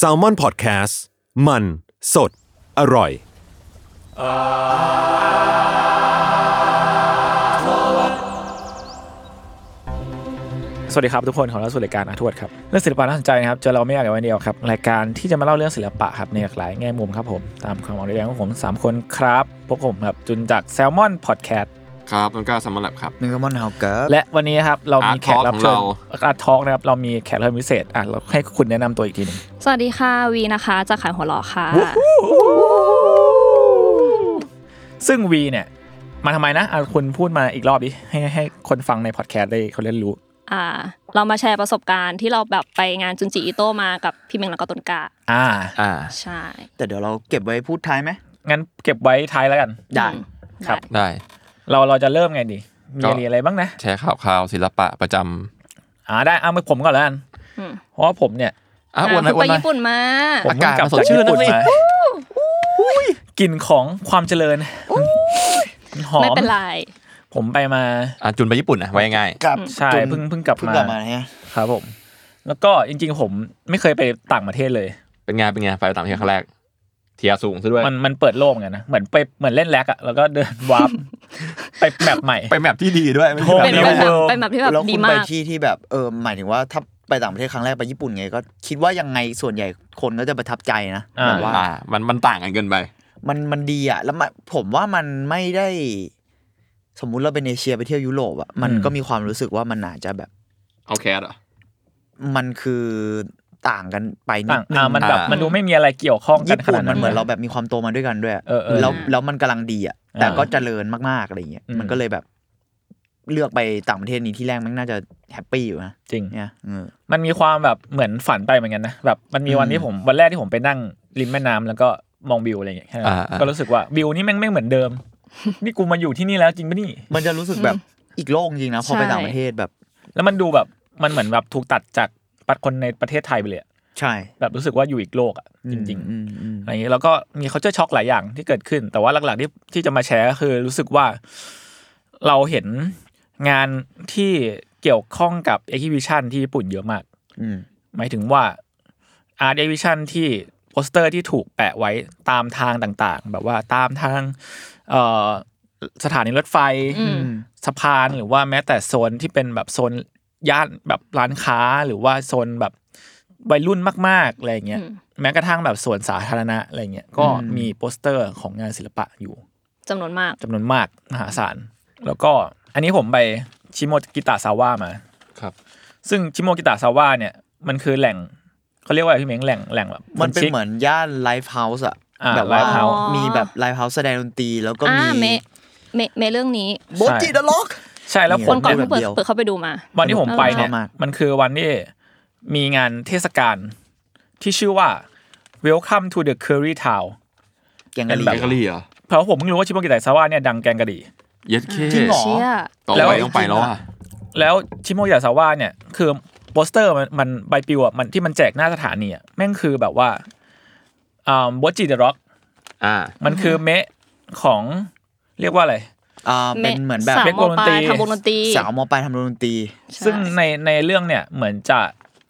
s a l m o n PODCAST มันสดอร่อย สวัสดีครับทุกคนของเราสู่รายการอาทวดครับเรื่องศิลปะน่าสนใจนะครับเจอเราไม่อยากเดียวไว้เดียวครับรายการที่จะมาเล่าเรื่องศิลปะครับในหลากหลายแง่มุมครับผมตามความมองแรงของผมสามคนครับพวกผมครับจุนจากแซลมอนพอดแคสต์ ครับมันก็สำหรับครับ หนึ่งก็มอนเฮาเกิร์ และวันนี้ครับเรามี Art แขกรับเชิญ Talk ของ อาร์ทอล์กนะครับเรามีแขกรับเชิญพิเศษอ่ะเราให้คุณแนะนำตัวอีกทีหนึง สวัสดีค่ะ วีนะคะ จากขายหัวเราะค่ะ ซึ่งวีเนี่ยมาทำไมนะอ่ะคุณพูดมาอีกรอบดิให้ให้คนฟังในพอดแคสต์ได้เขาเรียนรู้ อ่า เรามาแชร์ประสบการณ์ที่เราแบบไปงานจุนจิอิโต้มากับพี่เมงแล้วก็ตุนกา อ่า อ่า ใช่ แต่เดี๋ยวเราเก็บไว้พูดท้ายไหม งั้นเก็บไว้ท้ายแล้วกัน ได้ อืม ครับ ได้ ได้ เราเราจะเริ่มไงดีมี ก็ อะไรบ้างนะ แชร์ข่าวคราวศิลปะประจ อ่าได้เอามือผมก่อนแล้วกัน อืม เพราะว่าผมเนี่ย ำอ่ะอ้วนหนะ เพิ่อ้วนงหไปนะ ญี่ปุ่นมา ผม อากาศ เพิ่มันงกลับสด จาก ชื่น ญี่ปุ่น นะสิ มากลิ่นของความเจริญมันหอม ไม่เป็นไร ผมไปมา อ่ะจุนไปญี่ปุ่นนะไว้ง่าย กลับ ใช่ จน เพิ่งเพิ่งกลับ เพิ่ง มา กลับมาเนี่ย ครับผม แล้วก็จริง ๆ ผมไม่เคยไปต่างประเทศเลย ๆเป็นไงเป็นไงไปต่างประเทศครั้งแรก เทียร์สูงซะด้วย มันมันเปิดโล่งไงนะเหมือนไปเหมือนเล่นแลกอะแล้วก็เดินวาร์ป ไปแบบใหม่ ไปแมปที่ดีด้วย ไม่ใช่ โอ้ แบ เป็ บ น นี้ แบบ เวิลด์ เป็นแบบที่แบบ แล้ว ดี คุณ มา ไป ก ที่ที่แบบเออหมายถึงว่าถ้าไปต่างประเทศครั้งแรกไปญี่ปุ่นไงก็คิดว่ายังไงส่วนใหญ่คนก็จะประทับใจนะ อ่า แบบว่า อ่ะมันมันต่างกันเกินไป มันมันดีอ่ะแล้วมันผมว่ามันไม่ได้ สมมุติเราเป็นเอเชียไปเที่ยวยุโรปอ่ะมัน อืม ก็มีความรู้สึกว่ามันอาจจะแบบ เอาแคสอ่ะ มันคือต่างกันไปนิ ต่างดนึ อ่าง มันแบบ อ่ามั มันดูไม่มีอะไรเกี่ยวข้องกั ญี่ นข ปุ่ นาน ด มั นั้น น เหมือนเราแบบมีความโตมาด้วยกันด้วย เออเออ แล้วแล้วมันกำลังดีอ่ะแต่ อ่า ก็เจริญมากๆอะไรอย่างเงี้ย อืม มันก็เลยแบบเลือกไปต่างประเทศนี้ที่แรกมันน่าจะแฮปปี้อยู่นะ จริง เนี่ยเออ มันมีความแบบเหมือนฝันไปเหมือนกันนะแบบมันมีวันที่ผมวันแรกที่ผมไปนั่งริมแม่น้ำแล้วก็มองวิวอะไรอย่างเงี้ยแค่นั้น อ่าอ่า ก็รู้สึกว่าวิวนี่แม่งไม่เหมือนเดิม นี่กูมาอยู่ที่นี่แล้วจริงปะนี่ มันจะรู้สึกแบบอีกโลกจริงนะพอไป ใช่ ต่างประเทศแบบ แล้วมันดูแบบมันเหมือนแบบถูกตัดจากปัดคนในประเทศไทยไปเลยอะ ใช่ แบบรู้สึกว่าอยู่อีกโลกอ่ะจริง อืมอืม ๆอะไรอย่างเงี้ยแล้วก็มีเขาเจอช็อกหลายอย่างที่เกิดขึ้น แต่ว่าหลักๆที่ที่จะมาแชร์ก็คือรู้สึกว่า เราเห็นงานที่เกี่ยวข้องกับเอ็กซิบิชันที่ญี่ปุ่นเยอะมาก อืม หมายถึงว่าอาร์ต i อวิชั่นที่โปสเตอร์ที่ถูกแปะไว้ตามทางต่างๆ แบบว่าตามทางเอ่อสถานีรถไฟ อืม สะพานหรือว่าแม้แต่โซนที่เป็นแบบโซนย่านแบบร้านค้าหรือว่าโซนแบบวัยรุ่นมากๆอะไรอย่างเงี้ย อืม แม้กระทั่งแบบสวนสาธารณะอะไรเงี้ยก็มีโปสเตอร์ของงานศิลปะอยู่ จำนวนมาก จำนวนมากมหาศาล แล้วก็อันนี้ผมไปชิโมกิตะซาวะมา ครับ ซึ่งชิโมกิตะซาวะเนี่ยมันคือแหล่งเขาเรียกว่าอะไรพี่เม้งแหล่งแหล่งแบบ มันเป็น ชิค เหมือนย่านไลฟ์เฮาส์อะ อ่า แบบว่า Live House มีแบบไลฟ์เฮาส์แสดงดนตรีแล้วก็ อ่า มี เมเมเมเรื่องนี้ โบจิดะล็อก ใช่แล้ว เนี่ย ผ ค ม นก่อน เย เพิ่งเปิด เดียว เปิดเข้าไปดูมา วันที่ผมไป ช เนี่ อย บมาก มันคือวันที่มีงานเทศกาลที่ชื่อว่า Welcome to the Curry Town แกงกะหรี่ แบงกะลี่เหรอ เพราะผมเพิ่งรู้ว่าชิโมกิตะซาวะเนี่ยดังแกงกะหรี่ เย็ดเค จริงเหรอ เชี่ย ต่อ แล้ว ไปต้องไปแล้วอ่ะ แล้วชิโมกิตะซาวะเนี่ยคือโปสเตอร์มันมันใบปลิวอ่ะมันที่มันแจกหน้าสถานีอ่ะแม่งคือแบบว่าอ่าบอจิเดร็อก อ่า มันคือเมะของเรียกว่าอะไร อ่าเป็นเหมือนแบบ สาว เมฆ ม ว อง ดน ป ตรี ลายทำวงดนตรี สาวมอปลายทำดนตรี ใช่ ซึ่งในในเรื่องเนี่ยเหมือนจะ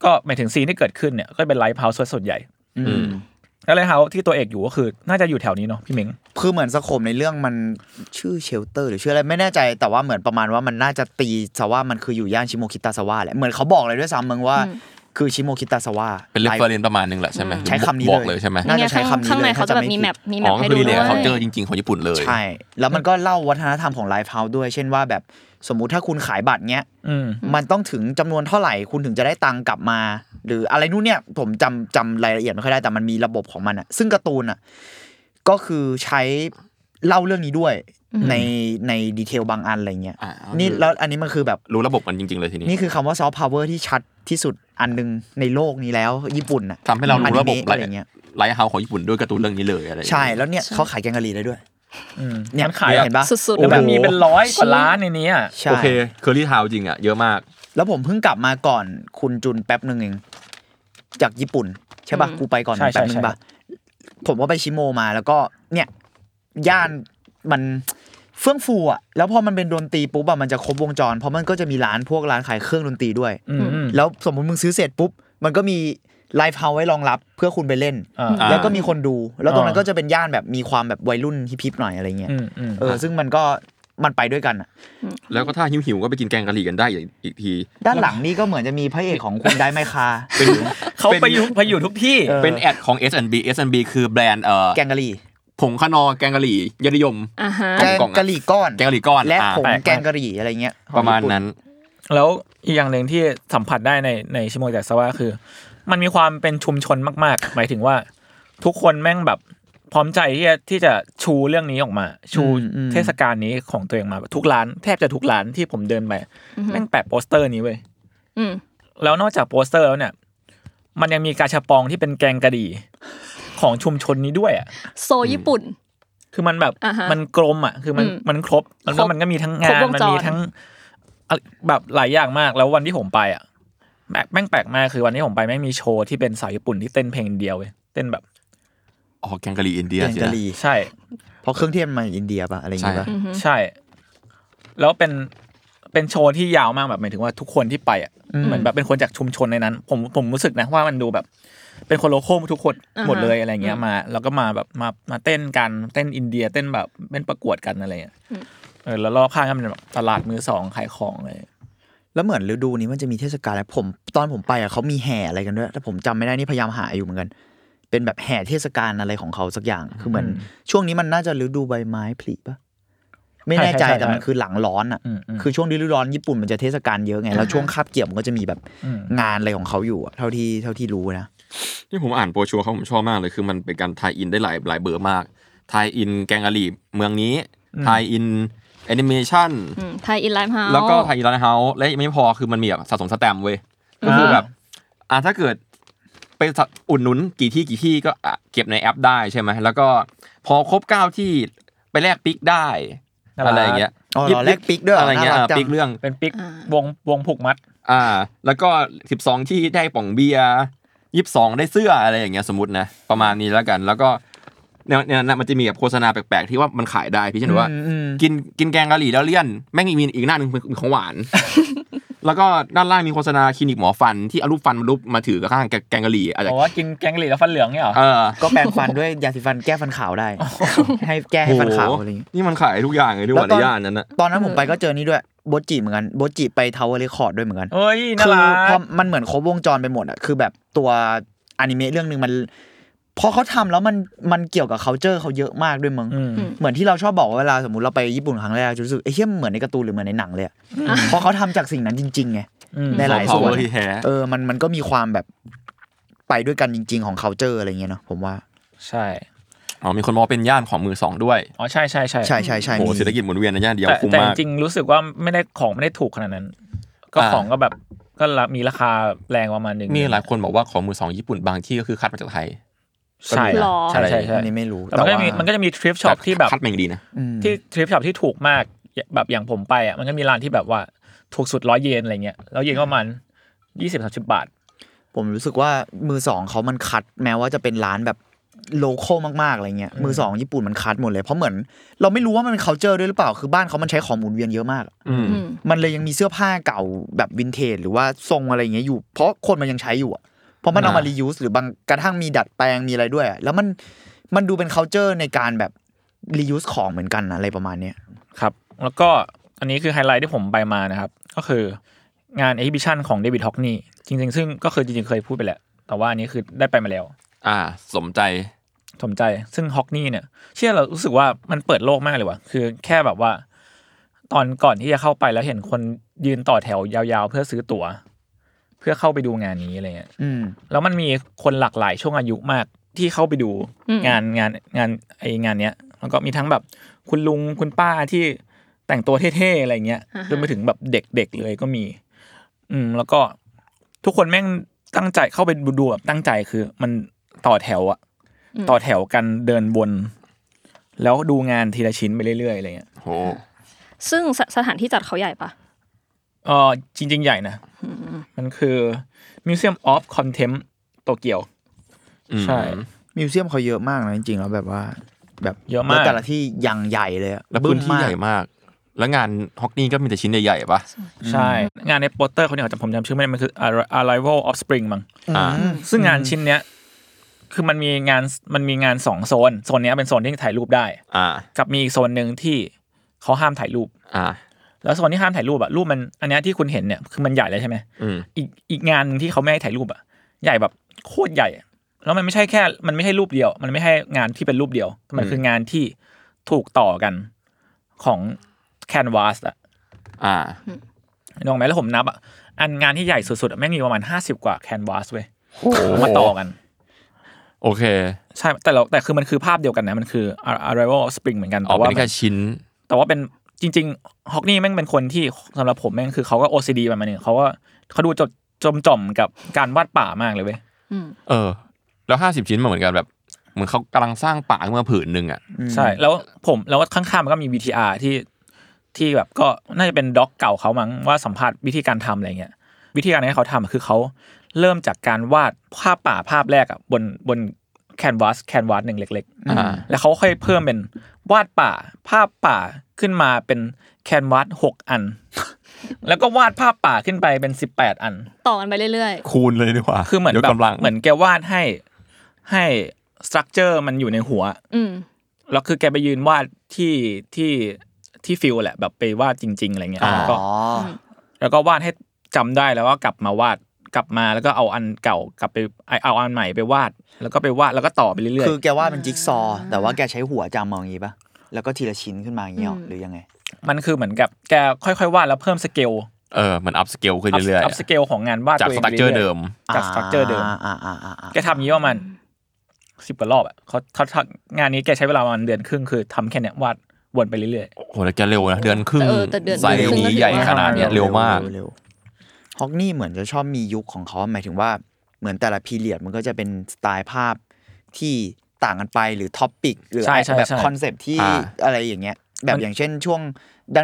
ก็หมายถึงซีนที่เกิดขึ้นเนี่ยก็เป็นไลฟ์เฮาส์ส่วนใหญ่ อื อื ม ม แล้วไลฟ์เฮาส์ที่ตัวเอกอยู่ก็คือ น่าจะอยู่แถวนี้เนาะพี่เม้ง คือเหมือนสโคมในเรื่องมันชื่อเชลเตอร์ หรือชื่ออะไรไม่แน่ใจแต่ว่าเหมือนประมาณว่ามันน่าจะตีซะว่ามันคืออยู่ย่านชิโมคิตาซาวะแหละเหมือนเขาบอกเลยด้วยซ้ำมึงว่า คือชิโมคิตาซาวะ เป็นเรฟเฟอร์เรนประมาณนึงแหละใช่ไหม ใช้คำนี้ บอก เลเลยยใช่ไหม น่าจะ ไง ใช้คำนี้ ข้างใน เลย เขาจะแบถ้าจำบไม่ มีแมปมีแม อ๋อ ป ก็ ให้ คือ ดู รี ด้ เล วย ทเขาเจอจริง ๆ ของญี่ปุ่นเลย ใช่ แล้วมันก็เล่าวัฒนธรรมของไลฟ์เฮาส์ด้วย เช่นว่าแบบสมมุติถ้าคุณขายบัตรเนี้ย อืม มันต้องถึงจำนวนเท่าไหร่ คุณถึงจะได้ตังค์กลับมา หรืออะไรนู่นเนี่ย ผมจำจำรายละเอียดไม่ค่อยได้ แต่มันมีระบบของมันอะซึ่งการ์ตูนอะก็คือใช้เล่าเรื่องนี้ด้วย ในในดีเทลบางอันอะไรเงี้ย อ่านี่ นี่แล้วอันนี้มันคือแบบ รู้ระบบมันจริง ๆ เลยทีนี้ นี่คือคำว่าซอฟต์พาวเวอร์ที่ชัดที่สุด อันหนึงในโลกนี้แล้ว ญี่ปุ่นอ่ะ ทำให้เรารู้ระบบ อนิเม ไล อะไรเงี้ย ท์เฮาส์ของญี่ปุ่นด้วยการ์ตูนเรื่องนี้เลยอะไรอย่าง ใช่ เงี้ย แล้วเนี่ยเขาขายแกงกะหรี่ได้ด้วย อืม เนี่ย มันขาย เนี่ย เห็นปะ สุด โอ้ ๆ มั แบ น บ มีเป็นร้อยกว่าล้านในนี้อะ ใช่ โอเคเคอรี่ทาวจริงอ่ะเยอะมาก แล้วผมเพิ่งกลับมาก่อนคุณจุนแป๊บหนึ่งเองจากญี่ปุ่นใช่ปะ อืม กูไปก่อนแป๊บหนึ่งปะผมก็ไปชิโมมาแล้วก็เนี่ย ย่านมันเฟื่องฟูอ่ะแล้วพอมันเป็นดนตรีปุ๊บอะมันจะครบวงจรเพราะมันก็จะมีร้านพวกร้านขายเครื่องดนตรีด้วย อืมอืม แล้วสมมติมึงซื้อเสร็จปุ๊บ มันก็มีไลฟ์เฮาส์ไว้รองรับเพื่อคุณไปเล่น อ่า แล้วก็มีคนดู แล้วตรงนั้น อ่า ก็จะเป็นย่านแบบมีความแบบวัยรุ่นฮิปๆหน่อยอะไรเงี้ย อืมอืม เออซึ่งมันก็มันไปด้วยกันอะ แล้วก็ถ้าหิวหิวๆก็ไปกินแกงกะหรี่กันได้อีกอีกที ด้านหลังนี่ก็เหมือนจะมีพระเอกของคุณได้ไมคา เป็น เขาไปอยู่ไปอยู่ทุกที่ เออ เป็นแอดของ S&B S&B คือแบรนด์เอ่อ แกงกะหรี่ ผงขนอแกงกะหรี่ยอดนิยม อ่าฮะ ก แก ง ง กล่องอะ กะหรี่ก้อน แกงกะหรี่ก้อน และ อ่า ผง แปลกมาก แกงกะหรี่อะไรเงี้ยของ ประมาณ ญี่ปุ่ นั้น แล้วอีกอย่างหนึ่งที่สัมผัสได้ในในชิโมจากซาวะคือ มันมีความเป็นชุมชนมาก ๆ หมายถึงว่า ทุกคนแม่งแบบพร้อมใจที่จะที่จะชูเรื่องนี้ออกมา ชูเทศกาลนี้ของตัวเองมาทุกร้านแทบจะทุกร้านที่ผมเดินไปแม่งแปะโปสเตอร์นี้เว้ย อืม แล้วนอกจากโปสเตอร์แล้วเนี่ย มันยังมีกาชาปองที่เป็นแกงกะหรี่ของชุมชนนี้ด้วยอ่ะ โซญี่ปุ่น คือมันแบบ อ่าฮะ มันกลมอ่ะคือมัน อืม มันครบมัน คร ก็ บ มันก็มีทั้ง ครบ งาน วงจร มันมีทั้งอะไรแบบหลายอย่างมากแล้ววันที่ผมไปอ่ะแม่งแม่งแปลกมากคือวันที่ผมไปแม่งมีโชว์ที่เป็นสาวญี่ปุ่นที่เต้นเพลงเดียวเว้ยเต้นแบบ อ๋อแกงกะหรี่อินเดีย แกง สิ กะ นะ หรี่ ใช่ เพราะเครื่องเทศมันมาจากอินเดียป่ะอะไรเงี้ยป่ะ ใช่ ใช่ แล้วเป็นเป็นโชว์ที่ยาวมากแบบหมายถึงว่าทุกคนที่ไปอ่ะเหมือนแบบเป็นคนจากชุมชนในนั้น ผมผมรู้สึกนะว่ามันดูแบบ เป็นคนโลโก้ทุกคนหมดเลยอะไรเงี้ยมา แล้วก็มาแบบมามาเต้นกันเต้นอินเดียเต้นแบบเต้นประกวดกันอะไรเงี้ย เออแล้วรอบข้างก็เป็นแบบตลาดมือสองขายของเลย แล้วเหมือนฤดูนี้มันจะมีเทศกาลแล้วผมตอนผมไปอ่ะเขามีแห่อะไรกันด้วยแต่ผมจำไม่ได้นี่พยายามหาอยู่เหมือนกัน เป็นแบบแห่เทศกาลอะไรของเขาสักอย่างคือเหมือน ช่วงนี้มันน่าจะฤดูใบไม้ผลิปะไม่แน่ใจ ใช่ใช่ แต่มันคือหลังร้อนอ่ะ อืมอืม คือช่วงฤดูร้อนญี่ปุ่นมันจะเทศกาลเยอะไง แล้วช่วงคาบเกี่ยวมันก็จะมีแบบงานอะไรของเขาอยู่อะเท่าที่เท่าที่รู้นะ ที่ผมอ่านโปรชัวร์เขาผมชอบมากเลยคือมันเป็นการทายอินได้หลายหลายเบอร์มากทายอินแกงกะหรี่เมืองนี้ทายอินแอนิเมชัน อืมไทยอินไลฟ์เฮา แล้วก็ทายอินร้านเฮาส์และยังไม่พอคือมันมีแบบสะสมสแตมป์เว้ยก็คือแบบอ่ะถ้าเกิดไปสะอุดหนุนกี่ที่กี่ที่ก็อ่ะเก็บในแอปได้ใช่ไหมแล้วก็พอครบเก้าที่ไปแลกปิกได้ น่ารัก อะไรอย่างเงี้ย อ๋อเหรอแลกปิกด้วยเหรอ อะไรเงี้ย น่ารัก อ่ะ จัง ปิกเรื่อง เป็นปิกวงวงผูกมัด อ่า แล้วก็สิบสองที่ได้ป่องเบียร์ยี่สิบสองได้เสื้ออะไรอย่างเงี้ยสมมตินะประมาณนี้แล้วกัน แล้วก็เนี่ยเนี่ยนะมันจะมีแบบโฆษณาแปลกๆที่ว่ามันขายได้พี่เช่นว่า อืมอืม กินกินแกงกะหรี่แล้วเลี่ยนแม่งมีอีกหน้าหนึ่งเป็นของห วาน แล้วก็ด้านล่างมีโฆษณาคลินิกหมอฟันที่เอารูปฟันมารูปมาถือกับข้างแกงกะหรี่อาจจะ บอกว่ากินแกงกะหรี่แล้วฟันเหลืองเนี่ยเหรอ เออ ก็แปรงฟันด้วยยาสีฟันแก้ฟันข าวได้ ให้แก้ให้ฟันขาว โอ้โห อะไรอย่างเงี้ย นี่มันขายทุกอย่างเลยด้วยในแล้วตอน ย่านนั้นนะ ตอนนั้นผมไปก็เจอนี่ด้วยโบจิเหมือนกันโบจิไปทาวเวอร์เรคคอร์ดด้วยเหมือนกัน เฮ้ยน่า คือ รั พอก มันเหมือนครบวงจรไปหมดอะคือแบบตัวอนิเมะเรื่องหนึ่งมันพอเขาทำแล้วมันมันเกี่ยวกับ c u เจอร์เขาเยอะมากด้วยมึง อืม เหมือนที่เราชอบบอกว่าเวลาสมมติเราไปญี่ปุ่นครั้งแรกจะรู้สึกไอ้เหี้ยมันเหมือนในการ์ตูนหรือเหมือนในหนังเลยอะเพราะเขาทำจากสิ่งนั้นจริงๆไง อืม ในหลายส่วน เที่แท้ เออ มัน มันก็มีความแบบไปด้วยกันจริง ๆ ของ c u เจอร์อะไรเงี้ยเนาะ ผมว่า ใช่ อ๋อมีคนมองว่าเป็นย่านของมือสองด้วย อ๋อใช่ใช่ใช่ ใช่ใช่ใช่ โอ้โห มี เศรษฐกิจหมุนเวียนในย่านเดียว แต่ คุ้ม แต่จ มาก ริงๆรู้สึกว่าไม่ได้ของไม่ได้ถูกขนาดนั้น ก็ อ่า ของก็แบบก็ละมีราคาแรงประมาณหนึ่ง มีหลายคนบอกว่าของมือสองญี่ปุ่นบางที่ก็คือคัดมาจากไทย ใช่ ก็มีหรอ ใช่ใช่ใช่ อันนี้ไม่รู้ แต่มันก็จะมีมันก็จะมีทริปช็อปที่แบบ คัดเมงดีนะ อืม ที่ทริปช็อปที่ถูกมากแบบอย่างผมไปอ่ะมันก็มีร้านที่แบบว่าถูกสุดร้อยเยนอะไรเงี้ยแล้วเยนก็ประมาณยี่สิบสามสิบบาท ผมรู้สึกว่ามือสองเขามันคัดแม้ว่าจะเป็นร้านแบบโลโก้มากๆอะไรเงี้ย มือสองญี่ปุ่นมันคัดหมดเลย เพราะเหมือน เราไม่รู้ว่ามัน c u เจอร์ด้วยหรือเปล่า คือบ้านเขามันใช้ของหมุนเวียนเยอะมาก อืม อืม มันเลยยังมีเสื้อผ้าเก่าแบบวินเทจหรือว่าทรงอะไรอย่างเงี้ยอยู่ เพราะคนมันยังใช้อยู่อะเพราะมันเอามา อ่า รียูสหรือบางกระทั่งมีดัดแปลงมีอะไรด้วยอะแล้วมันมันดูเป็น c u เจอร์ในการแบบรียูสของเหมือนกันนะอะไรประมาณเนี้ย ครับแล้วก็อันนี้คือไฮไลท์ที่ผมไปมานะครับ ก็คืองานเอ็กซิบิชันของเดวิดฮอกนี่จริงๆ ซึ่งก็คือจริงๆ เคยพูดไปแหละ แต่ว่าอันนี้คือได้ไปมาแล้ว อ่า สมใจ สนใจซึ่งฮอกนี่เนี่ย เชื่อเรารู้สึกว่ามันเปิดโลกมากเลยว่ะ คือแค่แบบว่า ตอนก่อนที่จะเข้าไปแล้วเห็นคนยืนต่อแถวยาวๆ เพื่อซื้อตั๋ว เพื่อเข้าไปดูงานนี้อะไรเงี้ย อืม แล้วมันมีคนหลากหลายช่วงอายุมากที่เข้าไปดู อืม งานงานงานไองานเนี้ยแล้วก็มีทั้งแบบคุณลุงคุณป้าที่แต่งตัวเท่ๆอะไรเงี้ยจนไปถึงแบบเด็กๆเลยก็มี อืม แล้วก็ทุกคนแม่ง ตั้งใจเข้าไปดูแบบตั้งใจคือมันต่อแถวอะ อืม ต่อแถวกันเดินวน แล้วดูงานทีละชิ้นไปเรื่อยๆอะไรเงี้ย โห ซึ่งสสถานที่จัดเขาใหญ่ปะ เออจริง ๆ ใหญ่นะ มันคือ Museum of Contempt โตเกียว อืม ใช่ มิวเซียมเขาเยอะมากนะจริงๆแล้วแบบว่า แบบ เยอะมาก แล้วแต่ละที่อยังใหญ่เลยอะ แล้วพื้นที่ บึ้ม ให มา ญ่ ก มาก แล้วงานฮอกนี่ก็มีแต่ชิ้นใหญ่ๆปะ ใช่ งานในโปสเตอร์เขาเนี่ยผมจำชื่อไม่ได้มันคือ Arri- Arrival of Spring มั้ง อ่า ซึ่งงานชิ้นเนี้ยคือมันมีงานมันมีงานสองโซน โซนเนี้ยเป็นโซนที่ถ่ายรูปได้ อ่า กับมีอีกโซนหนึ่งที่เขาห้ามถ่ายรูป อ่า แล้วโซนที่ห้ามถ่ายรูปอะรูปมันอันเนี้ยที่คุณเห็นเนี่ยคือมันใหญ่เลยใช่ไหม อืม อีกอีกงานหนึ่งที่เขาไม่ให้ถ่ายรูปอะใหญ่แบบโคตรใหญ่อะแล้วมันไม่ใช่แค่ มันไม่ใช่รูปเดียว มันไม่ใช่งานที่เป็นรูปเดียว มันคืองานที่ถูกต่อกันของแคนวาสอะ อ่า นึกออกไหมแล้วผมนับอะอันงานที่ใหญ่สุดๆอะแม่งมีประมาณห้าสิบกว่าแคนวาสเว้ยมาต่อกัน โอเค ใช่แต่เราแต่คือมันคือภาพเดียวกันนะ มันคือ arrival of spring เหมือนกัน ออก แต่ว่า เป็นแค่ชิ้น แต่ว่าเป็นจริงๆฮอกนี่แม่งเป็นคนที่สำหรับผมแม่งคือเขาก็ OCD ประมาณหนึงเขาก็เขาดูจดจมจ่อมกับการวาดป่ามากเลยเว้ย อืม เออ แล้วห้าสิบชิ้นมาเหมือนกันแบบเหมือนเขากำลังสร้างป่าขึ้นมาผืนหนึ่งอ่ะ ใช่แล้วผมแล้วข้างๆมันก็มี VTR ที่ที่แบบก็น่าจะเป็นด็อกเก่าเขามั้งว่าสัมภาษณ์วิธีการทำอะไรเงี้ยวิธีการที่เขาทำอะคือเขาเริ่มจากการวาดภาพป่าภาพแรกอะบนบนแคนวาสแคนวาสหนึ่งเล็ก ๆ อ่า แล้วเขาค่อยเพิ่มเป็นวาดป่า ภาพป่าขึ้นมาเป็นแคนวาสหกอัน แล้วก็วาดภาพป่าขึ้นไปเป็นสิบแปดอัน ต่อกันไปเรื่อย คูณเลยดีกว่า คือเหมือน ยก แบบ กำลัง เหมือนแกวาดให้ให้สตรัคเจอร์มันอยู่ในหัว ๆ อืม แล้วคือแกไปยืนวาดที่ที่ที่ฟิลแหละแบบไปวาดจริง ๆอะไรเงี้ย อ๋ แล้วก็ อ แล้วก็วาดให้จำได้แล้วก็กลับมาวาดกลับมาแล้วก็เอาอันเก่ากลับไปเอาอันใหม่ไปวาด แล้วก็ไปวาดแล้วก็ต่อไปเรื่อยๆ คือแกว่าดเป็นจิ๊กซอว์แต่ว่าแกใช้หัวจำเอาอย่างงี้ปะแล้วก็ทีละชิ้นขึ้นมาอย่างงี้หรอ อืม หรือยังไง มันคือเหมือนกับแกค่อยๆวาดแล้วเพิ่มสเกล เออเหมือนอัพสเกลขึ้นเรื่อยๆ อัพ อะ สเกลของงานวาด จาก ว ส ง ตั๊กเจอร์ ยๆ เดิม จากสตั๊กเจอร์เดิม อ่าอ่าอ่าอ่า แกทำอย่างนี้ประมาณสิบกว่ารอบอ่ะเขาเขาเขางานนี้แกใช้เวลาประมาณเดือนครึ่งคือทำแค่เนี้ยวาดวนไปเรื่อย โอ้โหแล้วแกเร็วนะ เดือนครึ่ง แต่เออแต่เดือน สาย เดือนครึ่งก็ นี้ ถือว่า ใหญ่ขนาดเนี้ยเร็วมาก เร็วฮอกนี่เหมือนจะชอบมียุคของเขาหมายถึงว่าเหมือนแต่ละพีเรียดมันก็จะเป็นสไตล์ภาพที่ต่างกันไปหรือท็อปปิกหรือ ใช่ใช่ แบบ ใช่ คอนเซปที่ อ่า อะไรอย่างเงี้ย แบบ มัน อย่างเช่นช่วง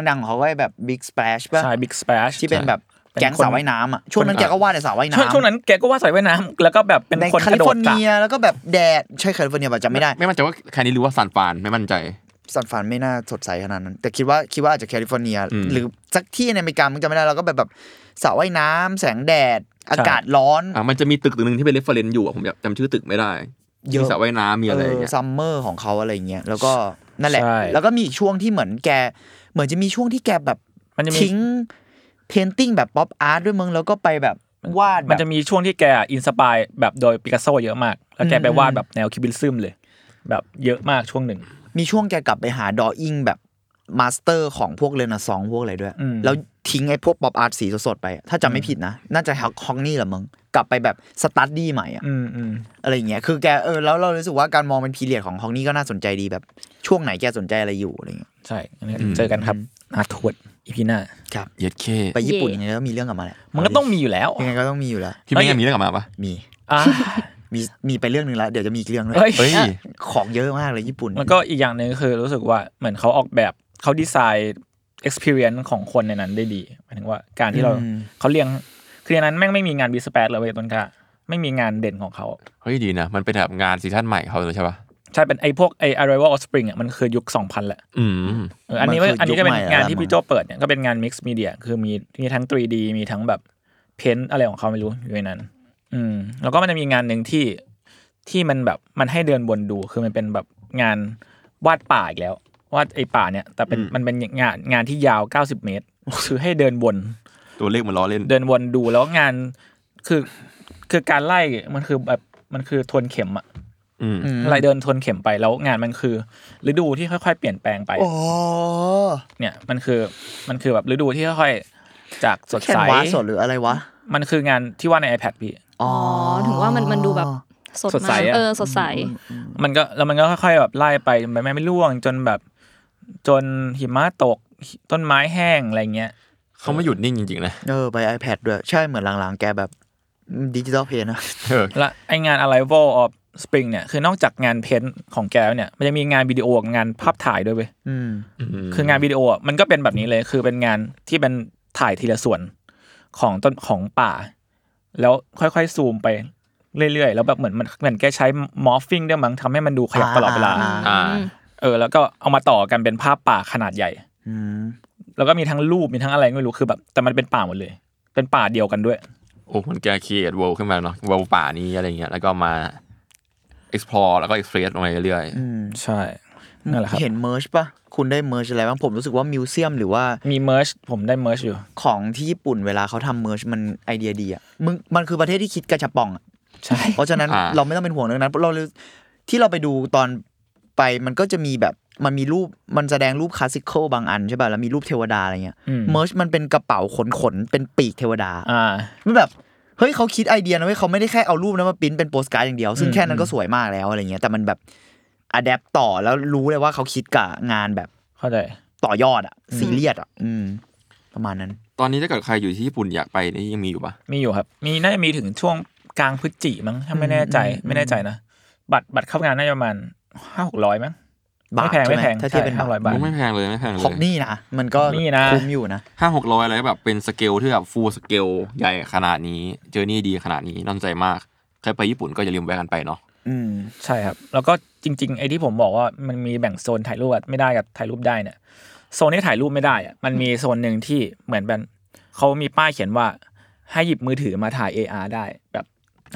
ดังๆของเขาก็แบบ Big Splash ๆ ป่ะ ใช่บิ๊กสเปรช ที่เป็นแบบ เป็น แก๊ง คน สาวว่ายน้ำอ่ะช่วงนั้นแกก็วาดแต่สาวว่ายน้ำ ช่วงนั้นแกก็วาดใส่ไว้น้ำแล้วก็แบบเป็น ใน คน แค กระลิโด ฟอ ด ร์ ตะ เนียแล้วก็แบบแดดใช่แคลิฟอร์เนียป่ะจำไม่ได้ ไม่มั่นใจว่าแค่นี้หรือว่าซานฟรานไม่มั่นใจ สันฟรานไม่น่าสดใสขนาดนั้น แต่คิดว่าคิดว่าอาจจะแคลิฟอร์เนีย อืม หรือสักที่ในอเมริกามึงจำไม่ได้เราก็แบบแบบสระว่ายน้ำแสงแดด อากาศร้อน อ่ะมันจะมีตึกตึกหนึ่งที่เป็นเรฟเฟรนซ์อยู่อะผมจำชื่อตึกไม่ได้ เยอะ มีสระว่ายน้ำมีอะไรอย่างเงี้ย ซัมเมอร์ของเขาอะไรเงี้ยแล้วก็นั่นแหละ ใช่ แล้วก็มีอีกช่วงที่เหมือนแก เหมือนจะมีช่วงที่แกแบบ มันจะมี ทิ้งเพนติ้งแบบป๊อปอาร์ตด้วยมึงแล้วก็ไปแบบวาด มัน แบ จะ บ มีช่วงที่แกอินสปายแบบโดยปิกัสโซเยอะมาก แล้วแกไป อืม วาดแบบแนวคิวบิซึมเลย แบบเยอะมากช่วงหนึ่ง มีช่วงแกกลับไปหาดออิงแบบมาสเตอร์ของพวกเรนซองพวกอะไรด้วย อืม แล้วทิ้งไอ้พวกป๊อปอาร์ตสีสดๆไปอะถ้าจำไม่ผิดนะ น่าจะฮองนี่แหละมึงกลับไปแบบสตัดดี้ใหม่อะ อืมอืม อะไรอย่างเงี้ย คือแก เออ แล้วเรารู้สึกว่าการมองเป็นพีเรียดของฮองนี่ก็น่าสนใจดีแบบ ช่วงไหนแกสนใจอะไรอยู่อะไรเงี้ย ใช่อันนี้ อืม เจอกันครับอาทวดอีพีหน้า ครับ เย็ดเค ไปญี่ปุ่นยังไงก็มีเรื่องกลับมาแหละ มันก็ต้องมีอยู่แล้ว ยังไงก็ต้องมีอยู่แล้ว พี่ไม่ยังมีเรื่องกลับมาปะ มี อ่ะ มี มีไปเรื่องหนึ่งแล้ว เดี๋ยวจะมีอีกเรื่องด้วย เอ้ย เฮ้ย ของเยอะมากเลยญี่ปุ่น แล้วก็อีกอย่างหนึ่งคือรู้สึกว่าเหมือนเขาออกแบบเขาดีไซน์ experience ของคนในนั้นได้ดีหมายถึงว่าการที่เรา อืม เขาเรียงคือในนั้นแม่งไม่มีงานบีสเปซเลยเว้ยต้นกล้าไม่มีงานเด่นของเขา เฮ้ยดีนะ มันเป็นแบบงานซีซั่นใหม่เขาเลยใช่ปะ ใช่เป็นไอ้พวกไอ้ arrival of spring อ่ะมันคือยุค 2000 แหละ อืม เอออันนี้ก็ มัคื อันนี้ก็เป็นงานที่พี่โจ ยุคใหม่แล้วล่ะ เปิดเนี่ยก็เป็นงาน mix media คือมีมีทั้ง 3D มีทั้งแบบเพ้นอะไรของเขาไม่รู้อยู่ในนั้น อืมแล้วก็มันจะมีงานหนึ่งที่ที่มันแบบมันให้เดินวนดูคือมันเป็นแบบงานวาดป่าอีกแล้ววาดไอ้ป่าเนี่ย แต่เป็น อืม มันเป็นงานงานที่ยาว 90 เมตร คือให้เดินวน ตัวเลขมันล้อเล่น เดินวนดูแล้วงานคือคือการไล่มันคือแบบมันคือทวนเข็มอะ อืม อืม ไล่เดินทวนเข็มไปแล้วงานมันคือฤดูที่ค่อย ๆ เปลี่ยนแปลงไป โอ้ เนี่ยมันคือมันคือแบบฤดูที่ค่อยๆจากสด แค่ ใส วาสดหรืออะไรวะ มันคืองานที่วาดใน iPad พี่ อ๋อ อ๋อถึงว่ามันมันดูแบบสด สดใส มาก อะ เออสดใส มันก็แล้วมันก็ค่อยๆแบบไล่ไปใบไม้ไม่ร่วง จนแบบจนหิมะตกต้นไม้แห้งอะไรเงี้ย เขาไม่หยุดนิ่งจริงๆนะ เออ ไป iPad ด้วย ใช่ เหมือนหลังๆ แกแบบ ดิจิตอลเพย์นะ เออ และไองาน Arrival of Spring เนี่ยคือนอกจากงานเพ้นท์ของแกแล้วเนี่ย มันจะมีงานวิดีโอกับงานภาพถ่ายด้วยเว้ย อืม คืองานวิดีโออะมันก็เป็นแบบนี้เลย คือเป็นงานที่เป็นถ่ายทีละส่วนของต้นของป่า แล้วค่อยๆซูมไปเรื่อยๆ แล้วแบบเหมือนมันเหมือนแกใช้มอฟฟิ้งด้วยมั้งทำให้มันดูขยับตลอดเวลา อ่า อ่า เออ แล้วก็เอามาต่อกันเป็นภาพป่าขนาดใหญ่ อืม แล้วก็มีทั้งรูปมีทั้งอะไรไม่รู้คือแบบ แต่มันเป็นป่าหมดเลย เป็นป่าเดียวกันด้วย โอ้มันแกค r ีเอทเวิลด์ขึ้นมาเนาะเวิลด์ป่านี้อะไรเงี้ยแล้วก็มา explore แล้วก็ express ลงไปเรื่อย อืม ใช่นั่นแหละครับ เห็นเม r ร์ชปะคุณได้เม r ร์ชอะไรบ้างผมรู้สึกว่ามิวเซียมหรือว่า มีเมิร์ชผมได้เมิร์ชอยู่ ของที่ญี่ปุ่นเวลาเขาทำเม r ร์ชมันไอเดียดีอ่ะมึงมันคือประเทศที่คิดกระชับป องอะ ใช่ เพราะฉะนั้น อ่า เราไม่ต้องเป็นห่วงเรื่องนั้นเพราะเราเลยที่เราไปดูตอนไปมันก็จะมีแบบมันมีรูปมันแสดงรูปคลาสสิคอลบางอันใช่ป่ะแล้วมีรูปเทวดาอะไรเงี้ย อืม เมอร์ชมันเป็นกระเป๋าขนขนๆเป็นปีกเทวดา อ่า มันแบบเฮ้ยเขาคิดไอเดียนะเว้ยเขาไม่ได้แค่เอารูปนั้นมาปริ้นเป็นโปสการ์ดอย่างเดียว ซึ่ง อืม แค่นั้นก็สวยมากแล้วอะไรเงี้ยแต่มันแบบอัดแอปต่อแล้วรู้เลยว่าเขาคิดกับงานแบบ เข้าใจ ต่อยอดอะซีเรียสอะอืม ประมาณนั้น ๆ ตอนนี้ถ้าเกิดใครอยู่ที่ญี่ปุ่นอยากไปนี่ยังมีอยู่ปะ มีอยู่ครับ มีน่าจะมีถึงช่วงกลางพฤศจิมั้งถ้าไม่แน่ใจไม่แน่ใจนะ บัตรบัตรเข้างานน่าจะประมาณห้าหกร้อยมั้ง บาท ไม่แพง ใช่ไหม ไม่แพง ถ้าเทียบเป็น ใช่500บาท โอ้ไม่แพงเลยไม่แพงเล ฮอก ย นี่นะมันก็ ฮอกนี่นะ คุ้มอยู่นะ ห้าหกร้อยอะไรแบบเป็นสเกลที่แบบ full สเกลใหญ่ขนาดนี้ เจอนี่ดีขนาดนี้น่าสนใจมากใครไปญี่ปุ่นก็อย่าลืมแวะกันไปเนาะ อืม ใช่ครับ แล้วก็จริง ๆ ไอ้ที่ผมบอกว่ามันมีแบ่งโซนถ่ายรูปกับไม่ได้กับถ่ายรูปได้เนี่ยโซนที่ถ่ายรูปไม่ได้อะมันมีโซนหนึ่งที่เหมือนเป็นเขามีป้ายเขียนว่าให้หยิบมือถือมาถ่าย AR ได้ แบบ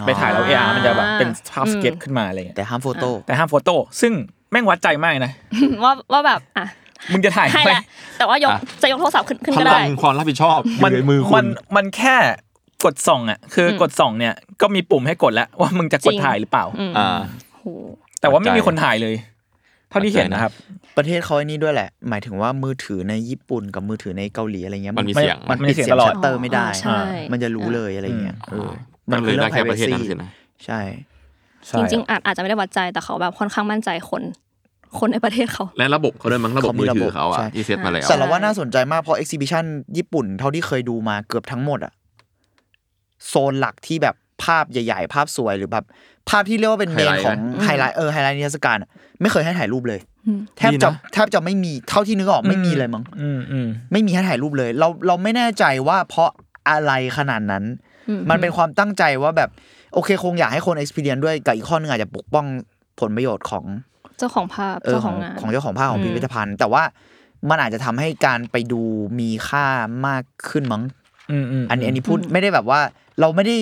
ไปถ่ายแล้ว AR มันจะแบบเป็นภาพสเก็ตขึ้นมาอะไรอย่างเงี้ย แต่ห้ามโฟโต้ แต่ห้ามโฟโต้ซึ่งแม่งวัดใจมากนะ ว่าว่าแบบอ่ะ มึงจะถ่าย ให้ ไหม แหละแต่ว่ายกจะยกโทรศัพท์ขึ้นขึ้น พ ก็ ลั ได้ งความรับผิดชอบอยู่ในมือคุ มั ณ นมันแค่กดส่องอ่ะ คืออกดส่องเนี่ยก็มีปุ่มให้กดแล้ว ว่ามึงจะกด จริง ถ่ายหรือเปล่า อืม อ่า โห แต่ว่าไม่มี เข้าใจ คนถ่ายเลย เท่าที่เห็นนะครับ ประเทศเขาไอ้นี่ด้วยแหละ หมายถึงว่ามือถือในญี่ปุ่นกับมือถือในเกาหลีอะไรเงี้ย มันมีเสียง มัน มันมี ปิด เสียง เสียง ตลอด ชัตเตอร์ไม่ได้ ใช่ มันจะรู้เลยอะไรเงี้ยเออ มันเลยได้แค่ประเทศ ไพว นั้นสินะ ใช่ จริงๆอาจอาจจะไม่ได้วัดใจแต่เขาแบบค่อนข้างมั่นใจคน คนในประเทศเขา และระบบเขาด้วยมั้งระบบมือถือเขาอะที่เซตมาแล้ว ใช่ สารว่าน่าสนใจมากเพราะ Exhibition ญี่ปุ่นเท่าที่เคยดูมาเกือบทั้งหมดอะโซนหลักที่แบบภาพใหญ่ ๆ ภาพสวยหรือแบบภาพที่เรียกว่าเป็นเมน highlight ของ ไหม ไฮไลท์เออไฮไลท์นิทรรศการอะไม่เคยให้ถ่ายรูปเลย อืม แทบจะ ดีนะ แทบจะไม่มีเท่าที่นึกออกไม่มีเลยมั้ง อืมอืม ไม่มีให้ถ่ายรูปเลย เราเราไม่แน่ใจว่าเพราะอะไรขนาดนั้น อืม มันเป็นความตั้งใจว่าแบบ โอเคคงอยากให้คน experience ด้วยกับอีกข้อนึงอาจจะปกป้องผลประโยชน์ของ เจ้าของภาพ เออ เจ้า ข ข อ อง งงาน ของเจ้าของภาพของ อืม พิพิธภัณฑ์ แต่ว่ามันอาจจะทำให้การไปดูมีค่ามากขึ้นมั้ง อืมอืม อันนี้อันนี้พูดไม่ได้แบบว่า เราไม่ได้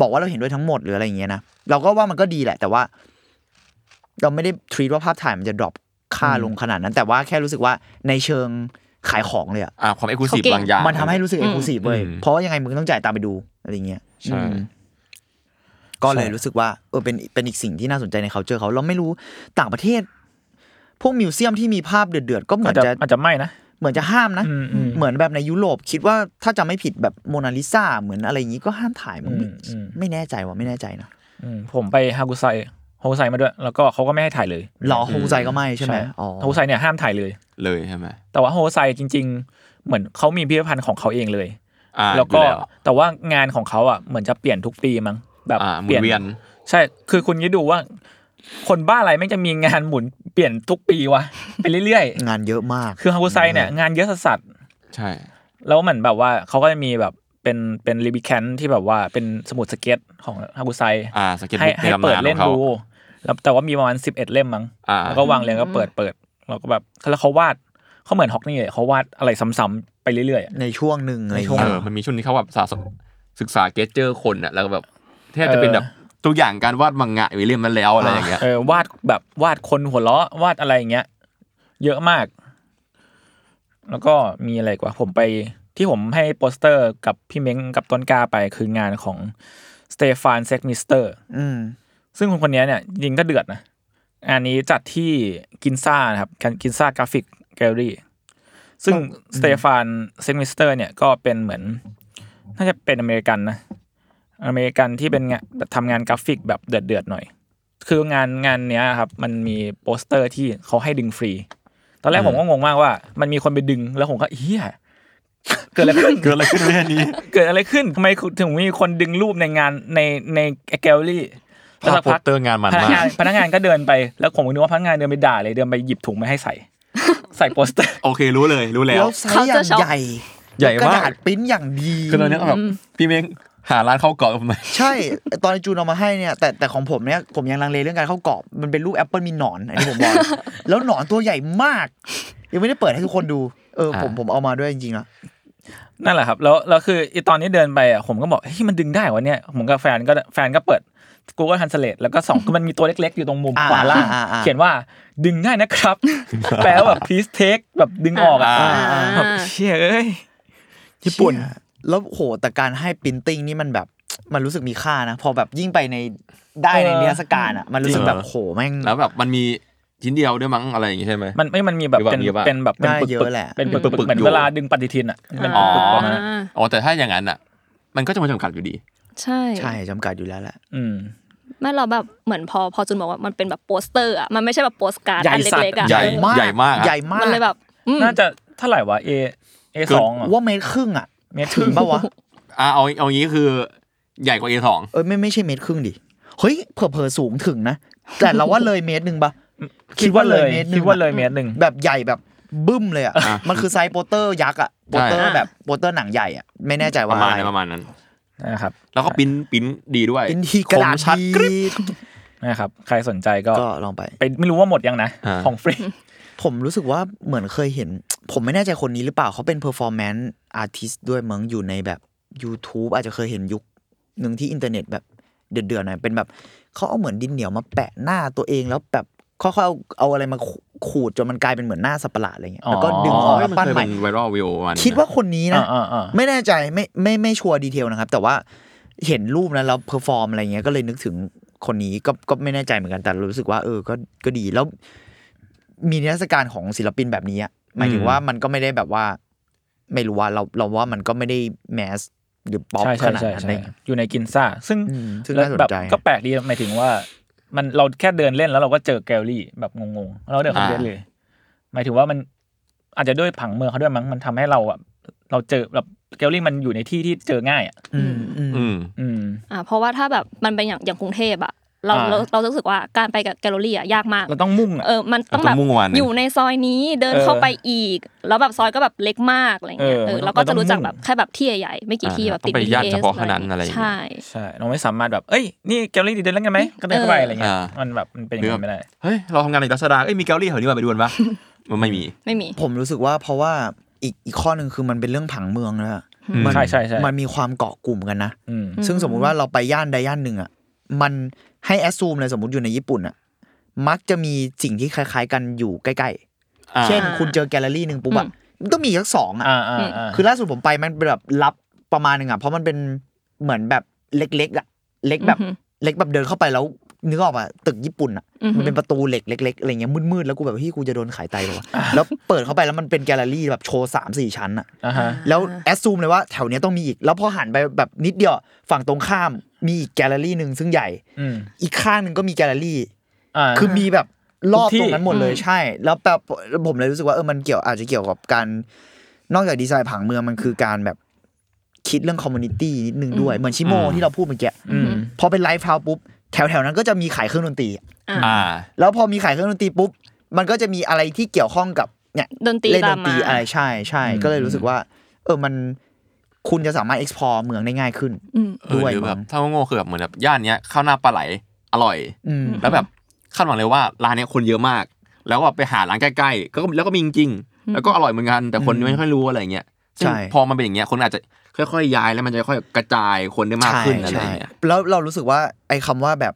บอกว่าเราเห็นด้วยทั้งหมดหรืออะไรอย่างเงี้ยนะเราก็ว่ามันก็ดีแหละ แต่ว่า เราไม่ได้ทรีตว่าภาพถ่ายมันจะดรอปค่าลงขนาดนั้น แต่ว่าแค่รู้สึกว่าในเชิงขายของเลยอะ อ่าความเอกลูซีบางอย่าง มันทำให้รู้สึกเอ อื ก ม ลูซีเว้ย อืม เพราะว่ายังไงมึงต้องจ่ายตามไปดูอะไรเงี้ย ใช่ อืมก็เลยรู้สึกว่าเออเป็นเป็นอีกสิ่งที่น่าสนใจใน c u เจอเขา เราไม่รู้ต่างประเทศ พวกมิวเซียมที่มีภาพเดือดๆ ก็เหมื อา อ จ น จะ จะ อาจจะไม่นะ เหมือนจะห้ามนะ อืมอืม เหมือนแบบในยุโรป คิดว่าถ้าจะไม่ผิดแบบโมนาลิซาเหมือนอะไรอย่างงี้ก็ห้ามถ่ายมั้ง อืมอืม ไม่แน่ใจว่าไม่แน่ใจนะ อืมผมไปฮากุไซฮากุไซมาด้วย แล้วก็เขาก็ไม่ให้ถ่ายเลย หรอฮงไซก็ไม่ใช่ไหมอ๋อ ฮากุไซเนี่ยห้ามถ่ายเลย เลยใช่ไหม แต่ว่าฮากุไซจริง ๆ เหมือนเขามีพิพิธภัณฑ์ของเขาเองเลย อ่า แล้วก็ อยู่ แต่ว่างานของเขาอ่ะเหมือนจะเปลี่ยนทุกปีมั้งแบบ อ่าหมุน เปลี่ยน เวียน ใช่ คือคุณคิดดูว่า คนบ้าอะไรแม่งจะมีงานหมุนเปลี่ยนทุกปีวะ ไปเรื่อย งานเยอะมาก ๆ คือฮากุไซเนี่ยงานเยอะสัสๆ ใช่ แล้วเหมือนแบบว่าเขาก็จะมีแบบเป็นเป็นรีบิแคนที่แบบว่าเป็นสมุดสเก็ตของฮากุไซ อ่าสเก็ต ให้ บุ๊กใน ให้ ตำ เปิด นานข เล่ อน งเขา ดูแล้วแต่ว่ามีประมาณสิบเอ็ดเล่มมั้ง อ่า แล้วก็วางเรียงก็เปิดเปิดแล้วก็แบบแล้วเขาวาดเขาเหมือนฮอกนี่เลยเขาวาดอะไรซ้ำๆไปเรื่อยๆอะ ในช่วงหนึ่งอะไร ในช่วง เอ เงี้ย อมันมีช่วงนี้เขาแบบสะสมศึกษาเกจเจอร์คนอะแล้วก็แบบแทบจะเป็น เออ แบบตัวอย่างการวาดมังงะวิลเลียมนั่นแล้วอะไรอย่างเงี้ย เออวาดแบบวาดคนหัวเราะวาดอะไรอย่างเงี้ย เยอะมาก แล้วก็มีอะไรอีกว่าผมไปที่ผมให้โปสเตอร์กับพี่เม้งกับต้นกล้าไปคืองานของสเตฟานเซกมิสเตอร์ อืม ซึ่งคนคนนี้เนี่ยจริงก็เดือดนะอันนี้จัดที่กินซ่านะครับกินซ่ากราฟิกแกลเลอรี่ ซึ่งสเตฟานเซกมิสเตอร์เนี่ยก็เป็นเหมือน น่าจะเป็นอเมริกันนะ อเมริกันที่เป็นงานทำงานกราฟิกแบบเดือดๆหน่อย คืองานงานเนี้ยครับ มันมีโปสเตอร์ที่เขาให้ดึงฟรี ตอนแรกผมก็งงมากว่า มันมีคนไปดึงแล้วผมก็เฮีย เกิดอะไรขึ้น เกิดอะไรขึ้นเรื่องนี้ เกิดอะไรขึ้นทำไมถึงมีคนดึงรูปในงานในในแกลเลอรี่ ภาพโปสเตอร์งานมัน พนัก มาก งานพนักงานก็เดินไป แล้วผมก็นึกว่าพนักงานเดินไปด่าเลยเดินไปหยิบถุงมาให้ใส่ ใส่โปสเตอร์ โอเครู้เลยรู้แล้ว แล้วไซส์อย่างใหญ่ ใหญ่ กระ มาก ดาษปริ้นอย่างดี คือตอนนี้ก็แบบพี่เม้งหาร้านเข้าวกรอบผมไหม ใช่ตอนจูนเอามาให้เนี่ยแต่แต่ของผมเนี่ยผมยังลังเลเรื่องการเข้ากรอบมันเป็นรูปแอปเปิลมีหนอนอันนี้ผมบอกเลย แล้วหนอนตัวใหญ่มาก ยังไม่ได้เปิดให้ทุกคนดูเออผมผมเอามาด้วยจริงๆอะ นั่นแหละครับแล้วแล้วคือไอตอนนี้เดินไปอ่ะผมก็บอกเฮ้ยมันดึงได้วะเนี่ยผมกับแฟนก็แฟนก็เปิด Google Translate แล้วก็ส่อง คือมันมีตัวเล็กๆ อยู่ตรงมุมขวาล่างเขียนว่าดึงได้ นะครับ แปลว่าแบบ please take แบบดึงออกอ่ะแบบเชี่ยเอ้ยญี่ปุ่น เชี่ยแล้วโหแต่การให้ปรินติ้งนี่มันแบบมันรู้สึกมีค่านะ พอแบบยิ่งไปในได้ใน เออ นิทรรศการอ่ะมันรู้สึกแบบโหแม่ง แล้วแบบมันมีชิ้นเดียวด้วยมั้งอะไรอย่างงี้ใช่ไหม มันไม่มันมีแบบ หรือว่า เป็น มีว่า เป็นแบบเป็น ได้ ปึก เย ๆ อะแหละ เป็นปึก เป็นปึ ๆ กๆ เหมือน อยู่ เวลาดึงปฏิทินอ่ะเป็น อ๋อ ปึกๆประมาณนั้นอะ อ๋อแต่ถ้าอย่างนั้นอ่ะ มันก็จะมาจำกัดอยู่ดี ใช่ ใช่จำกัดอยู่แล้วแหละ อืม ไม่เราแบบเหมือนพอพอจุนบอกว่ามันเป็นแบบโปสเตอร์อ่ะมันไม่ใช่แบบโปสการ์ด ใหญ่ อัน สัตว์ เล็กๆอ่ะ ใหญ่ มาก ใหญ่มากอะ ใหญ่มาก มันเลยแบบอืม น่าจะเท่าไหร่วะ A A สองอ่ะ ว่าเมตรครึ่งอ่ะ เมตร ถึงปะวะ อ่ะเอาเอางี้คือใหญ่กว่า A2 เอ้ยไม่ไม่ใช่เมตรครึ่งดิเฮ้ยเผลอๆสูงถึงนะแต่เราว่าเลยเมตรหนึ่งปะ คิดว่าเลยคิดว่าเลย อะ เมตรหนึ่ง แบบใหญ่แบบบึ้มเลยอ่ะ อ่ะ มันคือไซส์โปสเตอร์ยักษ์อ่ะโปสเตอ ใช่ ร์แบบโปสเตอร์หนังใหญ่อ่ะ ไม่แน่ใจ ป ว่า ระมาณ อะไร นั้นประมาณนั้น นะครับ แล้วก็ปริ้นปริ้นดีด้วย เป็นทีกระดาษ คมชัด ดี กริบ นะครับ ใครสนใจก็ ก็ลองไป ไปไม่รู้ว่าหมดยังนะ อ่า ของฟรี ผมรู้สึกว่าเหมือนเคยเห็น ผมไม่แน่ใจคนนี้หรือเปล่าเขาเป็นเพอร์ฟอร์แมนซ์อาร์ติสด้วยมั้งอยู่ในแบบ YouTube อาจจะเคยเห็นยุคหนึ่งที่อินเทอร์เน็ตแบบเดือดๆหน่อยเป็นแบบเขาเอาเหมือนดินเหนียวมาแปะหน้าตัวเองแล้วแบบค่อยๆเอาเอาอะไรมาขูดจนมันกลายเป็นเหมือนหน้าสัตว์ประหลาดอะไรเงี้ยแล้วก็ดึงออก เฮ้ยมัแล้วน ปั้น เคย ใหม่ เป็นไวรัลวิววัน คิดว่า คนนี้นะ อ่าอ่าอ่า ไม่แน่ใจไม่ไม่ไม่ชัวร์ดีเทลนะครับ แต่ว่าเห็นรูปนะแล้วเพอร์ฟอร์มอะไรเงี้ยก็เลยนึกถึงคนนี้ก็ก็ไม่แน่ใจเหมือนกันแต่รู้สึกว่าเออก็ก็ดีแล้ว มีนิทรรศการของศิลปินแบบนี้อะหมายถึงว่ามันก็ไม่ได้แบบว่า ไม่รู้ว่าเราเราว่ามันก็ไม่ได้แมสหรือป๊อป ใช่ ข ใช่ นาด ใช่ นั้นอะ ใช่ ไรเงี้ย อยู่ในกินซ่า ซึ่ง อืมซึ่ง แล้ว น่าสน แบบ ใจ ก็แปลกดีหมายถึงว่า มันเราแค่เดินเล่นแล้วเราก็เจอแกลลี่แบบงงๆแล้วเราเดินคนเดียวเลย หมายถึงว่ามันอาจจะด้วยผังเมืองเขาด้วยมั้งมันทำให้เราอะเราเจอแบบแกลลี่มันอยู่ในที่ที่เจอง่ายอ่ะ อืมอืม อืม อืม อ่าเพราะว่าถ้าแบบมันเป็นอย่างอย่างกรุงเทพอะเรา อ่า เราเรารู้สึกว่าการไปกับแกลเลอรี่อะยากมาก เราต้องมุ่งอะ เออมันต้อง ต้ แบ อง บ มุ่งวันหนึ่ง อยู่ในซอยนี้เดิน เออ เข้าไปอีก แล้วแบบซอยก็แบบเล็กมากอะไรเงี้ย เออ เออ มัน เราก็ ต้ จะ อง รู้จัก มุ่ง แบบแค่แบบที่ใหญ่ๆไม่กี่ที่ อ่า แบบ ต้อ ติ ง ด ไป BTS ย่านเฉพาะเท่านั้นอะไรอย่างเงี้ย ใช่ ใช่เราไม่สามารถแบบ เอ้ยนี่แกลลี่เดินเล่นกันไหมก็เดินเข้าไปอะไรเงี้ย อ่ามั มันแบบมันเป็นอย่างนั้นไม่ได้ เฮ้ย เราทำงานในรัชดาเอ้ยมีแกลลี่แถวนี้มาไปดูกันปะ มันไม่มี ไม่มี ผมรู้สึกว่าเพราะว่าอีกอีกข้อหนึ่งคือมันเป็นเรื่องผังเมืองนะมั ใช่ใช่ใช่ มันมีความเกาะกลุ่มกันนะ อืม ซึ่งสมมุติว่าเราไปย่านใดย่านหนึ่งอ่ะมันให้แอสซูมเลยสมมติอยู่ในญี่ปุ่นอ่ะมักจะมีสิ่งที่คล้าย ๆ กันอยู่ใกล้ อ่า ๆ เช่นคุณเจอแกลเลอรี่หนึ่งปุ๊บแบบมันต้องมีสักสองอ่ะ อ่าอ่าอ่า คือล่าสุดผมไปมันเป็นแบบรับประมาณหนึ่งอ่ะเพราะมันเป็นเหมือนแบบเล็กๆอ่ะเล็กแบบ อือหือ เล็กแบบเดินเข้าไปแล้วนึกออกป่ะตึกญี่ปุ่นอ่ะ อือหือ มันเป็นประตูเหล็กเล็กๆอะไรเงี้ยมืดๆแล้วกูแบบพี่กูจะโดนขายไตหรอวะแล้วเปิดเข้าไปแล้วมันเป็นแกลเลอรี่แบบโชว์สามสี่ชั้นอ่ะ อ่าฮะ แล้วแอดซูมเลยว่าแถวเนี้ยต้องมีอีก แล้วพอหันไปแบบนิดเดียวฝั่งตรงข้ามมีอีกแกลเลอรี่หนึ่งซึ่งใหญ่ อืม อีกข้างหนึ่งก็มีแกลเลอรี่ อ่า คือมีแบบรอบ ทุกที่ ตรงนั้นหมดเลยใช่ แล้วแบบผมเลยรู้สึกว่าเออมันเกี่ยวอาจจะเกี่ยวกับการนอกจากดีไซน์ผังเมืองมันคือการแบบคิดเรื่องคอมมูนิตี้นิดนึงด้วย เหมือนชิโม อืม ที่เราพูดเมื่อกี้พอเป็นไลฟ์เฮาส์ปุ๊บแถวแถวๆนั้นก็จะมีขายเครื่องดนตรีอะ อ่า แล้วพอมีขายเครื่องดนตรีปุ๊บมันก็จะมีอะไรที่เกี่ยวข้องกับเนี่ย ดนตรี เล่น ตา ดนมต มา รีอะไรใช่ใช่ อืม ก็เลยรู้สึกว่า เออมันคุณจะสามารถ explore เมืองได้ง่ายขึ้น อืม เออ ด้วย หรือแบบ มั้ง ถ้าโง่ๆคือแบบเหมือนแบบย่านเนี้ยข้าวหน้าปลาไหลอร่อย อืม แล้วแบบคาดหวังเลยว่าร้านเนี้ยคนเยอะมาก แล้วก็ไปหาร้านใกล้ๆก็แล้วก็มีจริงๆแล้วก็อร่อยเหมือนกัน แต่คนไม่ค่อยรู้อะไรเงี้ยซึ่งพอมันเป็นอย่างเงี้ยคนอาจจะค่อยๆย้ายแล้วมันจะค่อยกระจายคนได้มาก ใช่ ขึ้นอะไร ใช่ เงี้ย แล้วเรารู้สึกว่าไอ้คำว่าแบบ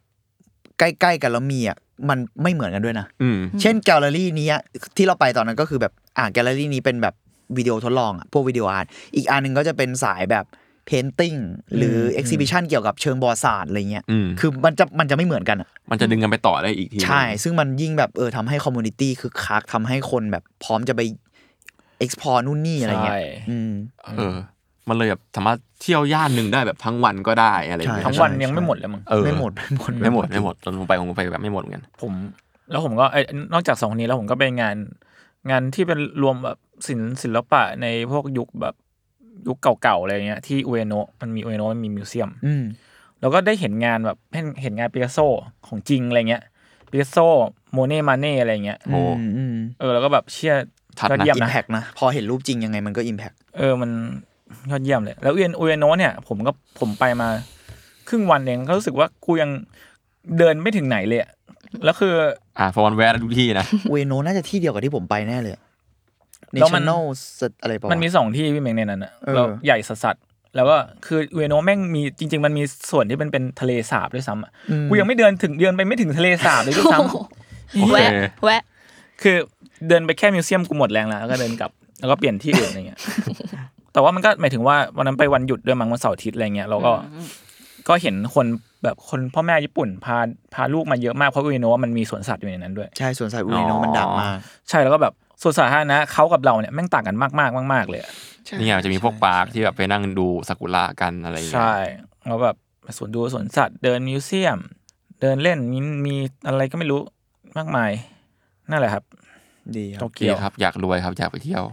ใกล้ๆกันแล้วมีอ่ะมันไม่เหมือนกันด้วยนะ อืม เช่นแกลเลอรี่นี้อะที่เราไปตอนนั้นก็คือแบบอ่าแกลเลอรี่นี้เป็นแบบวิดีโอทดลองอ่ะพวกวิดีโออาร์ตอีกอันหนึ่งก็จะเป็นสายแบบเพนติ้งหรืออ exhibition เกี่ยวกับเชิงบอสาสตร์อะไรเงี้ย อืม คือมันจะมันจะไม่เหมือนกันอะ มันจะดึงกันไปต่อได้อีกที ใช่ ซึ่งมันยิ่งแบบเออทำให้คอมมูนิตี้คือคักทำให้คนแบบพร้อมจะไป explore นู่นนี่อะไรเงี้ย ใช่ อืม เออ มันเลยแบบสามารถเที่ยวย่านหนึ่งได้แบบทั้งวันก็ได้อะไรอย่างเงี้ย ทั้งวันยังไม่หมดเลยมั้ง เออ ไม่หมด ไม่หมด ไม่หมดไม่หมดจนผมไปผมไปแบบไม่หมดเหมือนกัน ผม แล้วผมก็ไอ้นอกจากสองคนนี้แล้วผมก็ไปงาน งานที่เป็นรวมแบบศิลป์ศิลปะในพวกยุคแบบ ยุคเก่าๆอะไรเงี้ยที่อุเอโนะมันมีอุเอโนะมันมีมิวเซียม อืม แล้วก็ได้เห็นงานแบบเห็นเห็นงานปิกัสโซของจริงอะไรเงี้ยปิกัสโซโมเน่มาเน่อะไรเงี้ย โอ้ อืมอืม เออแล้วก็แบบเชื่อ ทัด ยอด นะ เยี่ยม อิมแพกนะ พอเห็นรูปจริงยังไงมันก็อิมแพก เออมันยอดเยี่ยมเลย แล้วเอียนอุเอโนะเนี่ย ผมก็ผมไปมา ครึ่งวันเองก็รู้สึกว่ากูยังเดินไม่ถึงไหนเลยอะแล้วคือ อ่าฟอนแวร์ทุกที่นะ เวโนน่าจะที่เดียวกับที่ผมไปแน่เลยเน แล้วมั ชั่ น นแนลอะไรประมาณ มันมีสองที่พี่เมงในนั้นอะ เออ แล้วใหญ่สัสสัสๆแล้วก็คืออุเอโนะแม่งมีจริง ๆ มันมีส่วนที่เป็นเป็นทะเลสาบด้วยซ้ำอะกูยังไม่เดินถึงเดินไปไม่ถึงทะเลสาบเลยด้วยซ้ โอเค แวะแวะ ำคือเดินไปแค่มิวเซียมกูหมดแรงแล้วแล้วก็เดินกลับแล้วก็เปลี่ยนที่อื่นอะไรเงี้ย แต่ว่ามันก็หมายถึงว่าวันนั้นไปวันหยุดด้วยมั้งวันเสาร์อาทิตย์อะไรเงี้ยเราก็ ก็เห็นคนแบบคนพ่อแม่ญี่ปุ่นพาพาลูกมาเยอะมากเพราะอุเอโนะมันมีสวนสัตว์อยู่ในนั้นด้วย ใช่สวนสัตว์เวโน อ๋อ มันดังมาก ใช่แล้วก็แบบสวนสาธารณะเขากับเราเนี่ยแม่งต่างกันมากมากๆมากๆเลยอะ นี่ไงมันจะมีพวกปาร์คที่แบบไปนั่งดูซากุระกันอะไรอย่างเงี้ย ใช่แล้วแบบสวนดูสวนสัตว์เดินมิวเซียม เดินเล่นมีมีอะไรก็ไม่รู้มากมายนั่นแหละครับ ดีค โต รับ โอเค เกียว ครับ อยากรวยครับ อยากไปเที่ยว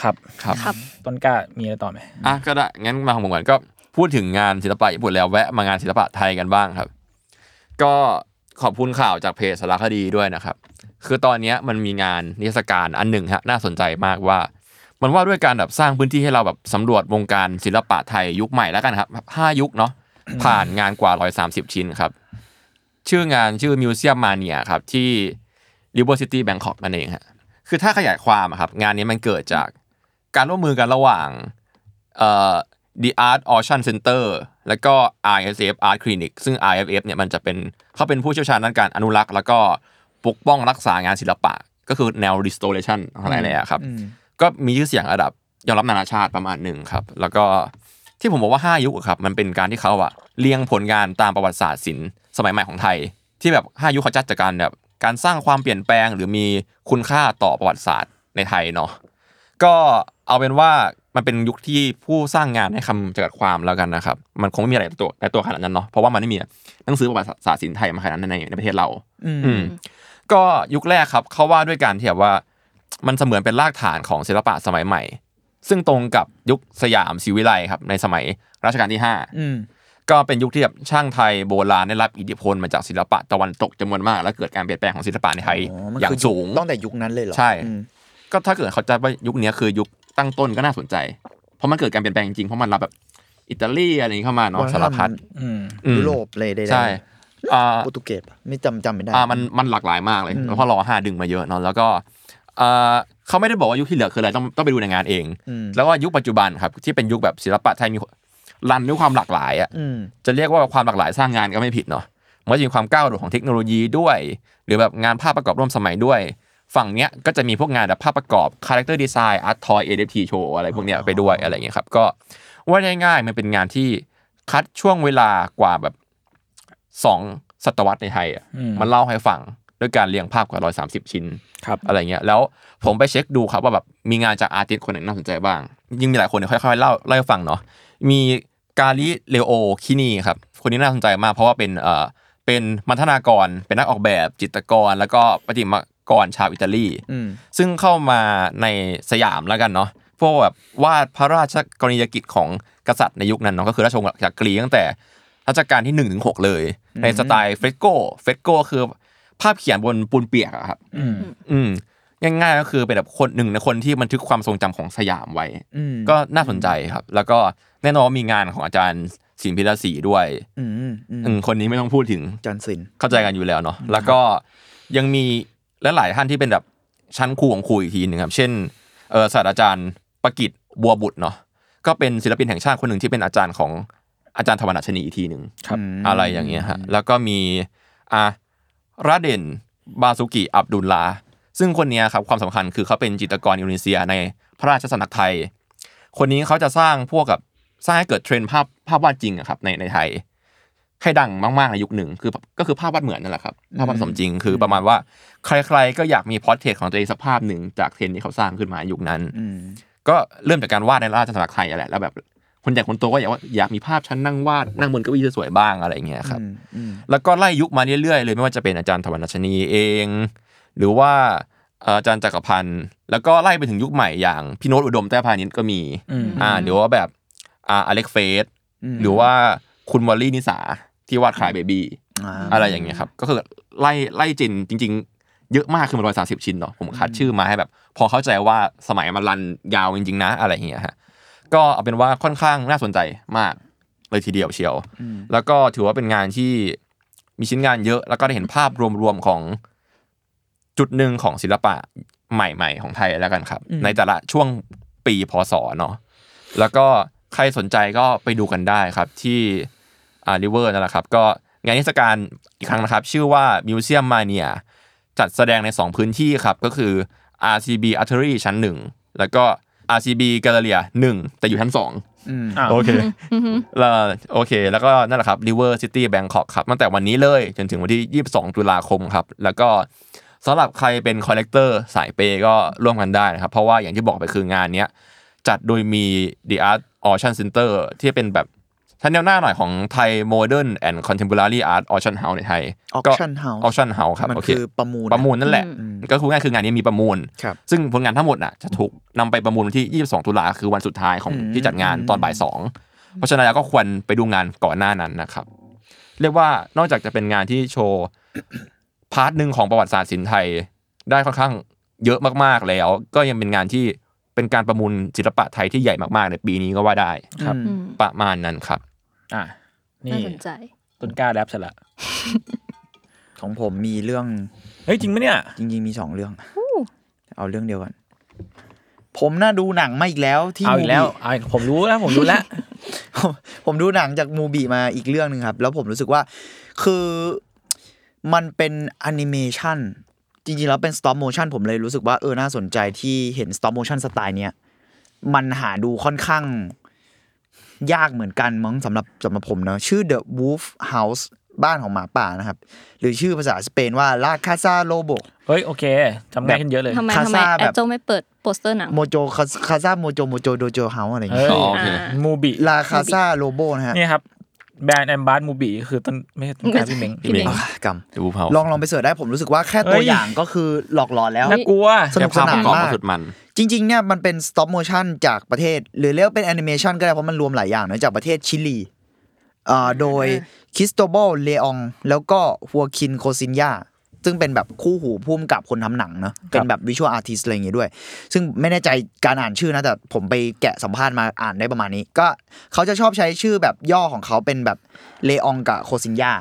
ครับ ครับ ครับ ต้นกล้ามีอะไรต่อไหม อ่ะก็ได้งั้นมาของผมก่อนก็พูดถึงงานศิลปะญี่ปุ่นแล้วแวะมางานศิลปะไทยกันบ้างครับ ก็ขอบคุณข่าวจากเพจสารคดีด้วยนะครับ คือตอนเนี้ยมันมีงานนิทรรศการอันหนึ่งฮะน่าสนใจมากว่า มันว่าด้วยการแบบสร้างพื้นที่ให้เราแบบสำรวจวงการศิลปะไทยยุคใหม่แล้วกันครับห้ายุคเนาะผ่านงานกว่า 130 ชิ้นครับ ชื่องานชื่อมิวเซียมมาเนียครับที่ River City Bangkok นั่นเองฮะคือถ้าขยายความอะครับงานนี้มันเกิดจากการร่วมมือกันระหว่าง เอ่อ The Art Ocean Center แล้วก็ IFF Art Clinic ซึ่ง IFF เนี่ยมันจะเป็นเขาเป็นผู้เชี่ยวชาญด้านการอนุรักษ์แล้วก็ปกป้องรักษางานศิลปะ ก็คือแนว restoration อะไรเนี่ยครับ ก็มีชื่อเสียงระดับยอมรับนานาชาติประมาณหนึ่งครับ แล้วก็ที่ผมบอกว่า 5 ยุคอะครับ มันเป็นการที่เขาอะเรียงผลงานตามประวัติศาสตร์ศิลป์สมัยใหม่ของไทย ที่แบบ 5 ยุคเขาจัดจากการแบบการสร้างความเปลี่ยนแปลงหรือมีคุณค่าต่อประวัติศาสตร์ในไทยเนาะ ก็เอาเป็นว่ามันเป็นยุคที่ผู้สร้างงานให้คำจำกัดความแล้วกันนะครับ มันคงไม่มีอะไรในตัวในตัวขนาดนั้นเนาะเพราะว่ามันไม่มีหนังสือประวัติศาสตร์ศิลป์ไทยมาขนาดนั้นในในประเทศเรา อืม อืมก็ยุคแรกครับเขาว่าด้วยการที่แบบว่า มันเสมือนเป็นรากฐานของศิลปะสมัยใหม่ ซึ่งตรงกับยุคสยามศิวิไลย์ครับในสมัยรัชกาลที่ อืม 5 ก็เป็นยุคที่แบบช่างไทยโบราณได้รับอิทธิพลมาจากศิลปะตะวันตกจำนวนมาก และเกิดการเปลี่ยนแปลงของศิลปะในไทย อ๋อมัน อย่า คื งสูง ตั้งแต่ยุคนั้นเลยเหรอ ใช่ อืม ก็ถ้าเกิดเขาจะว่ายุคเนี้ยคือยุคตั้งต้นก็น่าสนใจ เพราะมันเกิดการเปลี่ยนแปลงจริงๆเพราะมันรับแบบอิตาลีอะไรนี้เข้ามาเนาะสารพัด อืม อืม ยุโรปเลยได้ ใช่อ่า โปรตุเกสปะไม่จำจำไม่ได้ อ่ามันมันหลากหลายมากเลย อืม แล้วพอรอห้าดึงมาเยอะเนอะแล้วก็เอ่อเขาไม่ได้บอกว่ายุคที่เหลือคืออะไรต้องต้องไปดูในงานเอง อืม แล้วก็ยุคปัจจุบันครับที่เป็นยุคแบบศิลปะไทยมีรันด้วยความหลากหลายอ่ะ อืม จะเรียกว่าความหลากหลายสร้างงานก็ไม่ผิดเนาะมันก็จะมีความก้าวโดดของเทคโนโลยีด้วย หรือแบบงานภาพประกอบร่วมสมัยด้วย ฝั่งเนี้ยก็จะมีพวกงานแบบภาพประกอบคาแรคเตอร์ดีไซน์อาร์ตทอยเอเดทีโชว์อะไรพวกเนี้ยไปด้วยอะไรอย่างเงี้ยครับก็ว่าง่ายๆมันเป็นงานที่คัดช่วงเวลากว่าแบบสองศตวรรษในไทยอ่ะ อืม มันเล่าให้ฟังด้วยการเรียงภาพกว่า 130 ชิ้น ครับ อะไรเงี้ย แล้วผมไปเช็คดูครับว่าแบบมีงานจากอาร์ติสต์คนไหนน่าสนใจบ้าง ยิ่งมีหลายคนเนี่ยค่อยๆเล่าเล่าให้ฟังเนาะ มีกาลิเลโอคินีครับ คนนี้น่าสนใจมากเพราะว่าเป็นเอ่อเป็นมัทนากร เป็นนักออกแบบจิตรกร แล้วก็ประติมากรชาวอิตาลี อืม ซึ่งเข้ามาในสยามแล้วกันเนาะพวกแบบวาดพระราชกรณียกิจของกษัตริย์ในยุคนั้นเนาะก็คือราชวงศ์จากกรีกตั้งแต่รัชกาลที่1นถึงหเลย ในสไตล์เฟรสโกเฟรสโกคือภาพเขียนบนปูนเปียกอะครับ อืม อืมง่ายๆก็คือเป็นแบบคนหนึ่งในคนที่บันทึกความทรงจำของสยามไว้ อืม ก็น่าสนใจครับ แล้วก็แน่นอนว่ามีงานของอาจารย์ศิลปิลาศรีด้วย อืมอืม อืมคนนี้ไม่ต้องพูดถึง จันทร์สิน เข้าใจกันอยู่แล้วเนาะ แล้วก็ยังมีและหลายท่านที่เป็นแบบชั้นครูของครูอีกทีหนึ่งครับ เช่นเออศาสตราจารย์ประกิตบัวบุตรเนาะ ก็เป็นศิลปินแห่งชาติคนหนึ่งที่เป็นอาจารย์ของอาจารย์ธรรมนัชนีอีกทีหนึ่ง ครับอืม อะไรอย่างเงี้ยฮะ แล้วก็มีอ่ะระเด่นบาสุกิอับดุลลา ซึ่งคนเนี้ยครับความสำคัญคือเขาเป็นจิตรกรอินโดนีเซียในพระราชสำนักไทย คนนี้เขาจะสร้างพวกกับสร้างให้เกิดเทรนด์ภาพภาพวาดจริงอะครับในในไทย ให้ดังมากๆในยุคหนึ่งคือก็คือภาพวาดเหมือนนั่นแหละครับภาพวาดสมจริงคือประมาณว่าใครๆก็อยากมีพอร์ตเทรตของตัวเองสักภาพหนึ่งจากเทรนด์ที่เขาสร้างขึ้นมายุคนั้น อืม ก็เริ่มจากการวาดในราชสำนักไทยอะแหละแล้วแบบคนใหญ่คนโตก็อยากว่าอยากมีภาพฉันนั่งวาดนั่งบนเก้าอี้สวยๆบ้างอะไรอย่างเงี้ยครับ อืมอืม แล้วก็ไล่ยุคมาเรื่อยๆเลยไม่ว่าจะเป็นอาจารย์ธวรรณชนีเอง หรือว่า เอ่ออาจารย์จักรพันธ์แล้วก็ไล่ไปถึงยุคใหม่อย่างพี่โน้ตอุดมแต้พานิชก็มี อืม อ่าหรือว่าแบบอ่าอเล็กเฟส ม หรือว่าคุณวอลลี่นิสาที่วาดขายเบบี้ า อะไรอย่างเงี้ยครับ ก็คือไล่ไล่จินจริง ๆ เยอะมากคือมันร้อยสาสิบชิ้นเนาะผมคัดชื่อมาให้แบบ พอเข้าใจว่าสมัยมันรันยาวจริง ๆ นะอะไรอย่างเงี้ยฮะก็เอาเป็นว่าค่อนข้างน่าสนใจมากเลยทีเดียวเชียว อืม แล้วก็ถือว่าเป็นงานที่มีชิ้นงานเยอะ แล้วก็ได้เห็นภาพรวมๆของจุดหนึ่งของศิลปะใหม่ ๆ ของไทยแล้วกันครับ ในแต่ละช่วงปีพศเนาะแล้วก็ใครสนใจก็ไปดูกันได้ครับที่อาริเวอร์นั่นแหละครับ ก็งานนิทรรศการอีกครั้งนะครับ ชื่อว่า Museum Mania จัดแสดงใน 2 พื้นที่ครับ ก็คือ RCB Artery ชั้น 1 แล้วก็ RCB Galleria 1 แต่อยู่ชั้น 2 อืม อ่ะ โอเคแล้วโอเค แล้วก็นั่นแหละครับ River City Bangkok ครับ ตั้งแต่วันนี้เลยจนถึงวันที่ 22 ตุลาคมครับ แล้วก็สำหรับใครเป็นคอลเลกเตอร์สายเปก็ร่วมกันได้นะครับ เพราะว่าอย่างที่บอกไปคืองานเนี้ย จัดโดยมี The Art Auction Center ที่เป็นแบบท่านแนวหน้าหน่อยของไทย Modern and Contemporary Art Auction House ในไทยก็ Auction House Auction House ครับ มัน โเ คือประมูล ประมูลนั่นแหละ อืม ก็คือง่ายคืองานนี้มีประมูล ครับ ซึ่งผลงานทั้งหมดน่ะจะถูกนำไปประมูลวันที่ 22 ตุลาคือวันสุดท้ายของ อืม ที่จัดงานตอนบ่ายสองเพราะฉะนั้นแล้วก็ควรไปดูงานก่อนหน้านั้นนะครับ เรียกว่านอกจากจะเป็นงานที่โชว์ พาร์ทหนึ่งของประวัติศาสตร์ศิลป์ไทยได้ค่อนข้างเยอะมากๆแล้ว ก็ยังเป็นงานที่เป็นการประมูลศิลปะไทยที่ใหญ่มากๆในปีนี้ก็ว่าได้ ครับ อืม อืม ประมาณนั้นครับ อ่ะ น่า นี่ สนใจ ต้นกล้าแรปเสร็จละ ของผมมีเรื่อง เฮ้ยจริงไหมเนี่ย จริง ๆ มีสองเรื่อง เอาเรื่องเดียวกันผมน่าดูหนังมาอีกแล้วที่ เอาอีกมูบี แล้วเอาอีกผมรู้แล้วผมรู้แล้ว ผม ผมดูหนังจากมูบีมาอีกเรื่องหนึ่งครับ แล้วผมรู้สึกว่าคือมันเป็นแอนิเมชันจริงๆ แล้วเป็นสต็อปโมชันผมเลยรู้สึกว่าเออน่าสนใจที่เห็นสต็อปโมชันสไตล์เนี้ยมันหาดูค่อนข้างยากเหมือนกันมั้งสำหรับสำหรับผมเนอะชื่อ The Wolf House บ้านของหมาป่านะครับ หรือชื่อภาษาสเปนว่า La Casa Lobo เฮ้ยโอเคจำง่ายขึ้นเยอะเลย ทำไม คา ทำไม ซ่า แอ แบบ ดโจไม่เปิดโปสเตอร์หนัง โมโจคาซาโมโจโมโจโดโจเฮาอะไรอย่าง เฮ้ เงี้ ย ย อ๋อโอเค มูบิ La Casa Lobo นะฮะ เนี่ยครับ แบรนด์แอมบาสมูบีคือต้นไม่ใช่ต้นกล้าพี่เม้ง พี่เม้ง อ่ะกรรม ดูเผา ลองลองไปเสิร์ชได้ผมรู้สึกว่าแค่ เฮ้ ตัวย อย่างก็คือหลอกหลอนแล้ว น่ากลัว สนุกสนาน แค่ภพประอบ มาก สุดมัน จริงๆเนี่ยมันเป็น stop motion จากประเทศ หรือเรียกว่าเป็น animation ก็ได้เพราะมันรวมหลายอย่างเนอะจากประเทศชิลีอ่าโดยคริสโตเบลเลอองแล้วก็ฮัวคินโคซินยาซึ่งเป็นแบบคู่หูพุ่มกับคนทำหนังเนอะเป็นแบบวิชวลอาร์ติสอะไรอย่างงี้ด้วย ซึ่งไม่แน่ใจการอ่านชื่อนะ แต่ผมไปแกะสัมภาษณ์มาอ่านได้ประมาณนี้ ก็เขาจะชอบใช้ชื่อแบบย่อของเขาเป็นแบบเลอองกับโคซินยา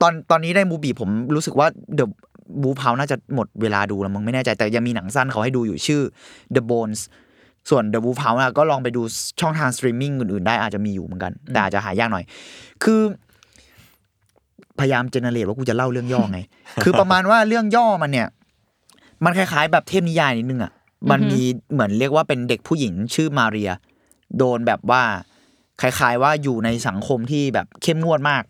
ตอนตอนนี้ได้มูบีผมรู้สึกว่าเดอะบูพาวน่าจะหมดเวลาดูแล้วมึงไม่แน่ใจแต่ยังมีหนังสั้นเขาให้ดูอยู่ชื่อ The Bones ส่วน The Wolf House อะก็ลองไปดูช่องทางสตรีมมิ่งอื่นๆ ได้อาจจะมีอยู่เหมือนกัน แต่อาจจะหายากหน่อย คือ พยายามเจเนเรตว่ากูจะเล่าเรื่องย่อไง คือประมาณว่าเรื่องย่อมันเนี่ย มันคล้ายๆ แบบเทพนิยายนิดนึงอ่ะ มันมีเหมือนเรียกว่าเป็นเด็กผู้หญิงชื่อมาเรีย โดนแบบว่า คล้ายๆว่าอยู่ในสังคมที่แบบเข้มงวดมาก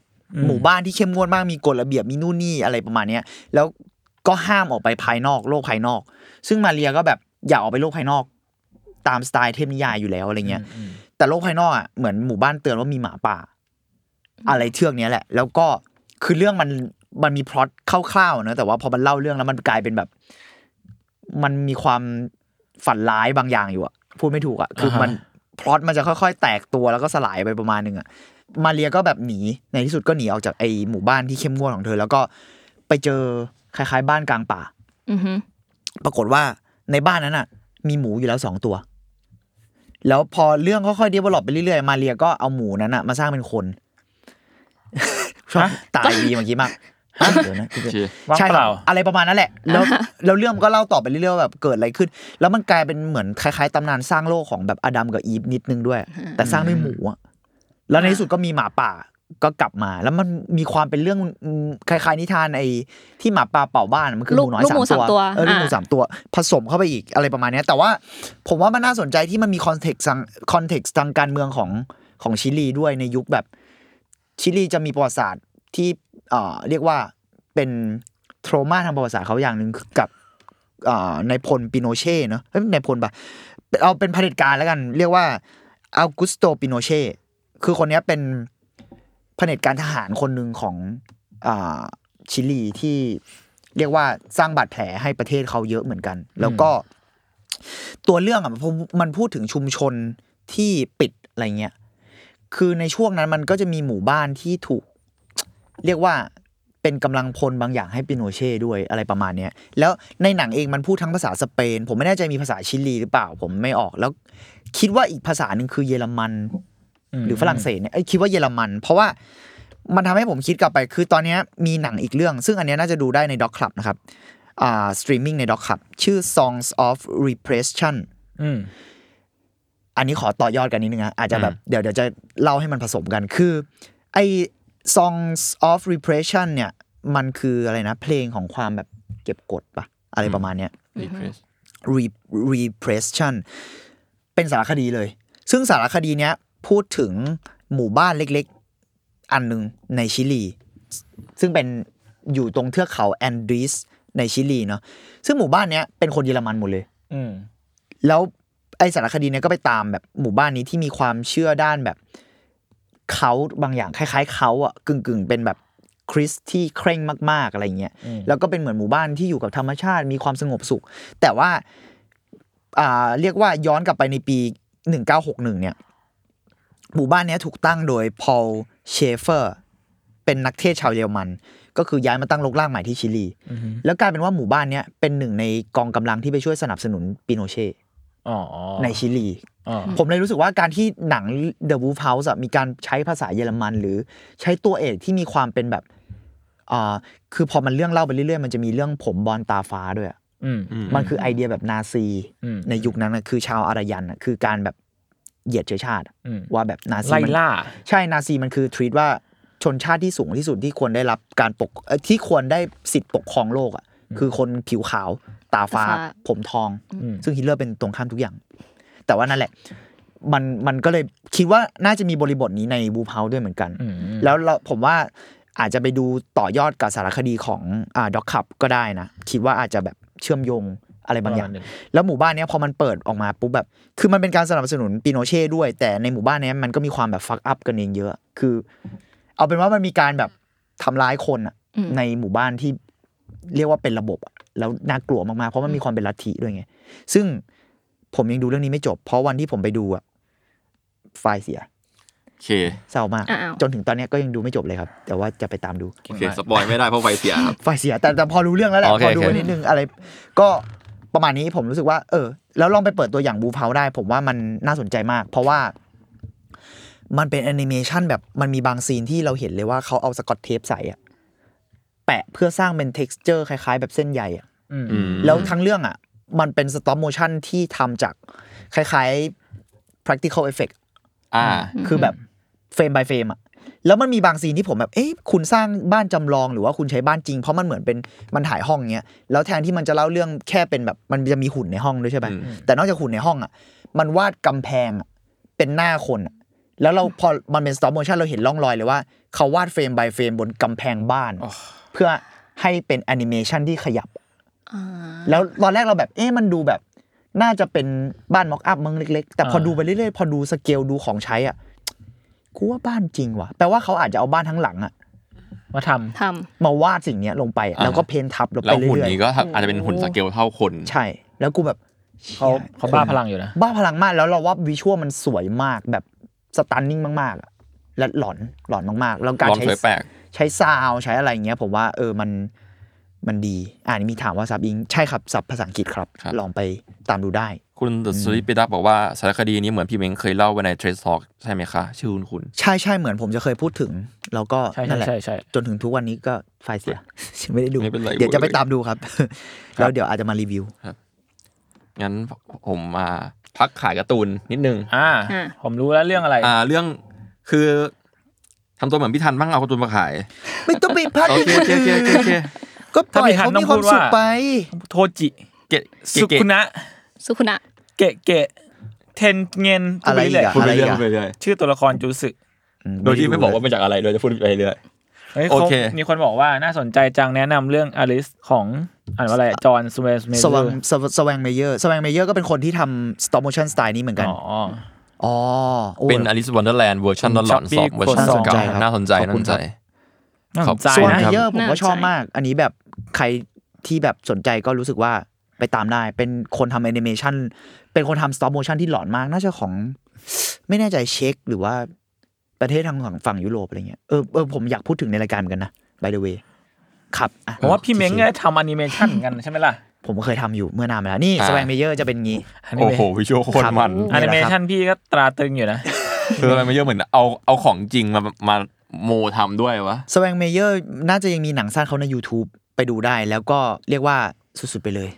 หมู่บ้านที่เข้มงวดมากมีกฎระเบียบมีนู่นนี่อะไรประมาณเนี้ย แล้วก็ห้ามออกไปภายนอกโลกภายนอก ซึ่งมาเรียก็แบบอยากออกไปโลกภายนอกตามสไตล์เทพนิยายอยู่แล้วอะไรเงี้ย แต่โลกภายนอกอ่ะเหมือนหมู่บ้านเตือนว่ามีหมาป่า อะไรเทือกเนี้ยแหละ แล้วก็คือเรื่องมันมันมีพล็อตคร่าวๆนะแต่ว่าพอมันเล่าเรื่องแล้วมันกลายเป็นแบบ มันมีความฝันร้ายบางอย่างอยู่อะพูดไม่ถูกอะคือมันพล็อตมันจะค่อยๆ แตกตัวแล้วก็สลายไปประมาณหนึ่งอะมาเรียก็แบบหนีในที่สุดก็หนีออกจากไอหมู่บ้านที่เข้มงวดของเธอ แล้วก็ไปเจอคล้ายๆ บ้านกลางป่า อือฮึ ปรากฏว่าในบ้านนั้นน่ะ มีหมูอยู่แล้วสองตัว แล้วพอเรื่องค่อยๆเดเวลลอปไปเรื่อยๆ มาเรียก็เอาหมูนั้นน่ะมาสร้างเป็นคน ชอบตายดีเมื่อกี้มากอ่ะเดี๋ ยวนะ ว่าง ใช่ค เป รับ ล่า อะไรประมาณนั้นแหละ แล้วแล้วเรื่องมันก็เล่าต่อไปเรื่อยๆว่าแบบเกิดอะไรขึ้น แล้วมันกลายเป็นเหมือนคล้ายๆตำนานสร้างโลกของแบบอดัมกับอีฟนิดนึงด้วย แต่สร้างด้วยหมูอะแล้วในที่สุดก็มีหมาป่าก็กลับมา แล้วมันมีความเป็นเรื่องอืมคล้ายๆนิทานไอ้ที่หมาป่าเป่าบ้านมันคือหมูน้อยสามตัวเออลูกหมูสาม สามตัวผสมเข้าไปอีกอะไรประมาณเนี้ยแต่ว่าผมว่ามันน่าสนใจที่มันมีคอนเท็กซ์คอนเท็กซ์ทางการเมืองของของชิลีด้วยในยุคแบบชิลีจะมีประวัติศาสตร์ที่เอ่อเรียกว่าเป็นโทรมาทางประวัติศาสตร์เขาอย่างหนึ่งกับเอ่อในายพลปิโนเช่เนอะเอ้ยในายพลปะเอาเป็นเผด็จการแล้วกัน เรียกว่าอัลกุสโตปิโนเช่คือคนเนี้ยเป็นเผด็จการทหารคนหนึ่งของอ่าชิลีที่ เรียกว่าสร้างบาดแผลให้ประเทศเขาเยอะเหมือนกัน แล้วก็ตัวเรื่องอ่ะผมมันพูดถึงชุมชนที่ปิดอะไรเงี้ยคือในช่วงนั้นมันก็จะมีหมู่บ้านที่ถูก เรียกว่าเป็นกำลังพลบางอย่างให้ปิโนเช่ด้วยอะไรประมาณเนี้ยแล้วในหนังเองมันพูดทั้งภาษาสเปน ผมไม่แน่ใจมีภาษาชิลีหรือเปล่า ผมไม่ออกแล้ว คิดว่าอีกภาษาหนึ่งคือเยอรมัน หรือฝรั่งเศสเนี่ยเอ้ยคิดว่าเยอรมัน เพราะว่ามันทำให้ผมคิดกลับไปคือตอนเนี้ยมีหนังอีกเรื่อง ซึ่งอันเนี้ยน่าจะดูได้ในด็อกคลับนะครับอ่าสตรีมมิ่งในด็อกคลับชื่อ Songs of Repression อืม อันนี้ขอต่อยอดกันนิดนึงนะอาจจะแบบเดี๋ยวเดี๋ยวจะเล่าให้มันผสมกันคือไอ้ songs of repression เนี่ยมันคืออะไรนะ เพลงของความแบบเก็บกดปะอะไรประมาณเนี้ย รีเพรส Re- repression เป็นสารคดีเลย ซึ่งสารคดีเนี้ยพูดถึงหมู่บ้านเล็กๆ อันหนึ่งในชิลี ซึ่งเป็นอยู่ตรงเทือกเขาแอนดีสในชิลีเนาะซึ่งหมู่บ้านเนี้ยเป็นคนเยอรมันหมดเลย อืม แล้วไอสารคดีเนี่ยก็ไปตามแบบหมู่บ้านนี้ที่มีความเชื่อด้านแบบเขาบางอย่างคล้าย ๆเขาอะกึ่งๆ เป็นแบบคริสต์ที่เคร่งมากๆอะไรเงี้ย อืม แล้วก็เป็นเหมือนหมู่บ้านที่อยู่กับธรรมชาติมีความสงบสุข แต่ว่าอ่าเรียกว่าย้อนกลับไปในปี 1961เนี่ยหมู่บ้านเนี้ยถูกตั้งโดยพอลเชเฟอร์เป็นนักเทศชาวเยอรมัน ก็คือย้ายมาตั้งรกรากใหม่ที่ชิลี อืม แล้วกลายเป็นว่าหมู่บ้านเนี้ยเป็นหนึ่งในกองกำลังที่ไปช่วยสนับสนุนปิโนเช อ๋อ ในชิลี อ๋อ ผมเลยรู้สึกว่าการที่หนัง The Wolf House อะมีการใช้ภาษาเยอรมัน หรือใช้ตัวเอกที่มีความเป็นแบบอ่าคือพอมันเรื่องเล่าไปเรื่อยๆ มันจะมีเรื่องผมบอลตาฟ้าด้วยอะ อืม มันคือไอเดียแบบนาซี อืม ในยุคนั้นนะคือชาวอารยันอะคือการแบบเหยียดเชื้อชาติอะ อืม ว่าแบบนาซี ไล่ มัน ล่า ใช่นาซีมันคือทรีตว่าชนชาติที่สูงที่สุดที่ควรได้รับการปกเอ่อที่ควรได้สิทธิ์ปกครองโลกอ่ะคือคนผิวขาว ตาฟ้า ตาฟ้า ผมทอง อืม ซึ่งฮิตเลอร์เป็นตรงข้ามทุกอย่าง แต่ว่านั่นแหละ มันมันก็เลยคิดว่าน่าจะมีบริบทนี้ในบูเพาด้วยเหมือนกัน อืม แล้วเราผมว่าอาจจะไปดูต่อยอดกับสารคดีของอ่าด็อกขับก็ได้นะ คิดว่าอาจจะแบบเชื่อมโยงอะไรบางอย่าง ประมณหนึ่ แล้วหมู่บ้านเนี้ยพอมันเปิดออกมาปุ๊บแบบ คือมันเป็นการสนับสนุนปีโนเช่ด้วย แต่ในหมู่บ้านเนี้ยมันก็มีความแบบฟักอัพกันเองเยอะ คือ เอาเป็นว่ามันมีการแบบทำร้ายคนอะ อืม ในหมู่บ้านที่เรียกว่าเป็นระบบอะแล้วน่ากลัวมากๆ เพราะมันมีความเป็นลัทธิด้วยไง ซึ่งผมยังดูเรื่องนี้ไม่จบ เพราะวันที่ผมไปดูอะไฟล์เสีย โอเค เศร้ามาก อ้าว จนถึงตอนเนี้ยก็ยังดูไม่จบเลยครับ แต่ว่าจะไปตามดู โอเคสปอยไม่ได้เพราะไฟเสียครับ ไฟเสียแต่แต่พอรู้เรื่องแล้วแหละ โอเค พอดู โอเค นิดนึงอะไร ก็ประมาณนี้ผมรู้สึกว่า เออ แล้วลองไปเปิดตัวอย่างบูเพาได้ ผมว่ามันน่าสนใจมาก เพราะว่า มันเป็นแอนิเมชันแบบมันมีบางซีนที่เราเห็นเลยว่าเขาเอาสกอตเทปใส่อะแปะเพื่อสร้างเป็นเท็กซ์เจอร์คล้ายๆ แบบเส้นใยอะ อืม อืม แล้วทั้งเรื่องอ่ะ มันเป็นสต็อปโมชั่นที่ทำจากคล้ายๆ practical effect อ่า คือแบบเฟรม by เฟรมอะแล้วมันมีบางซีนที่ผมแบบ เอ๊ะ คุณสร้างบ้านจำลองหรือว่าคุณใช้บ้านจริง เพราะมันเหมือนเป็นมันถ่ายห้องเงี้ย แล้วแทนที่มันจะเล่าเรื่องแค่เป็นแบบมันจะมีหุ่นในห้องด้วยใช่ไหม อืม แต่นอกจากหุ่นในห้องอะมันวาดกำแพงอะเป็นหน้าคนอะแล้วเราพอมันเป็น stop motion เราเห็นร่องรอยเลยว่าเขาวาดเฟรม by เฟรมบนกำแพงบ้าน เพื่อให้เป็นแอนิเมชันที่ขยับ อ่า แล้วตอนแรกเราแบบ เอ๊ะมันดูแบบ น่าจะเป็นบ้านม็อกอัพเมืองเล็ก ๆ แต่พอ อ่า ดูไปเรื่อยๆ พอดูสเกลดูของใช้อ่ะ กูว่าบ้านจริงว่ะ แปลว่าเขาอาจจะเอาบ้านทั้งหลังอ่ะ มาท ทำ มาวาดสิ่งเนี้ยลงไปอะ อ่า แล้วก็เพนทับลง แล้ ไป วหุ่น เรื่อย นี้ก็อาจจะเป็นหุ่นสเกลเท่าคน ๆ ใช่ แล้วกูแบบ ำเขา ชี่ย เขาบ้า คน พลังอยู่นะ บ้าพลังมาก แล้วเราว่าวิชวลมันสวยมากแบบสตันนิ่งมากๆอะและหลอนหลอนมากๆ แล้วการ ลองสใช้วยแปลก ใช้ซาวด์ใช้อะไรอย่างเงี้ย ผมว่าเออมันมันดี อ่านมีถามว่าซับอิงใช่ครับซับภาษาอังกฤษครับ ครับ ลองไปตามดูได้ คุณสุริปิดักบอกว่าสารคดีนี้เหมือนพี่เม้งเคยเล่าไว้ในเทรดซอกใช่ไหมคะ ชื่อคุณคุณ ใช่ใช่เหมือนผมจะเคยพูดถึง แล้วก็ ใช่ นั่นแหละ ใช่ใช่ จนถึงทุกวันนี้ก็ไฟล์เสีย ไม่ได้ดู ไม่เป็นไร เดี๋ยวจะไป เว้ย ตามดูครับ แล้วเดี๋ยวอาจจะมารีวิว งั้นผมมาพักขายการ์ตูนนิดนึง อ่า อ่า ผมรู้แล้วเรื่องอะไร อ่าเรื่องคือทำตัวเหมือนพี่ทันบ้างเอาการ์ตูนมา ขาย ไม่ต้องไปพัก โอ ที่ เค คน โอเค อื่ โอเคโอเคโอเคน ก็ปล่อยเขามีความสุขไป โทจิ เกะ สุ เกะเกะ คุนะ สุขุนะ เกะเกะเทนเงิน อะไรอีกอะ พูดไปเรื่อย ไร พูดไปเรื่อย ชื่อตัวละครจูสึ โดยที่ไม่บอกว่ามาจากอะไรเลยจะพูดไปเรื่อย เฮ้ย โอ เขา เค มีคนบอกว่าน่าสนใจจังแนะนำเรื่องอลิสของอ่านว่าอะไรจอห์นสเวสเม สวังสวสวังเมเยอร์สวังเมเยอร์ก็เป็นคนที่ทำ stop motion สไตล์นี้เหมือนกัน อ๋อ อ๋อโอ้ย เป็นอลิสว w นเดอร์แลนด์เวอร์ชัน คุ ห ณ ลอนๆสอง Shopee เวอร์ชัน คนสอง เก่า ใจครับ น่าสนใจ ขอบ น่า คุ ส ณ น ค ใจ น่าสนใจ สวัง นะ เม ครับ เยอร์ผมก็ชอบมาก อันนี้แบบใคร ที่แบบสนใจก็รู้สึกว่าไปตามได้ เป็นคนทำแอนิเมชันเป็นคนทำสต็อปโมชันที่หลอนมาก น่าจะของ ไม่แน่ใจเช็กหรือว่าประเทศทางฝั่งฝั่งยุโรปอะไรเงี้ยเออเออผมอยากพูดถึงในรายการเหมือนกันนะ by the way ครับอ่ะ ผมว่าพี่เม้งก็ทำแอนิเมชันเหมือนกันใช่ไหมล่ะ ผมก็เคยทำอยู่เมื่อนานมาแล้วนี่ อ่า สแวงเมเยอร์จะเป็นงี้ แอนิ โอ้ เม โหวิชวลโคตรมัน แอนิเมชันพี่ก็ตราตรึงอยู่นะ คืออะไรไม่เยอะเหมือนเอาเอาของจริงมามาโมทำด้วยวะ สแวงเมเยอร์น่าจะยังมีหนังสั้นเขาใน YouTube ไปดูได้ แล้วก็เรียกว่าสุดๆไปเลย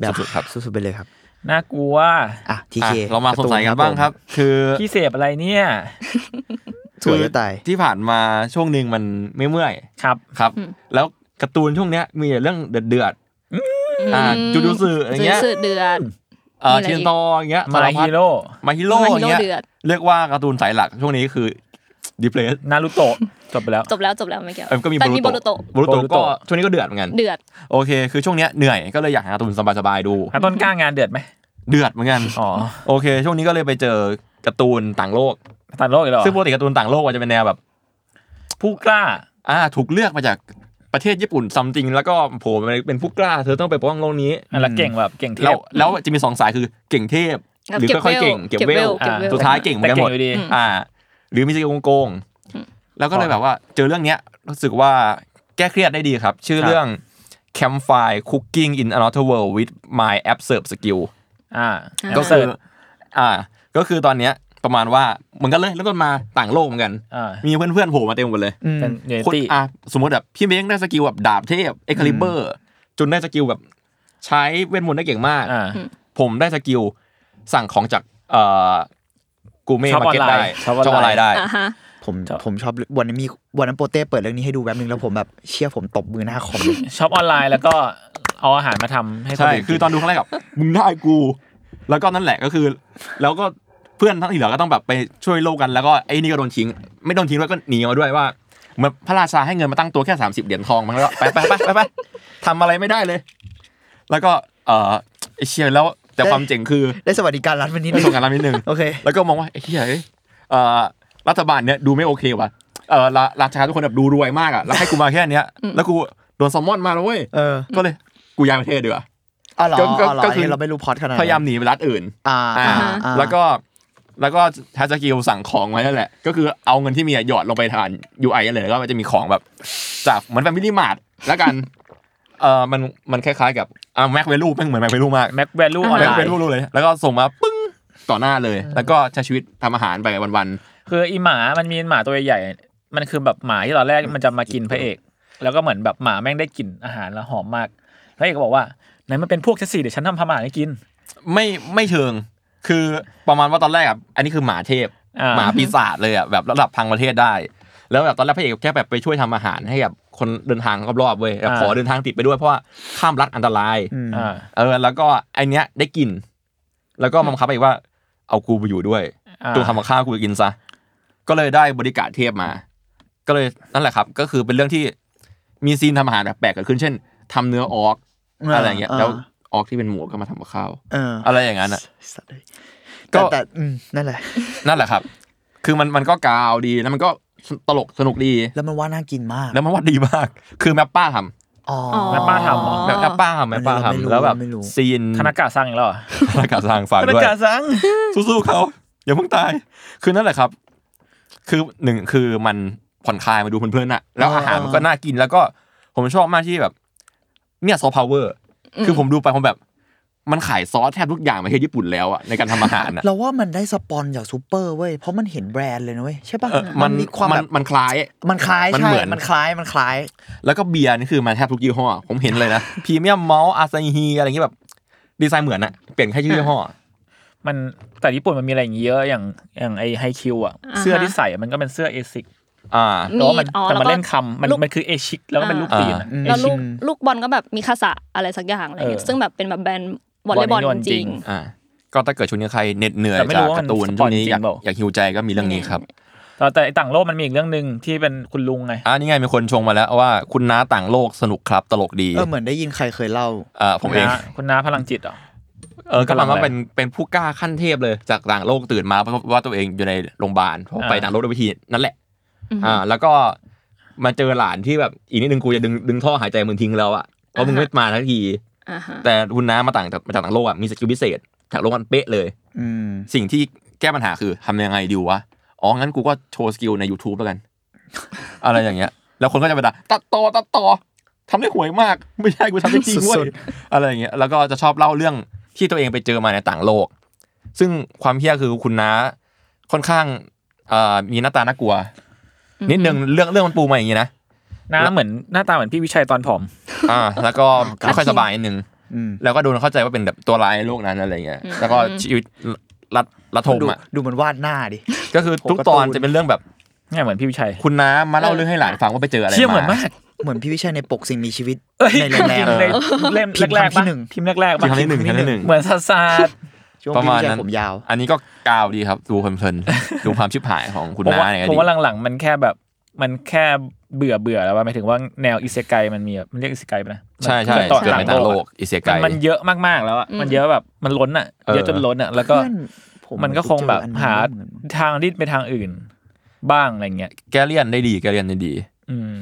แบบ สุดๆครับ สุดๆไปเลยครับ น่ากลัว อ่ะที อ่ะ เค เรามาสงสัยกันบ้างครับ คือ พี่เสพอะไรเนี่ย สวยจะตาย ที่ผ่านมาช่วงหนึ่งมันไม่เมื่อย ครับ ครับ แล้วการ์ตูนช่วงเนี้ยมีแต่เรื่องเดือดๆอ่าจูดูสึอะไรเงี้ย สึเดือด เอ่อ มีอะไรอีก เชียนตออย่างเงี้ย มา สรพั ฮี ด โร่ มาฮิโร่ มา อย่าฮิงโร่เงี้ย เดือด เรียกว่าการ์ตูนสายหลักช่วงนี้คือดิเพลส นารูโตะจบไปแล้ว จบแล้วจบแล้วไม่เกี่ยว เอ้ยก็มี แต่มีโบโบโล รู โตะ โตะโบรูโตะ โบรูโตะ ก็ช่วงนี้ก็เดือดเหมือนกัน เดือด โอเค คือช่วงเนี้ยเหนื่อยก็เลยอยากหาการ์ตูนสบายๆดู อ่ะต้นกล้างานเดือดไหม เดือดเหมือนกัน อ๋อ โอเค ช่วงนี้ก็เลยไปเจอการ์ตูนต่างโลก ตัดโลกอีกแล้วเหรอ ซึ่งปกติการ์ตูนต่างโลกอาจจะเป็นแนวแบบ ผู้กล้า อ่าถูกเลือกมาจากประเทศญี่ปุ่นซัมติงแล้วก็โผล่มาเป็นผู้กล้า เธอต้องไปปกป้องโลกนี้ อันละเก่งแบบเก่งเท แล้ว พ แล้วจะมีสองสายคือเก่งเทพ กับ หรือค่อยๆ เก็ เก่ บ ง เวล เก็บเวล เก็บเวล สุดท้ายเก่งเหมือนกันหมด แต่อยู่ดี อ่า หรือมีสกิลโกงๆ อืม แล้วก็เลยแบบว่าเจอเรื่องเนี้ยรู้สึกว่าแก้เครียดได้ดีครับ ชื่คอรับ เรื่อง Campfire Cooking in Another World with My Absurd Skill อ่า อ่า ก็คือ เสิร์ช อ่า ก็คือตอนเนี้ยประมาณว่าเหมือนกันเลยเริ่มต้นมาต่างโลกเหมือนกัน อ่า มีเพื่อนๆโผล่มาเต็มหมดเลย อืม เป็นเน คน ตี้ อ่ะสมมติแบบพี่เม้งได้สกิลแบบดาบเทพเอ็กคาลิเบอร์จนได้สกิลแบบใช้เวทมนต์ได้เก่งมาก อ่า ผมได้สกิลสั่งของจากเอ่อกูเม่ ชอบอมาอน เก็ต ไล ได้ น์ ชอบออนไลน์ได้ อ่ะฮะ ผมผมชอบวันนี้นมีวันนั้นโปเต้เปิดเรื่องนี้ให้ดูแป๊บนึงแล้วผมแบบเชี่ยผมตบมือหน้าคอมเลย ชอบออนไลน์แล้วก็เอาอาหารมาทำให้คน ใช่ อื่น คือต กิน อนดูครั้งแรกแบบ มึงได้กู แล้วก็นั่นแหละก็คือ แล้วก็เพื่อนทั้งที่เหลือก็ต้องแบบไปช่วยโลกกัน แล้วก็ไอ้นี่ก็โดนทิ้ง ไม่โดนทิ้งด้วยก็หนีมาด้วยว่าเหมือนพระราชาให้เงินมาตั้งตัวแค่ 30 เหรียญทองมั้งแล้วก็ไปไปไปไปไปทำอะไรไม่ได้เลย แล้วก็เออไอเชียแล้วแต่ความเจ๋งคือ ได้สวัสดิการรัฐวันนี้ ป ด้ ระ วย สบการณ์นิดนึง โอเค แล้วก็มองว่าไอ้เหี้ยเอ้ยเอ่อรัฐบาลเนี้ยดูไม่โอเคว่ะเออราราชาทุกคนแบบดูรวยมากอ่ะแล้วให้กูมาแค่เนี้ย แล้วกูโดนแซลมอนมาแล้วเว้ย เออ ก็เลยกูย้ายประเทศดีกว่า อ๋อเหรอ ก็ก็ อ๋อเหรอ ก็ อัน คือ นี้เราไม่รู้พอดขนาดนั้น พยายามหนีไปรัฐอื่น อ่า อ่า อ่าอ่า แล้วก็แล้วก็ใช้สกิลสั่งของไว้นั่นแหละ ก็คือเอาเงินที่มีอะหยอดลงไปทาน UI เลยแล้วก็มันจะมีของแบบ จากเหมือนแฟมิลี่มาร์ทแล้วกันเออมันมันคล้ายๆกับอ่าแม็กเวลูแม่งเหมือนแม็กเวลูมาก แม็กแวลูออน แม็ ไล กเว น์ ลูเลย แล้วก็ส่งมาปึ้งต่อหน้าเลย แล้วก็ใช้ชีวิตทำอาหารไปวัน คืออีหมามันมีหมาตัวใหญ่ๆมันคือแบบหมาที่ตอนแรกมันจะมากินพระเอก แล้วก็เหมือนแบบหมาแม่งได้กลิ่นอาหารแล้วหอมมากพระเอกก็บอกว่าไหนมันเป็นพวกเชสซี่เดี๋ยวฉันทำทำอาหารให้กิน ๆไม่ไม่เชิง คือประมาณว่าตอนแรกอ่ะอันนี้คือหมาเทพ อ่า หมาปีศาจเลยอ่ะแบบระดับทางประเทศได้ แล้วแบบตอนแรกพระเอกแค่แบบไปช่วยทำอาหารให้กับคนเดินทางรอบๆเว้ยแบบ อ่า ขอเดินทางติดไปด้วยเพราะว่าข้ามรัฐอันตราย อืม อ่า เออแล้วก็ไอเนี้ยได้กิน แล้วก็มาบังคับไปว่าเอากูไปอยู่ด้วย อ่า ตัวทำกับข้าวกูไปกินซะก็เลยได้บริการเทพมา ก็เลยนั่นแหละครับ ก็คือเป็นเรื่องที่มีซีนทำอาหารแบบแปลกเกิดขึ้นเช่นทำเนื้อออกอะไรอย่างเงี้ยแล้วออกที่เป็นหมูก็มาทำกับข้าว เออ อะไรอย่างนั้นอ่ะ สัตว์เลย ก็ แต่แต่อืมนั่นแหละ นั่นแหละครับ คือมันมันก็กาวดีแล้วมันก็ตลกสนุกดี แล้วมันว่าน่ากินมาก แล้วมันว่าดีมาก คือแมปป้าทำ อ๋อ แม่ป้าทำเหรอ แมปแมปป้าทำแมปป้า ไม่รู้ ทำแล้วแบบ ไม่รู้ ซีน ธนากาสร้างอีกแล้วเหรอ ธนากาสร้างฝาก ธนา ด้วย กาสร้าง สู้ๆเขาอย่าเพิ่งตาย คือนั่นแหละครับ คือหนึ่งคือมันผ่อนคลายมาดูเพลินๆน่ะ แล้วอาหารมันก็น่ากินแล้วก็ผมชอบมากที่แบบ เนี่ยซอฟต์พาวเวอร์ คือผมดูไปผมแบบ มันขายซอสแทบทุกอย่างประเทศญี่ปุ่นแล้วอะในการทำอาหารอะ เราว่ามันได้สปอนจากซูเปอร์เว้ย เพราะมันเห็นแบรนด์เลยนะเว้ย ใช่ป่ะ เออมัน มีความ มัน แบบ มันคล้าย มันคล้าย มัน ใช่ เหมือน มันคล้ายมันคล้าย แล้วก็เบียร์นี่คือมาแทบทุกยี่ห้อ ผมเห็นเลยนะพรีเมียมมอลอาซาฮีอะไรอย่างเงี้ยแบบ ดีไซน์เหมือนอะเปลี่ยนแค่ชื่อยี่ห้อ มันแต่ญี่ปุ่นมันมีอะไรอย่างเงี้เยอะอย่างอย่างไอไฮคิวอ่ะ อ่าฮะ เสื้อที่ใส่มันก็เป็นเสื้อเอซิก อ่า แต่ว่ามัน อ๋อ แต่มัน วก็ เล่นคำมัน ลูก มันคือเอชิกแล้วก็เป็นลูกปีนอะ อ่า เอ แล้ว ชิ ลู ก กลูกบอลก็แบบมีคาสะอะไรสักอย่างอะไรเงี้ย เออ ซึ่งแบบเป็นแบบแบรนด์วอลเลย์บอล วอลเลย์บอล จ จริ ริง ง อ่าก็ถ้าเกิดช่วงนี้ใครเหน็ดเหนื่อย แต่ไม่ จาก รู้ กา ว่ามัน ร์ตูน สป ช่ อ วน ง จริง นี้อยาก เปล่า อยากฮิวใจก็มีเรื่องนี้ครับ แต่แต่ไอ้ต่างโลกมันมีอีกเรื่องหนึ่งที่เป็นคุณลุงไง อ่านี่ไงมีคนชงมาแล้วว่าคุณน้าต่างโลกสนุกครับตลกดี เออเหมือนได้ยินใครเคยเล่า อ่าผมเอง คุณน้าคุณน้าพลังจิตเหรอ เออก็ประมาณว่า อะไร เป็นเป็นผู้กล้าขั้นเทพเลยจากต่างโลกตื่นมาเพราะว่าตัวเองอยู่ในโรงพยาบาลเพราะ อ่า ไปต่างโลกด้วยวิธีนั่นแหละ อ่า แล้วก็มาเจอหลานที่แบบอีกนิดนึงกูจะดึงดึงท่อหายใจมึงทิ้งแล้วอ่ะ อ่ ราะมึงไม่มาทักที อ่าฮะ แต่คุณน้ามาต่างจากมาจากต่างโลกอ่ะมีสกิลพิเศษจากโลกกันเป๊ะเลย อืม สิ่งที่แก้ปัญหาคือทำยังไงดีวะ อ๋อ งั้นกูก็โชว์สกิลใน YouTube แล้วกัน อะไรอย่างเงี้ย แล้วคนก็จะมาด่าตัดต่อตัดต่อทำได้ห่วยมาก ไม่ใช่กูทำได้จริงเว้ยอะไรอย่างเงี้ย แล้วก็จะชอบเล่าเรื่องที่ตัวเองไปเจอมาในต่างโลก ซึ่งความเฮี้ยคือคุณน้าค่อนข้างเอ่อมีหน้าตาน่ากลัว นิดนึงเรื่องเรื่องมันปูมาอย่างงี้นะ หน้าเหมือนหน้าตาเหมือนพี่วิชัยตอนผอม อ่า แล้วก็ไม่ค่อยสบายนิดนึง อืม แล้วก็โดนเข้าใจว่าเป็นแบบตัวร้ายในโลกนั้นอะไรเงี้ย แล้วก็ชีวิตรัดระทม ดู อ่ะ ดูเหมันวาดหน้าดิ ก็คือทุกตอนจะเป็นเรื่องแบบ เนี่ยเหมือนพี่วิชัย คุณน้ามาเล่าเรื่องให้หลานฟังว่าไปเจออะไร เชี่ยเหมือนมาก เหมือนพี่วิชัยในปกสิ่งมีชีวิต เอ้ย ในโรงแรม จริงๆในเล่ม พิมพ์ แรก ครั้ ๆปะงที่หนึ่ง พิมพ์แรกๆปะ ครั้งที่หนึ่งครั้งที่หนึ่ง เหมือนซาซาด ช่วง ประ พี่ มาณ วิชั นั้ ย น ผมยาว อันนี้ก็กาวดีครับ ดูเพลินๆ ดูความชิบหายของคุณ ผม น้า ว่า ในอ ผ ดี ม ต ว่าหลังๆ มันแค่แบบมันแค่เบื่อเบื่อแล้วว่าหมายถึงว่าแนวอิเซไกมันมีแบบมันเรียกอิเซไกปะนะ ใช่ใช่ มัน เกิดในต่างโลก อิเซียไก มันมันเยอะมากๆแล้วอะมันเยอะแบบมันล้นอ่ะ เออ เยอะจนล้นอ่ะแล้วก็ เพื่อนผม มันก็คงแบบ เจออัน หา เหมือนกัน ทางดิ้นไปทางอื่น บ้างอะไรเงี้ย แกเลียนได้ดีแกเลียนได้ดี อืม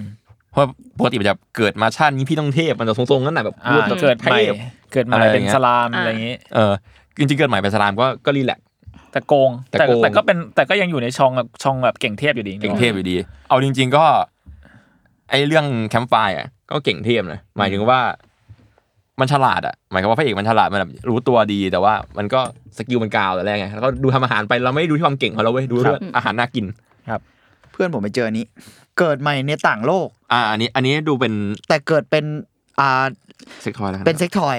เพราะปกติมันจะเกิดมาชาตินี้พี่ต้องเทพมันจะทรงๆนั่นแหละแบบ อ่า รูปแบบ เกิดใหม่ เทพ เกิดใหม่ อะไรอย่าง เป็น เงี้ย สลามอะไรอย่างงี้ เออจริงๆเกิดใหม่เป็นสลามก็ก็รีแลกซ์ แต่โกง แต่โกง แต่ก็เป็นแต่ก็ยังอยู่ในช่องแบบช่องแบบเก่งเทพอยู่ดี เก่งเทพอยู่ดี เอาจริง ๆ ก็ ไอเรื่องแคมป์ไฟร์อ่ะก็เก่งเทพนะหมายถึงว่ามันฉลาดอ่ะหมายความว่าพระเอกมันฉลาดมันแบบรู้ตัวดีแต่ว่า มันก็สกิลมันกาวแต่แรกไงแล้วก็ดูทำอาหารไปเราไม่ได้ดูที่ความเก่งของเราเว้ยดูเรื่องอาหารน่ากิน เพื่อนผมไปเจออันนี้ เกิดใหม่ในต่างโลก อ่าอันนี้อันนี้ดูเป็น แต่เกิดเป็นอ่า เซ็กทอยแล้วกั เป็นเซ็กทอย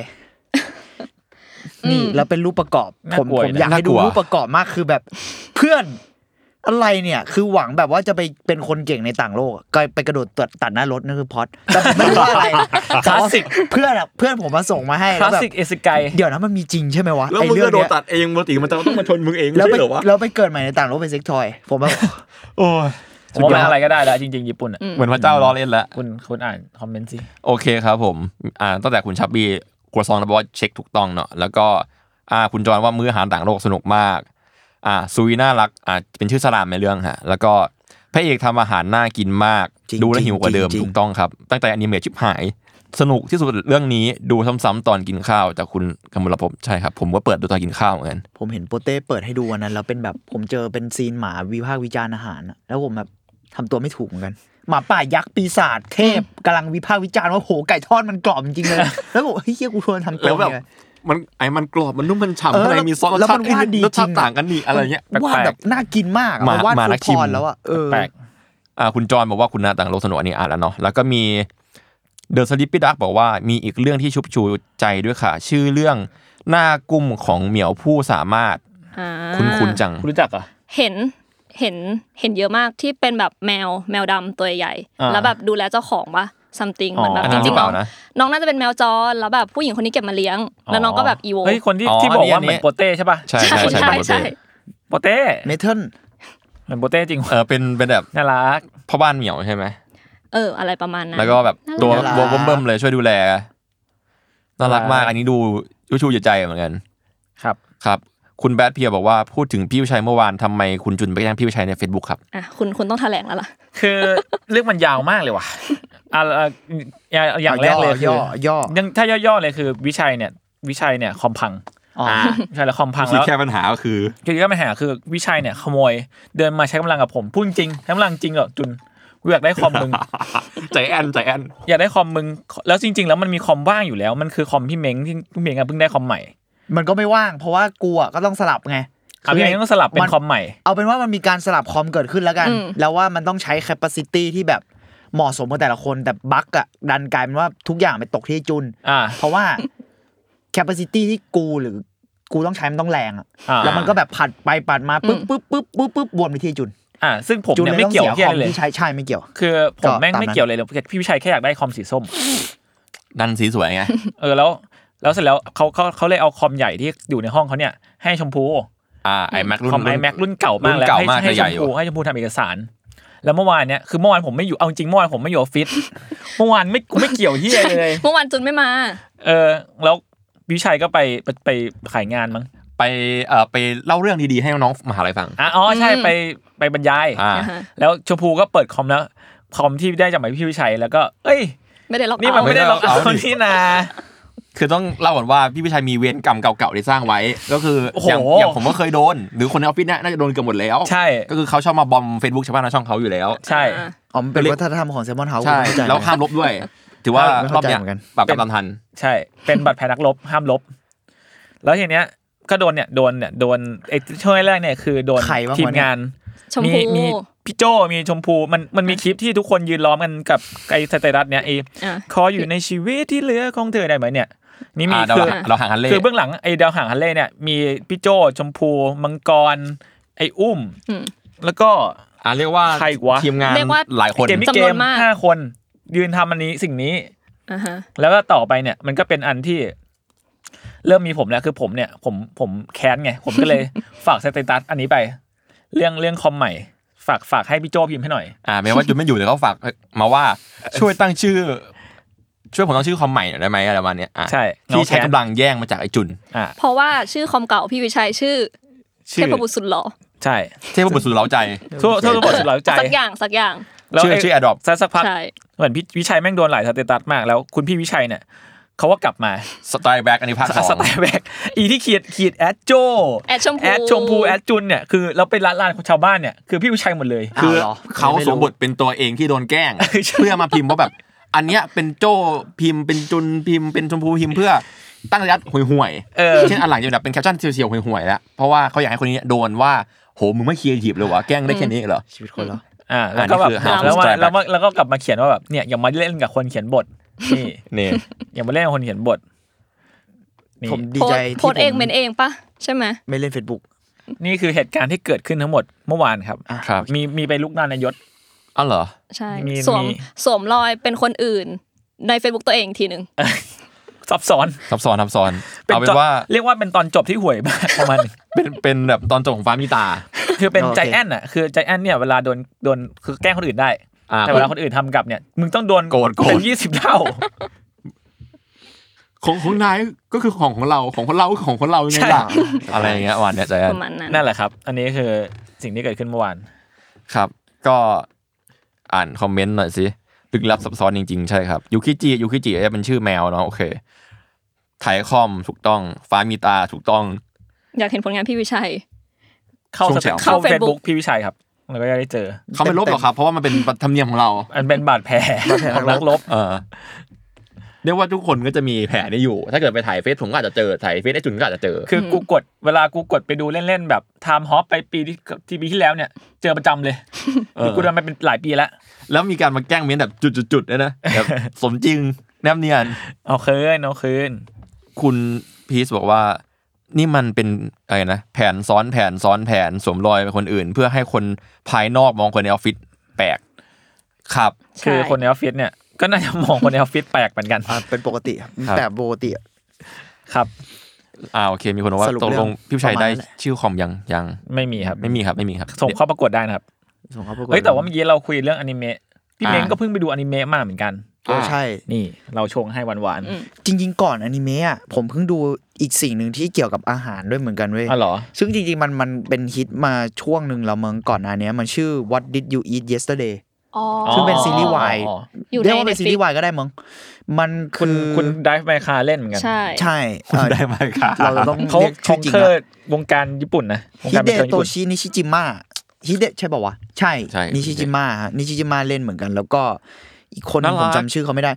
นี่แล้วเป็นรูปประกอบ น่า ผม กลัว ผ อ ม ยู่นะ อยากให้ดู น่ากลัว รูปประกอบมากคือแบบ เพื่อนอะไรเนี่ย คือหวังแบบว่าจะไปเป็นคนเก่งในต่างโลกอะก็ไปกระโดดตัดตัดหน้ารถนั่นคือพล็อดแต่ผมไม่รู้ว่าอะไร คลาสสิก เพื่อนอะเพื่อนผมมาส่งมาให้ คลา แล้ว ส แบบ สิกเอเซไก เดี๋ยวนะมันมีจริงใช่ไหมวะ แล้ว ไอ้ มึง เรื่ ก็ อง โดน เนี้ย ตัดเองปกติมันจะต้องมาชนมึงเอง แล้วไป ไม่ใช่เหรอวะ แล้วไปเกิดใหม่ในต่างโลกเป็นเซ็กทอย ผมแบบ โอ้ย ผมว่ามันอะไรก็ได้แล้วจริง ๆ ญี่ปุ่นอ่ะ เหมือนพระเจ้าล้อเล่นแล้ว คุณคุณอ่านคอมเมนต์สิ โอเคครับผม อ่า ตั้งแต่คุณชับบีครัวซองนะบอกว่าเช็คถูกต้องเนาะ แล้วก็ อ่า คุณจอนว่ามื้ออาหารต่างโลกสนุกมาก อ่า ซุยน่ารัก อ่า เป็นชื่อสลามในเรื่องฮะ แล้วก็พระเอกทำอาหารน่ากินมาก จริง ดูแลวหิวกว่าเดิม จริง ถูกต้องครับ ตั้งแต่อนิเมะชิบหาย สนุกที่สุดเรื่องนี้ดูซ้ำๆตอนกินข้าวจากคุณกำมลภพใช่ครับ ผมก็เปิดดูตอนกินข้าวเหมือนกัน ผมเห็นโปเต้เปิดให้ดูวันนั้นแล้วเป็นแบบผมเจอเป็นซีนหมาวิพากษ์วิจารณ์อาหารอะแล้วผมแบบทำตัวไม่ถูกเหมือนกัน หมาป่ายักษ์ปีศาจเทพกำลังวิพากษ์วิจารณ์ว่าโหไก่ทอดมันกรอบจริงๆเลย แล้วผมเฮ้ยเฮียกูควรทำตัว แล้วแบบ ยังไง มันไอ้มันกรอบ มันนุ่ม มันฉ่ำ เออ ข้างในมีซอสรส แล้ว ชา มั ติ นวาดดี รสชาติ จริงอะ ต่างกันนี่อะไรเงี้ย แปลกๆ วาดแบบน่ากินมากอะ หมาน วาด หมา ฟู นักชิ พ ม รแล้วอะเออ แปลก อ่าคุณจอนบอกว่าคุณนาต่างโลกสนุกอันนี้อ่านแล้วเนาะแล้วก็มีเดอะสลิปปี้ดักบอกว่ามีอีกเรื่องที่ชุบชูใจด้วยค่ะ ชื่อเรื่องหน้ากุ้มของเหมียวผู้สามารถ อ่า คุณคุณจัง คุณรู้จักเหรอ เห็นเห็นเห็นเยอะมากที่เป็นแบบแมวแมวดำตัวใหญ่ อ่า แล้วแบบดูแลเจ้าของวะซัมติงเหมือนแบ อั บ น จ นั้นหรื ริง อ ๆ เปล่างน้อนะ น้องน่าจะเป็นแมวจรแล้วแบบผู้หญิงคนนี้เก็บมาเลี้ยง แล้วน้องก็แบบอีโว เฮ้ยคนที่ อ๋อ ที่บอกว่า อันนี้ เหมือนโปเต้ใช่ป่ะ ใช่ใช่ ใช่ ใช่โปรเจใช่ใช่ กต์ โปเต้ เมทัล เหมือนโปเต้จริง เออเป็นเป็นแบบ น่ารัก พ่อบ้านเหมียวใช่ไหม เอออะไรประมาณนั้น แล้วก็แบบตัวตัวเบิ่มๆเลยช่วยดูแลน่ารักมากอันนี้ดูชุบชูใจเหมือนกัน ครับ ครับ คุณแบทเพียบอกว่าพูดถึงพี่วิชัยเมื่อวานทำไมคุณจุนไปแย่งพี่วิชัยใน Facebook ครับ อ่ะคุณคุณต้องแถลงแล้วล่ะ คือ เรื่องมันยาวมากเลยว่ะอ่ะอ่ะอย่างอย่างแรกเลยคื ย่อ อ ๆย่อ ยังถ้าย่อๆเลยคือวิชัยเนี่ย วิชัยเนี่ยคอมพัง อ๋ออ วิชัยแล้วคอมพัง คื แล้ อ ว แค่ปัญหาก็คือ คือก็ปัญหาคือวิชัยเนี่ยขโมยเดินมาใช้กำลังกับผมพูดจริงใช้กำลังจริงเหรอจุนกูอยากได้คอมมึ ง ใจแอนใจแอน อยากได้คอมมึงแล้วจริง ๆ แล้วมันมีคอมว่างอยู่แล้วมันคือคอมพี่เม้งที่พี่เม้งอะเพิ่งได้คอมใหม่ มันก็ไม่ว่าง เพราะว่ากูอะก็ต้องสลับไง อ่ะพี่เม้งต้องสลับเป็นคอมใหม่ เอาเป็นว่ามันมีการสลับคอมเกิดขึ้นแล้วกัน อืม แล้วว่ามันต้องใช้แคปซิตี้ที่แบบเหมาะสมกับแต่ละคนแต่บั๊กอะดันกลายเป็นว่าทุกอย่างไปตกที่จุน อ่า เพราะว่า แคปซิตี้ที่กูหรือกูต้องใช้มันต้องแรงอะ อ่า แล้วมันก็แบบผัดไปผัดมาปุ๊บปุ๊บปุ๊บปุ๊บปุ๊บวนไปที่จุน อ่าซึ่งผม จุน เนี่ย เลย ไม่ ต้อง เกี่ยว เสีย เหี้ย ข อะ อง ไรเลย ที่ใช้ใช่ไม่เกี่ยว คือผมแม่ง ก็ตามนั้น ไม่เกี่ยวเลยเลยพี่วิชัยแค่อยากได้คอมสีส้ม นั่นสีสวยไง เออแล้ว แล้วเสร็จแล้วเขาเขาเขาเลยเอาคอมใหญ่ที่อยู่ในห้องเขาเนี่ยให้ชมพู อ่าไอแม็กรุ่น คอมไอแม็กรุ่นเก่ามาก รุ่ แล้ว นเก่า ให้ มาก ให้ จะ ช ใหญ่ ม อยู่ พูให้ชมพูทำเอกสาร แล้วเมื่อวานเนี่ยคือเมื่อวานผมไม่อยู่เอาจริงเมื่อวานผมไม่อยู่ออฟฟิศ เมื่อวานไม่กูไม่เกี่ยวเฮียเลย เมื่อวานจุนไม่มา เออ แล้ววิชัยก็ไปไปไปขายงานมั้ง ไปเอ่อไปเล่าเรื่องดีๆให้น้องๆมหาลัยฟัง อ่ะอ๋อใช่ อืม ไปไปบรรยาย อ่า อ่าฮะ แล้วชมพูก็เปิดคอมแล้วคอมที่ได้จากหมายพี่วิชัยแล้วก็ เอ้ย ไม่ได้ล็อก นี่มัน เอาท์ ไม่ได้ล็อกเอา เอาดิ ท์นี่นะ คือต้องเล่าก่อนว่าพี่วิชัยมีเวรกรรมเก่าๆที่สร้างไว้ ก็คือ โอ้โห อย่างอย่างผมก็เคยโดน หรือคนในออฟฟิศเนี่ยน่าจะโดนเกือบหมดแล้ว ใช่ ก็คือเขาชอบมาบอม Facebook ชาวบ้านในช่องเขาอยู่แล้ว ใช่ อ่า อ๋อมันเป็นวัฒนธรรมของแซมมอนเฮาส์ ใช่แล้วห้ามลบด้วย ถือว่า ไม่ รอ เข้า บ ใจ เนี้ย เหมือนกัน ปรับกับตันทัน ใช่ เป็นบัตรแผลนักลบห้ามลบ แล้วทีเนี้ยก็โดนเนี่ยโดนเนี่ยโดนไอ้ช่วงแรกเนี่ยคือโดน ใครบ้างวะ ทีม เนี่ย งาน ชม มี พู มีพี่โจมีชมพูมันมันมีคลิปที่ทุกคนยืนล้อมกันกับไอ้สเตตัสเนี่ยไอ้ อ่ะ คออยู่ในชีวิตที่เหลือของเธอได้ไหมเนี่ย นี่มี อ่าเรา คือ หาเราห่างฮันเล่ คือเบื้องหลังไอ้ดาวหางฮันเล่เนี่ยมีพี่โจชมพูมังกร ไอ้อุ้ม อืม แล้วก็ อ่าเรียกว่า ใครวะ ทีมงาน เรียกว่า หลายคน เกมมี่ จำนวน เกม มาก ห้าคน ยืนทำอันนี้สิ่งนี้ อ่าฮะ แล้วก็ต่อไปเนี่ยมันก็เป็นอันที่ เริ่มมีผมแล้วคือผมเนี่ย ผมผมแค้นไง ผมก็เลย ฝากสเตตัสอันนี้ไป เรื่องเรื่องคอมใหม่ ฝากฝากให้พี่โจพิมพ์ให้หน่อย อ่าแม้ว่าจุนไม่อยู่แต่เขาฝาก มาว่าช่วยตั้งชื่อ ช่วยผมตั้งชื่อคอมใหม่หน่อยได้ไหมอะไรประมาณเนี้ยอ่ะ ใช่ ที่ใช้ น้องแคน กำลังแย่งมาจากไอ้จุน อ่ะ เพราะว่าชื่อคอมเก่าพี่วิชัยชื่อเท ชื่อ พบุตรสุดหล่อ ใช่ เทพบุตรสุดเล้าใจ ทั่วทั่วทุกบทสุดหลายใจ สักอย่างสักอย่าง แล้ว ชื่อ ไ ชื่อ Adopt สักสักพัก ใช่ เหมือนพี่วิชัยแม่งโดนหลายสเตตัสมากแล้วคุณพี่วิชัยเนี่ยเขาก็กลับมา สไตล์แบ็กอันนี้ภาคสอง สไตล์แบกอีที่ขีดขีดแอดโจ แอดชมพู แอดชมพูแอดจุนเนี่ยคือเราไปร้านร้านของชาวบ้านเนี่ยคือพี่วิชัยหมดเลย คือ าวหร เขา ไม่สวรู้มบทเป็นตัวเองที่โดนแกล้ง เพื่อมาพิมพ์ว่าแบบ อันเนี้ยเป็นโจ้พิมพ์เป็นจุนพิมพ์เป็นชมพูพิมพ์เพื่อตั้งยัดห่วย เออ ๆเช่นอันหลังจะแบบเป็นแคปชั่นเฉียวๆห่วยๆแล้วเพราะว่าเขาอยากให้คนนี้โดนว่าโหมึงไม่ครีเอทีฟเลยวะแกล้งได้แค่นี้เหรอ ชีวิตคนเหรอ อ่าแล้วก็แบบ อันนี้คือหา แล้วมา strike back แล้วมาแล้วก็กลับมาเขียนว่าแบบเนี่ยอย่ามาเล่นกับคนเขียนบท นี่ นี่ อย่ามาเล่นกับคนเขียนบทนี่ ผมดี โพส ใจ ต์ ที่ โพสต์เองเมนเองปะใช่ไหม ไม่เล่น Facebook นี่คือเหตุการณ์ที่เกิดขึ้นทั้งหมดเมื่อวานครับ ครับ มีมีไปลุกนานนายศ อ้าวเหรอ ใช่ มี สวม มี สวมรอยเป็นคนอื่นใน Facebook ตัวเองทีหนึ่ง ซับซ้ อน ซับซ้อนซับซ้อนเอาเป็น จบ ว่า เรียกว่าเป็นตอนจบที่ห่วยมากประมาณ หนึ่ง เป็นเป็นแบบตอนจบของฟ้ามีตา คือเป็น โอเค ใจแอนน่ะคือใจแอนเนี่ยเวลาโดนโดนคือแกล้งคนอื่นได้ อ่า แต่เวลาคนอื่นทำกลับเนี่ยมึงต้องโดน โกรธโกรธ เป็นยี่สิบเท่า ของของนายก็คือของของเราของของเราก็คือของของเรายังไงล่ะอะไรอย่างเงี้ยวันเนี้ยใจแอน ประมาณนั้น นั่นแหละครับ อันนี้คือสิ่งที่เกิดขึ้นเมื่อวาน ครับ ก็อ่านคอมเมนต์หน่อยสิลึกลับซับซ้อนจริงๆ ใช่ครับยูคิจิยูคิจิจะเป็นชื่อแมวเนาะโอเคไทยคอมถูกต้องฟ้ามีตาถูกต้อง อยากเห็นผลงานพี่วิชัย เข้า ช่วงแชร์ เข้า เข้า เฟซบุ๊ก Facebook พี่วิชัยครับแล้วก็ได้เจอ เขาไม่ลบหรอกครับ เพราะว่ามันเป็นธรรมเนียมของเรา อันเป็นบาดแผลของนักลบ เออเรียกว่าทุกคนก็จะมีแผลนี้อยู่ ถ้าเกิดไปถ่ายเฟซผมก็อาจจะเจอถ่ายเฟซไอ้จุนก็อาจจะเจอ คือกูกดเวลากูกดไปดูเล่นๆแบบไทม์ฮอปไปปีที่ที่ปีที่แล้วเนี่ย เจอประจำเลย เออ กูโดนมาเป็นหลายปีแล้ว แล้วมีการมาแกล้งเม้นแบบจุดๆๆด้วยนะแบบสมจริงแนบเนียน เอาคืนเอาคืน คุณพีซบอกว่านี่มันเป็นอะไรนะแผนซ้อนแผนซ้อนแผนสวมรอยเป็นคนอื่น เพื่อให้คนภายนอกมองคนในออฟฟิศแปลกครับ ใช่ คือคนในออฟฟิศเนี่ยก็น่าจะมองคนในออฟฟิศแปลกเหมือนกัน อ่ะเป็นปกติครับแต่ปกติอะ ครับ อ่าโอเค มีคนบอกว่า สรุป ตกลง เรื่อง พี่ชัย ประมาณนั้ ได้ นแหละ ชื่อคอมยังยัง ไม่มีครับ ไม่มีครับไม่มีครับ ส่งเข้าประกวดได้นะครับ ส่งเขาประกวด เฮ้ยแต่ว่าเมื่อกี้เราคุยเรื่องอนิเมะพี่เม้งก็เพิ่งไปดูอนิเมะมาเหมือนกัน เออใช่ นี่เราชงให้หวาน อืม จริง ๆ ก่อนอนิเมะอะผมเพิ่งดูอีกสิ่งหนึ่งที่เกี่ยวกับอาหารด้วยเหมือนกันเว้ย ๆอ๋อเหรอ ซึ่งจริง ๆ มันมันเป็นฮิตมาช่วงหนึ่งแล้วเมืองก่อนหน้าเนี้ยมันชื่อ What Did You Eat Yesterday อ๋อ ซึ่งเป็นซีรีส์วาย อ๋ออ๋อ อยู่ เรียกว่าเป็นซีรีส์ Netflix วายก็ได้มั้งมัน คุ คื ณ อ คุณดิฟไมคาเล่นเหมือนกัน ใช่ ใช่เอ่อ ได้ไหมครับ เราจะต้อง เขา เรียก เขา ชื่อจริง เคยอะร์วงการญี่ปุ่นนะวง ฮิ การบั เด นเทิงญี่ โต ปุ่น ชินิชิจิมะฮิเดใช่ป่าวะ ใช่ ใช่ นิชิจิมะฮะนิชิจิมะเล่นเหมือนกัน แล้วก็อีกคนหนึ่ง น่ารัก ผมจำชื่อเขาไม่ได้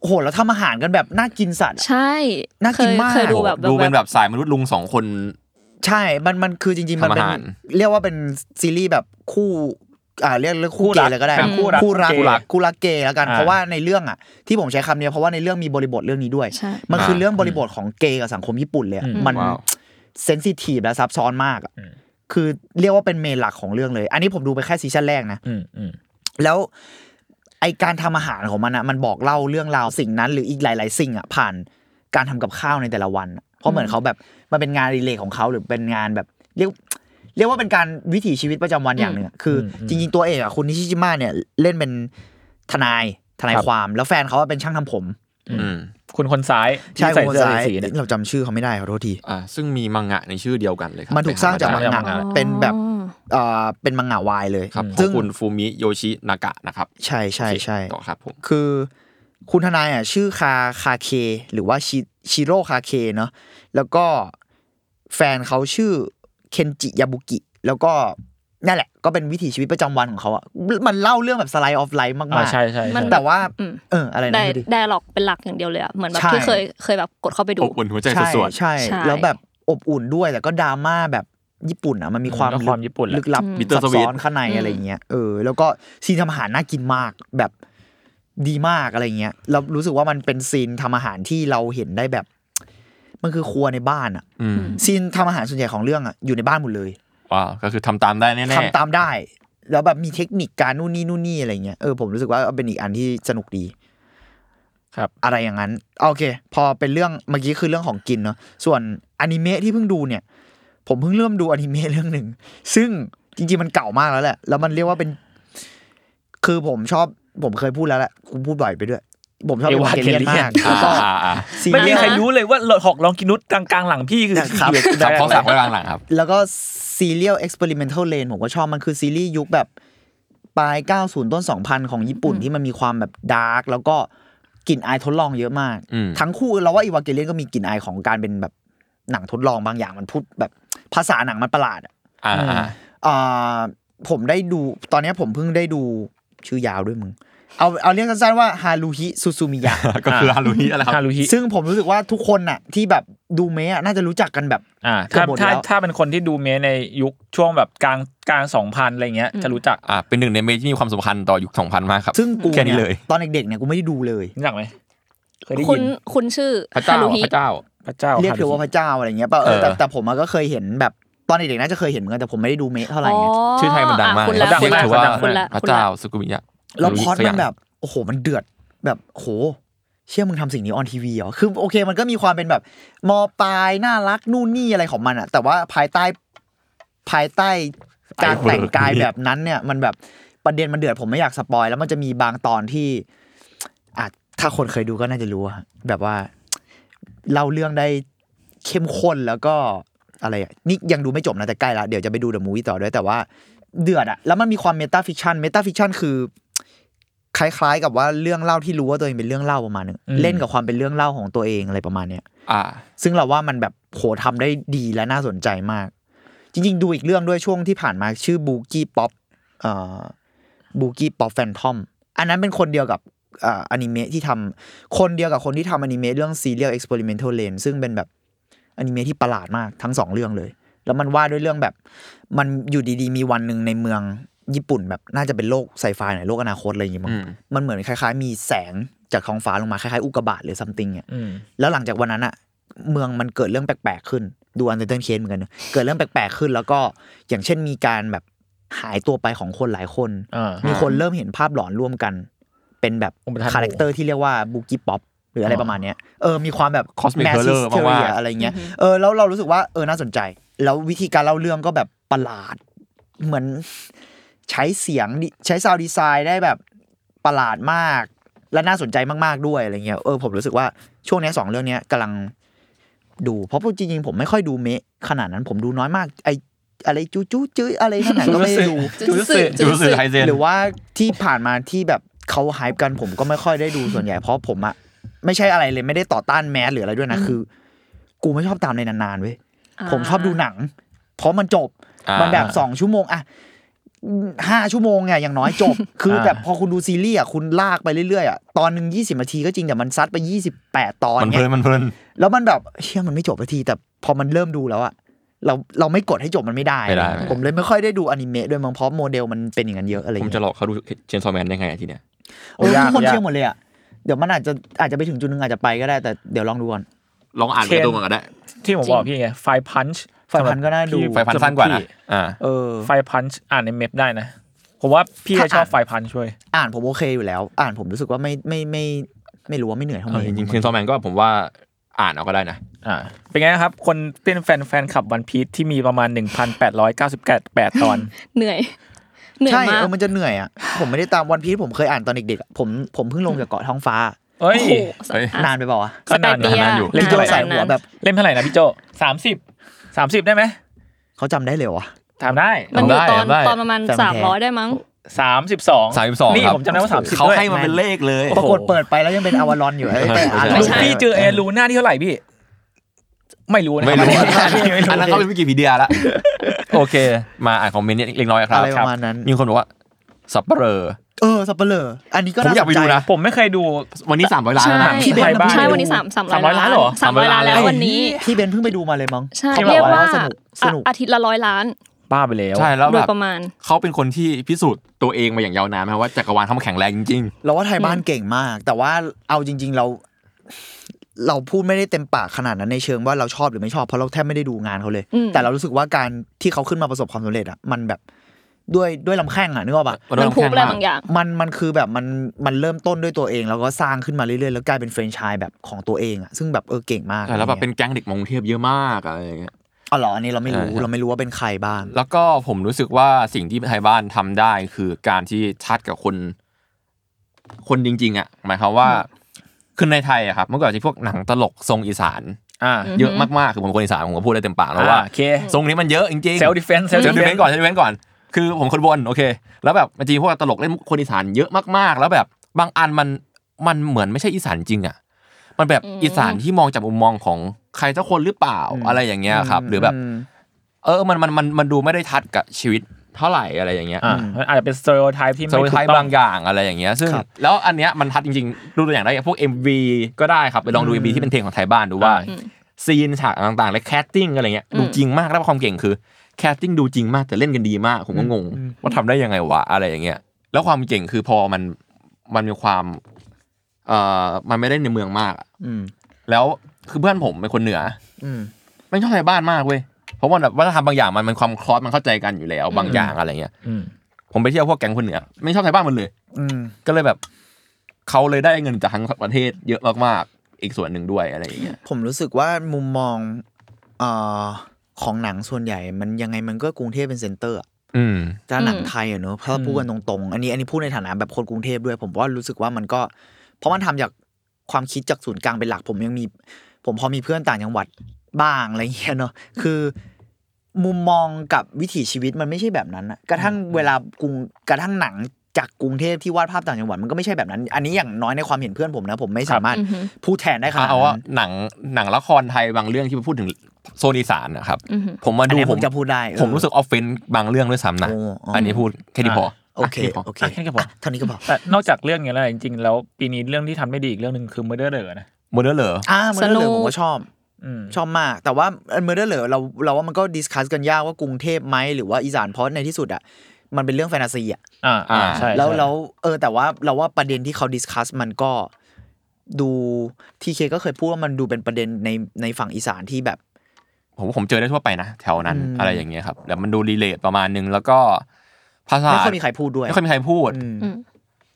โอ้โหแล้วทำอาหารกันแบบน่ากินสัตว์อะ ใช่ น่ากินมาก เคยดูแบบ ดูเป็น แบบ แบบสายมนุษย์ลุงสองคน ใช่ มัน มันคือจริง ๆ มันเป็ ทำ น อาหาร เรียกว่าเป็นซีรีส์แบบคู่ อ่า เรียกเรียก คู่ คู่ รั เก ก ย์เลยก็ได้ เป็นคู่รัก คู่รัก เกย์ คู่รักคู่รักเกย์แล้วกัน อ่า เพราะว่าในเรื่องอ่ะ ที่ผมใช้คำเนี้ยเพราะว่าในเรื่องมีบริบทเรื่องนี้ด้วย ใช่ มันคืออา เรื่องบริบทของเกย์กับสังคมญี่ปุ่นเลยอะ อืม มัน ว้าว เซนซิทีฟและซับซ้อนมากอะคือเรียกว่าเป็นเมนหลักของเรื่องเลย อันนี้ผมดูไปแค่ซีซั่นแรกนะ อืมอืม แล้วไอการทำอาหารของมันอะมันบอกเล่าเรื่องราวสิ่งนั้น หรืออีกหลาย ๆ สิ่งอะผ่านการทำกับข้าวในแต่ละวันอะเพราะเหมือนเขาแบบมันเป็นงานอดิเลกของเขาหรือเป็นงานแบบเรียกเรียกว่าเป็นการวิถีชีวิตประจำวันอย่างหนึ่งอะคืออ มอืม จริง ๆ ตัวเอกอะคุณนิชิจิมะเนี่ยเล่นเป็นทนายทนายความ แล้วแฟนเขาอะเป็นช่างทำผม อืม คุณคนซ้ายที่ ใช่ ใส่ คน เสื้อ ซ้าย สีเนี่ย เราจำชื่อเขาไม่ได้ขอโทษที อ่าซึ่งมีมังงะในชื่อเดียวกันเลยครับ มันถูกสร้างจากมัง จากมั งะ งงะ เป็นแบบเอ่อเป็นมังงะวายเลย ครับขอ ซึ่ ง ง คุณฟูมิโยชินากะนะครับ ใช่ใช่ใช่ ต่อครับผม คือ คุณทนายอ่ะชื่อคาคาเค หรือว่าชิชิโร่คาเคเนาะแล้วก็แฟนเขาชื่อเคนจิยาบุกิ แล้วก็นั่นแหละ ก็เป็นวิถีชีวิตประจำวันของเขาอ่ะมันเล่าเรื่องแบบสไลด์ออฟไลฟ์มา อ่าก ใช่ใช่ มัน ใช่ ๆ แต่ว่า อืม เอออะไรนะ ได้ ดูดิ ได้หลอกเป็นหลักอย่างเดียวเลยอะเหมือนแบบ ใช่ ที่เคยเคยแบบกดเข้าไปดู อบอุ่นหัวใจสุด ใช่ ใช่ ใช่ แล้วแบบอบอุ่นด้วย แต่ก็ดราม่าแบบญี่ปุ่นอ่ะมันมีความ ก็ความญี่ปุ่นแหละ ลึกลับ ๆบิเตอ ซั ร์ บ สวี ซ้ ท อนข้างในอะไรอย่างเงี้ยเออแล้วก็ซีนทำอาหารน่ากินมากแบบดีมากอะไรเงี้ยเรารู้สึกว่ามันเป็นซีนทำอาหารที่เราเห็นได้แบบ มันคือครัวในบ้านอ่ะ อืม ซีนทำอาหารส่วนใหญ่ของเรื่องอ่ะอยู่ในบ้านหมดเลย ว้าวก็คือทำตามได้แน่ ทำตามได้ แล้วแบบมีเทคนิคการนู่นนี่นู่นนี่อะไรเงี้ยเออผมรู้สึกว่าเป็นอีกอันที่สนุกดี ครับ อะไรอย่างนั้นโอเค พอเป็นเรื่องเมื่อกี้คือเรื่องของกินเนาะส่วนอนิเมะที่เพิ่งดูเนี่ย ผมเพิ่งเริ่มดูอนิเมะเรื่องหนึ่ง ซึ่งจริงๆมันเก่ามากแล้วแหละ แล้วมันเรียกว่าเป็น คือผมชอบผมเคยพูดแล้วแหละกูพูดบ่อยไปด้วย ผมชอบ เอวา เกเลียน เกเรียน มาก ๆอ่า แล้วก็ อ่าอ่า ซี ไม่มี รี ใคร ส์ รู้เลยว่าหลอดหอกลองกินนุชกลางกลางๆหลังพี่คือ ครับ ค ได้อะรับไร เขาสั่งไว้หลังๆครับ แล้วก็ซีเรียลเอ็กซ์เพร์เมนทัลเลนผมก็ชอบมันคือซีรีส์ยุคแบบปลาย 90 ต้น 2000 ของญี่ปุ่นที่มันมีความแบบดาร์กแล้วก็กลิ่นอายทดลองเยอะมาก อืม ทั้งคู่เราว่าอีวาเกเลียนก็มีกลิ่นอายของการเป็นแบบหนังทดลองบางอย่างมันพูดแบบภาษาหนังมันประหลาดอะ อ่าอ่า อ่าผมได้ดูตอนเนี้ยผมเพิ่งได้ดูชื่อยาวด้วยมึง เอาเอาเรียกสั้นๆว่าฮารุฮิซูซู มิยะ ก็คือฮารุฮิอะไรครับ ฮารุฮิ ซึ่งผมรู้สึกว่าทุกคนน่ะ ที่แบบดูเมะอะน่าจะรู้จักกันแบบ อ่า เกือ ถ้า บหมด ถ้า แล้ว ถ้าเป็นคนที่ดูเมสในยุคช่วงแบบกลางกลางสองพันอะไรเงี้ยจะรู้จัก อ่าเป็นหนึ่งในเมที่มีความสำคัญต่อยุคสองพันมากครับ ซึ่งกู แค่นี้เลย ตอนเด็กๆเนี่ยกูไม่ได้ดูเลย รู้จักไหมเคยได้ คุ ยิ ณ น คุณชื่อ พระเจ้า ฮารุ อ่ะ ฮิ พระเจ้า พระเจ้า เรียกเธอว่าพระเจ้าอะไรเงี้ยป่ะเออแต่ เออ แต่ผมอะก็เคยเห็นแบบตอนเด็กๆน่าจะเคยเห็นเหมือนกันแต่ผมไม่ได้ดูเมะเท่าไหร่ อ๋อ ไง ชื่อไทยมันดังมาก คุณแล้ว เรียกถือว่า คุณแล้ว พระ คุณ เจ้า แล้ว สุกุมิยะ แล้วพล็อด สัก มั ย่าน ง แบบโอ้โหมันเดือดแบบโห เชื่อมึงทำสิ่งนี้ออนทีวีเหรอคือโอเค มันก็มีความเป็นแบบมอปลายน่ารักนู่นนี่อะไรของมันอะแต่ว่าภายใต้ภายใต้การแต่งกายแบบนั้นเนี่ย มันแบบประเด็นมันเดือดผมไม่อยากสปอยแล้วมันจะมีบางตอนที่อาจถ้าคนเคยดูก็น่าจะรู้อะแบบว่าเล่าเรื่องได้เข้มข้นแล้วก็อะไรอะนี่ยังดูไม่จบนะแต่ใกล้ละเดี๋ยวจะไปดูเดอะมูวี่ต่อด้วยแต่ว่า เดือดอะแล้วมันมีความเมตาฟิ t ชันเมตาฟิ t ชันคือ คล้ายๆ กับว่าเรื่องเล่าที่รู้ว่าตัวเองเป็นเรื่องเล่าประมาณหนึงเล่นกับความเป็นเรื่องเล่าของตัวเองอะไรประมาณเนี้ย อ่า ซึ่งเราว่ามันแบบโหทำได้ดีและน่าสนใจมาก จริง ๆ ดูอีกเรื่องด้วยช่วงที่ผ่านมาชื่อบูกี้ป๊อปเอ่อบูกี้ป๊อปแฟนทอมอันนั้นเป็นคนเดียวกับเอ่ออนิเมะที่ทำคนเดียวกับคนที่ทำอนิเมะเรื่อง Serial Experimental Lane ซึ่งเป็นแบบอนิเมะที่ประหลาดมากทั้งสองเรื่องเลย แล้วมันว่าด้วยเรื่องแบบ มันอยู่ดีๆ มีวันหนึ่งในเมืองญี่ปุ่นแบบน่าจะเป็นโลกไซไฟหน่อยโลกอนาคตอะไรอย่างงี้มั้ง อืม มันเหมือนคล้าย ๆ มีแสงจากท้องฟ้าลงมาคล้ายๆอุกกาบาตหรือซัมติงอ่ะ อืม แล้วหลังจากวันนั้นอะเมืองมันเกิดเรื่องแปลกๆขึ้น ดูอันเดอร์เทนเคสเหมือนกันเนอะเกิดเรื่องแปลกๆขึ้น แล้วก็อย่างเช่นมีการแบบหายตัวไปของคนหลายคน อ่า มีคนเริ่มเห็นภาพหลอนร่วมกัน เป็นแบบ อุปทานหมู่ คาแรคเตอร์ที่เรียกว่าบูกี้ป๊อปหรืออะไรประมาณเนี้ยเออมีความแบบ Cosmic Massive Horror Hysteria มากๆ อะไรเงี้ยเออแล้วเรารู้สึกว่าเออน่าสนใจ แล้ววิธีการเล่าเรื่องก็แบบประหลาด เหมือน ใช้เสียงดิใช้ซาวดีไซน์ได้แบบประหลาดมาก และน่าสนใจมาก ๆ ด้วยอะไรเงี้ยเออผมรู้สึกว่าช่วงเนี้ยสองเรื่องเนี้ยกำลังดู เพราะจริง ๆ ผมไม่ค่อยดูเมะขนาดนั้นผมดูน้อยมาก ไออะไรจู้จู้จื้ออะไรนั่นน่ะก็ไม่ได้ดู จุดสื่อ จูสึไคเซน หรือว่าที่ผ่านมาที่แบบเขาไฮป์กันผมก็ไม่ค่อยได้ดูส่วนใหญ่เพราะผมอะไม่ใช่อะไรเลยไม่ได้ต่อต้านแมสหรืออะไรด้วยนะคือ กูไม่ชอบตามในนานๆเว้ยผมชอบดูหนัง เพราะมันจบ อ่า มันแบบสองชั่วโมงอะห้าชั่วโมงไงอย่างน้อย จบ คือแบบพอคุณดูซีรีส์อะคุณลากไปเรื่อยๆอะตอนหนึ่งยี่สิบนาทีก็จริงแต่มันซัดไปยี่สิบแปดตอน มันเพ เนี้ ลิ ย นมันเพลิน แล้วมันแบบเชื่อมันไม่จบสักทีแต่พอมันเริ่มดูแล้วอะเราเราไม่กดให้จบมันไม่ได้ ไม่ได้ไม่ได้ ผมเลยไม่ค่อยได้ดูอนิเมะด้วยมั้งเพราะโมเดลมันเป็นอย่างนั้นเยอะอะไรอ ผ ย่าง ม เงี้ย จะหลอกเขาดูเชนซอแมนได้ไงอะทีเนี้ย โอ้ย ยาก ทุกคน ยาก เที่ยวหมดเลยอ่ะ เดี๋ยวมันอาจจะอาจจะไปถึงจุดหนึงอาจจะไปก็ได้แต่เดี๋ยวลองดูก่อน ลองอ่านการ์ตูนก่อนก็ได้ ที่ผมบอกพี่ไงไฟพันช์ ไฟพันช์ก็น่าดู ไฟพันสั้นกว่านะอ่า เออ ไฟพันช์อ่านในเมพได้นะ ผมว่าพี่ ถ้า จะชอบไฟพันช์ช่วย อ่านผมโอเคอยู่แล้ว อ่านผมรู้สึกว่าไม่ไม่ไม่ไม่รู้ว่าไม่เหนื่อยเท่าไห เอ ร่ อจริงๆเชนซอแมนก็ผมว่าอ่านเอาก็ได้นะ อ่า เป็นไงครับ คนเป็นแฟนแฟนคลับวันพี e ที่มีประมาณ 1,898 ตอน เหนื่อยเหนื่อย ใช่ มาก เออมันจะเหนื่อยอ่ะ ผมไม่ได้ตามวันพีชผมเคยอ่านตอนเด็กๆอะผมผมเพิ่งลงจากเกาะท้องฟ้า เอ้ย โอ้โห เอ้ย อ่ะ นานไปเปล่าวะ ก็นาน สเปเปีย นานอยู่ เล่ พี่ น โจ เท่าไหร่ ใส่หัวแบบ เล่มเท่าไหร่นะพี่โจ 30 30 ได้ไหม เขาจำได้เลยวะ ถามได้ มันอยู่ตอน ได้ได้ ตอนประมาณ แต่มันแพง สามร้อยได้มั้ง สามสิบสอง สามสิบสอง นี่ ครับ ผมจำได้ว่าสามสิบ เขาให้มาเป็นเลขเลย ปรากฏเปิดไปแล้วยังเป็นอวารอนอยู่ไอ้ ไม่ใช่แต่ลูอ่านไม่ ก ใช่ พี่เจอแอนรูหน้าที่เท่าไหร่พี่ ไม่รู้นะ ไม่รู้ คบ อันนั้นเขาเป็นวิกิพีเดียละโอเค มาอ่านคอมเมนต์เล็กน้อยครั อะ บ ไร ค ป รับ ระมาณนั้น มีคนบอกว่าสับเปลอ เออสับเปลืออันนี้ก็ ผม น่า อยากสน ไป ใจ ดูนะ ผมไม่เคยดู วันนี้สามร้อยล้านแล้วนะ พี่เบนซ์ ใช่ บ้าน วันนี้สามสาม สามร้อยล้านเหรอ สามร้อยล้านแล้ว สามร้อยล้าน วันนี้ ที่เบนเพิ่งไปดูมาเลยมั้ง ใช่ ขบอ เรียกว่า สนุกสนุก อาทิตย์ละร้อยล้าน บ้าไปแล้ว ใช่แล้ว โด แบ ย บ ประมาณ เขาเป็นคนที่พิสูจน์ตัวเองมาอย่างยาวนานนะครับว่าจักรวาลทำแข็งแรงจริง เราว่าไทยบ้านเก่งมาก แต่ว่าเอาจริง ๆ เรา เราพูดไม่ได้เต็มปากขนาดนั้นในเชิงว่าเราชอบหรือไม่ชอบเพราะเราแทบไม่ได้ดูงานเขาเลย อืม แต่เรารู้สึกว่าการที่เขาขึ้นมาประสบความสำเร็จอ่ะมันแบบด้วยด้วยลำแข้งอ่ะนึกออกปะ มัน มัน ต้อง พูด แพง อะไร มาก บางอย่าง มันมันคือแบบมันมันเริ่มต้นด้วยตัวเอง แล้วก็สร้างขึ้นมาเรื่อยๆแล้วกลายเป็นแฟรนไชส์แบบของตัวเองอ่ะซึ่งแบบเออเก่งมาก ๆใช่แล้วแบบเป็นแก๊งเด็กมากรุงเทพเยอะมากอะไรอย่างเงี้ย อ๋อเหรออันนี้เราไม่รู้ ใช่ใช่ เราไม่รู้ว่าเป็นใครบ้าง แล้วก็ผมรู้สึกว่าสิ่งที่ไทยบ้านทำได้คือการที่ทัดกับคน คนจริง ๆ อ่ะ หมายความว่าคือในไทยอะครับเมื่อก่อนที่พวกหนังตลกทรงอีสาน อ่า อืม เยอะมากๆคือผมเป็นคนอีสานผมก็พูดได้เต็มปากแล้วว่า โอเค ทรงนี้มันเยอะจริงๆ เซลดิเฟนซ์เซ เดี๋ ล ยว ดิ เดี๋ยว เฟ เว้ น น ซ์ ก่อนเดี๋ยวเว้นก่อน คือผมคนบนโอเค แล้วแบบจริงๆพวกตลกเล่นคนอีสานเยอะมากๆ แล้วแบบบางอันมันมันเหมือนไม่ใช่อีสานจริงอ่ะ มันแบบ อืม อีสานที่มองจากมุมมองของใครสักคนหรือเปล่าอะไรอย่างเงี้ยครับ หรือแบบ ม เออมันมันมันมันดูไม่ได้ทัดกับชีวิตเท่าไหร่อะไรอย่างเงี้ย อ่ามันอาจจะเป็นสเตอริโอไทป์ที่ ส ไม่ มุ ถู ไทกต้อบยาง งอย่างอะไรอย่างเงี้ย ซึ่ง ครับ แล้วอันเนี้ยมันทัดจริงๆ ดูตัวอย่างได้พวก MV ก็ได้ครับไปลองดู MV ที่เป็นเพลงของไทยบ้านดูว่า อืม ซีนฉากต่างๆ และแคสติ้งอะไรเงี้ยดูจริงมากแล้วความเก่งคือแคสติ้งดูจริงมากแต่เล่นกันดีมาก ผมก็งงว่าทำได้ยังไงวะอะไรอย่างเงี้ยแล้วความเก่งคือพอมันมันมีความเอ่อมันไม่ได้ในเมืองมากอะ อืม แล้วคือเพื่อนผมเป็นคนเหนือ อืม ไม่งชอบไทยบ้านมากเว้ยเพราะว่าแบบวัฒนธรรมบางอย่างมันมันความคลอสมันเข้าใจกันอยู่แล้วบางอย่างอะไรเงี้ย อืม ผมไปเที่ยวพวกแก๊งคนเหนือ ไม่ชอบไทยบ้านหมันเลย อืม ก็เลยแบบเขาเลยได้เงินจากทั้งประเทศเยอะมากๆอีกส่วนหนึ่งด้วยอะไรอย่างเงี้ย ผมรู้สึกว่ามุมมองเออของหนังส่วนใหญ่ มันยังไงมันก็กรุงเทพเป็นเซ็นเตอร์อะ อืม ถ้าหนัง อืม ไทยอะเนอะเพราะพูดกันตรงๆ อันนี้อันนี้พูดในฐานะแบบคนกรุงเทพด้วย ผมว่ารู้สึกว่ามันก็ เพราะมันทำจากความคิดจากศูนย์กลางเป็นหลัก ผมยังมี ผมพอมีเพื่อนต่างจังหวัดบ้างอะไรเงี้ยเนอะคือ มุมมองกับวิถีชีวิตมันไม่ใช่แบบนั้นอะกระทั่งเวลากรุงกระทั่งหนังจากกรุงเทพที่วาดภาพต่างจังหวัดมันก็ไม่ใช่แบบนั้น อันนี้อย่างน้อยในความเห็นเพื่อนผมนะ ผมไม่สามารถ อือฮึ พูดแทนได้ขนาด เอาว่า นั้น หนังหนังละครไทยบางเรื่องที่พูดถึงโซนอีสานนะครับ อือหือ ผมมา อัน ดู เนี้ย ผ ผม มจะพูดได้เออ ผมรู้สึกออฟเฟนบางเรื่องด้วยซ้ำนะ โอ้อ๋ออั อันนี้พูดแค่นี้พอ โอเค แนี้พ โอเค อ่ะแค่นี้ก็พออ่ ะเท่านี้ก็พอ แต่นอกจากเรื่องเนี้ยแล้วจริงๆแล้วปีนี้เรื่องที่ทำไม่ดีอีกเรื่องหนึ่งคือ Murder เลยนะ โมเดลเหรอ อ่าเมอร์เดอร์เหล สนุ อก ผมก็ชอบ อืม ชอบมาก แต่ว่าเมอร์เดอร์เหลอเราเราว่ามันก็ดิสคัสกันยากว่ากรุงเทพไหมหรือว่าอีสานเพราะในที่สุดอ่ะมันเป็นเรื่องแฟนตาซีอ่ะ อ่าอ่าใช่ แล้ว ใช่ แล้วเออแต่ว่าเราว่าประเด็นที่เขาดิสคัสมันก็ดูทีเคก็เคยพูดว่ามันดูเป็นประเด็นในในฝั่งอีสานที่แบบ ผมว่าผมเจอได้ทั่วไปนะแถวนั้น อืม อะไรอย่างเงี้ยครับแต่มันดูรีเลทประมาณนึงแล้วก็ภาษา ไม่ค่อยมีใครพูดด้วย ไม่ค่อยมีใครพูด อืม อืม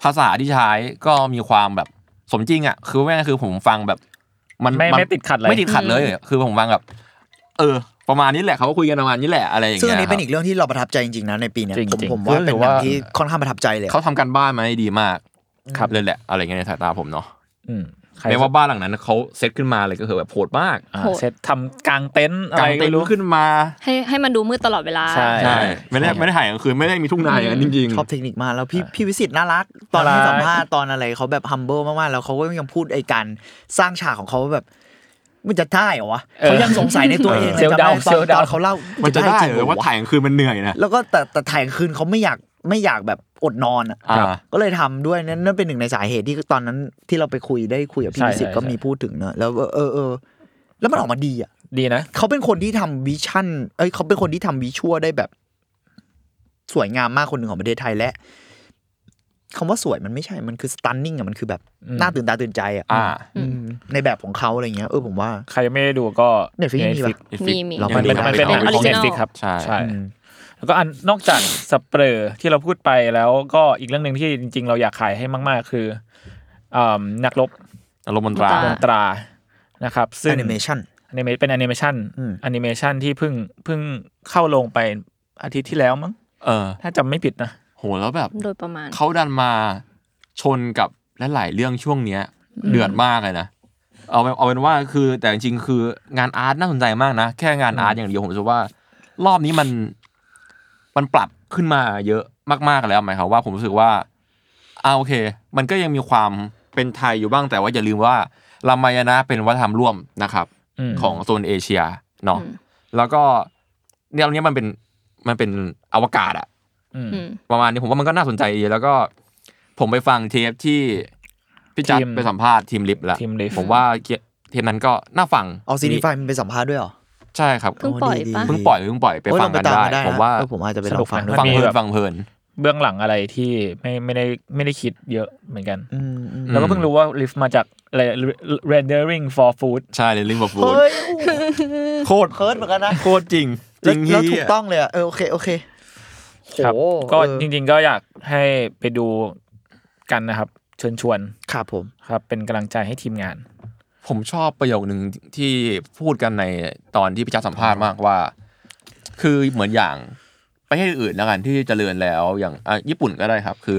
ภาษาที่ใช้ก็มีความแบบสมจริงอ่ะคือแม่งคือผมฟังแบบ มัน ไม่ น ไม่ติดขัดเลย ไม่ติดขัดเลย คือผมฟังแบบ เออ ประมาณนี้แหละเขาก็คุยกันประมาณนี้แหละอะไรอย่าง ซึ่ง เงี้ย อันนี้เป็ครันบ อีกเรื่องที่เราประทับใจจริงๆนะในปีเนี้ย จริง ผม จริง ผมว่าเป็นหนัง ว่า ที่ค่อนข้างประทับใจเลย เขาทำการบ้านมาได้ดีมากครับเลยแหละ อะไรเงี้ยในสายตาผมเนาะ อืมใคร แม้ว่าบ้านหลังนั้นเขาเซตขึ้นมาเลยก็คือแบบโหดมาก อ่า โหด เซตทำกลางเต็นท์อะไร กางเต็ ไม่ น รู้ ท์ขึ้นมา ให้ให้มันดูมืดตลอดเวลา ใช่ ใช่ไม่ได้ไม่ได้ถ่ายกลางคืนไม่ได้มีทุ่งนาอย่างนั้นจริง ชอบเทคนิคมากแล้วพี่พี่วิสิตน่ารัก ตอน น่ารัก ให้สัมภาษณ์ตอนอะไรเขาแบบ humble มากๆ แล้วเขาก็ยังพูดไอ้การสร้างฉากของเขาว่าแบบ มันจะได้เหรอวะเขายังสงสัยในตัวเอง เซลล์ จำไ ดาวน์ ต เซล อ ล์ น ดา ต ว อ น์ นเขาเล่า ๆ มันจะได้เหร ริ อง ว่าถ่ายกลางคืนมันเหนื่อยนะ แล้วก็แต่แต่ถ่ายคืนเขาไม่อยากไม่อยากแบบอดนอนอ่ะ อ่า ก็เลยทำด้วยนั่นนั่นเป็นหนึ่งในสาเหตุที่ตอนนั้นที่เราไปคุยได้คุยกับพี่ ใช่ วิสิต ใช่ ก็ ใช่ มีพูดถึงเนอะแล้วเออเออแล้วมันออกมาดีอ่ะ ดีนะ เขาเป็นคนที่ทำวิชั่น เอ้ยเขาเป็นคนที่ทำวิชวลได้แบบ สวยงามมากคนหนึ่งของประเทศไทยและคำว่าสวยมันไม่ใช่ มันคือ stunning อะมันคือแบบ อืม น่าตื่นตาตื่นใจอะ อ่า อืมในแบบของเขาอะไรเงี้ย เออผมว่า ใครยังไม่ได้ดูก็ Netflix มีปะ Netflix มีมี ยัง มั มัน น เป็น ดู มันเป็น ไม่ได้ ข อ อ อง ริจิ เน็ น ต อล ฟิกครับ ใช่ ใช่ แล้วก็อันนอกจากสเปรย์ที่เราพูดไปแล้วก็อีกเรื่องหนึ่งที่จริง ๆ เราอยากขายให้มาก ๆ คืออ่ำนักรบ อารมณ์มนตรา อ่ มนตรานะครับ ซึ่ง animation อนิเมะเป็นแอนิเมชัน อืม แอนิเมชันที่เพิ่งเพิ่งเข้าลงไปอาทิตย์ที่แล้วมั้ง เออ ถ้าจำไม่ผิดนะ โหแล้วแบบ โดยประมาณ เขาดันมาชนกับหลายๆเรื่องช่วงเนี้ย เดือดมากเลยนะเอาเป็นเอาเป็นว่าคือแต่จริงๆคืองานอาร์ตน่าสนใจมากนะ แค่งานอาร์ตอย่างเดียวผมรู้สึกว่า รอบนี้มันมันปรับขึ้นมาเยอะ มากๆแล้วหมายความว่าผมรู้สึกว่าเอาโอเค มันก็ยังมีความเป็นไทยอยู่บ้างแต่ว่าอย่าลืมว่าลามายนะเป็นวัฒนธรรมร่วมนะครับ ม ของโซนเอเชียเนาะ อืม แล้วก็เนี่ยเนี้ยมันเป็นมันเป็นอวกาศอะ อืม อืม ประมาณนี้ผมว่ามันก็น่าสนใจดีแล้วก็ผมไปฟังเทปที่พี่จัด ทีม ไปสัมภาษณ์ทีมลิฟต์ละ ทีมลิฟต์ ผมว่าเทปนั้นก็น่าฟัง เอาซีนีไฟมันไปสัมภาษณ์ด้วยเหรอ ใช่ครับ เพิ่งปล่อยปะ เพิ่งปล่อยเพิ่งปล่อยไป โอ้ย ฟั ลอง งไป กัน ตาม ได้ มาได้ ผ นะ มว่า เออผมอาจจะไปลองฟังด้วย สนุกนะ ฟังเพมีลิน แบบ ฟังเพลิน เบื้องหลังอะไรที่ไม่ไม่ได้ไม่ได้คิดเยอะเหมือนกัน อืมอืม แล้วก็เพิ่งรู้ว่าลิฟต์มาจากอะไร rendering for food ใช่เรนลิงบอฟูด เฮ้ย โคตร เคิร์ดเหมือนกันนะ โคตรจริง จ แล้ ริงวแล้ว เหี้ยถูกต้องเลยอะเออโอเคโอเคโห ครับก็ เออ จริงๆก็อยากให้ไปดูกันนะครับ เชิญชวน ครับผม ครับ เป็นกำลังใจให้ทีมงาน ผมชอบประโยคหนึ่งที่พูดกันในตอนที่พิจารสัมภาษณ์มากว่า คือเหมือนอย่างประเทศอื่นแล้วกันที่เจริญแล้วอย่างอ่ะญี่ปุ่นก็ได้ครับ คือ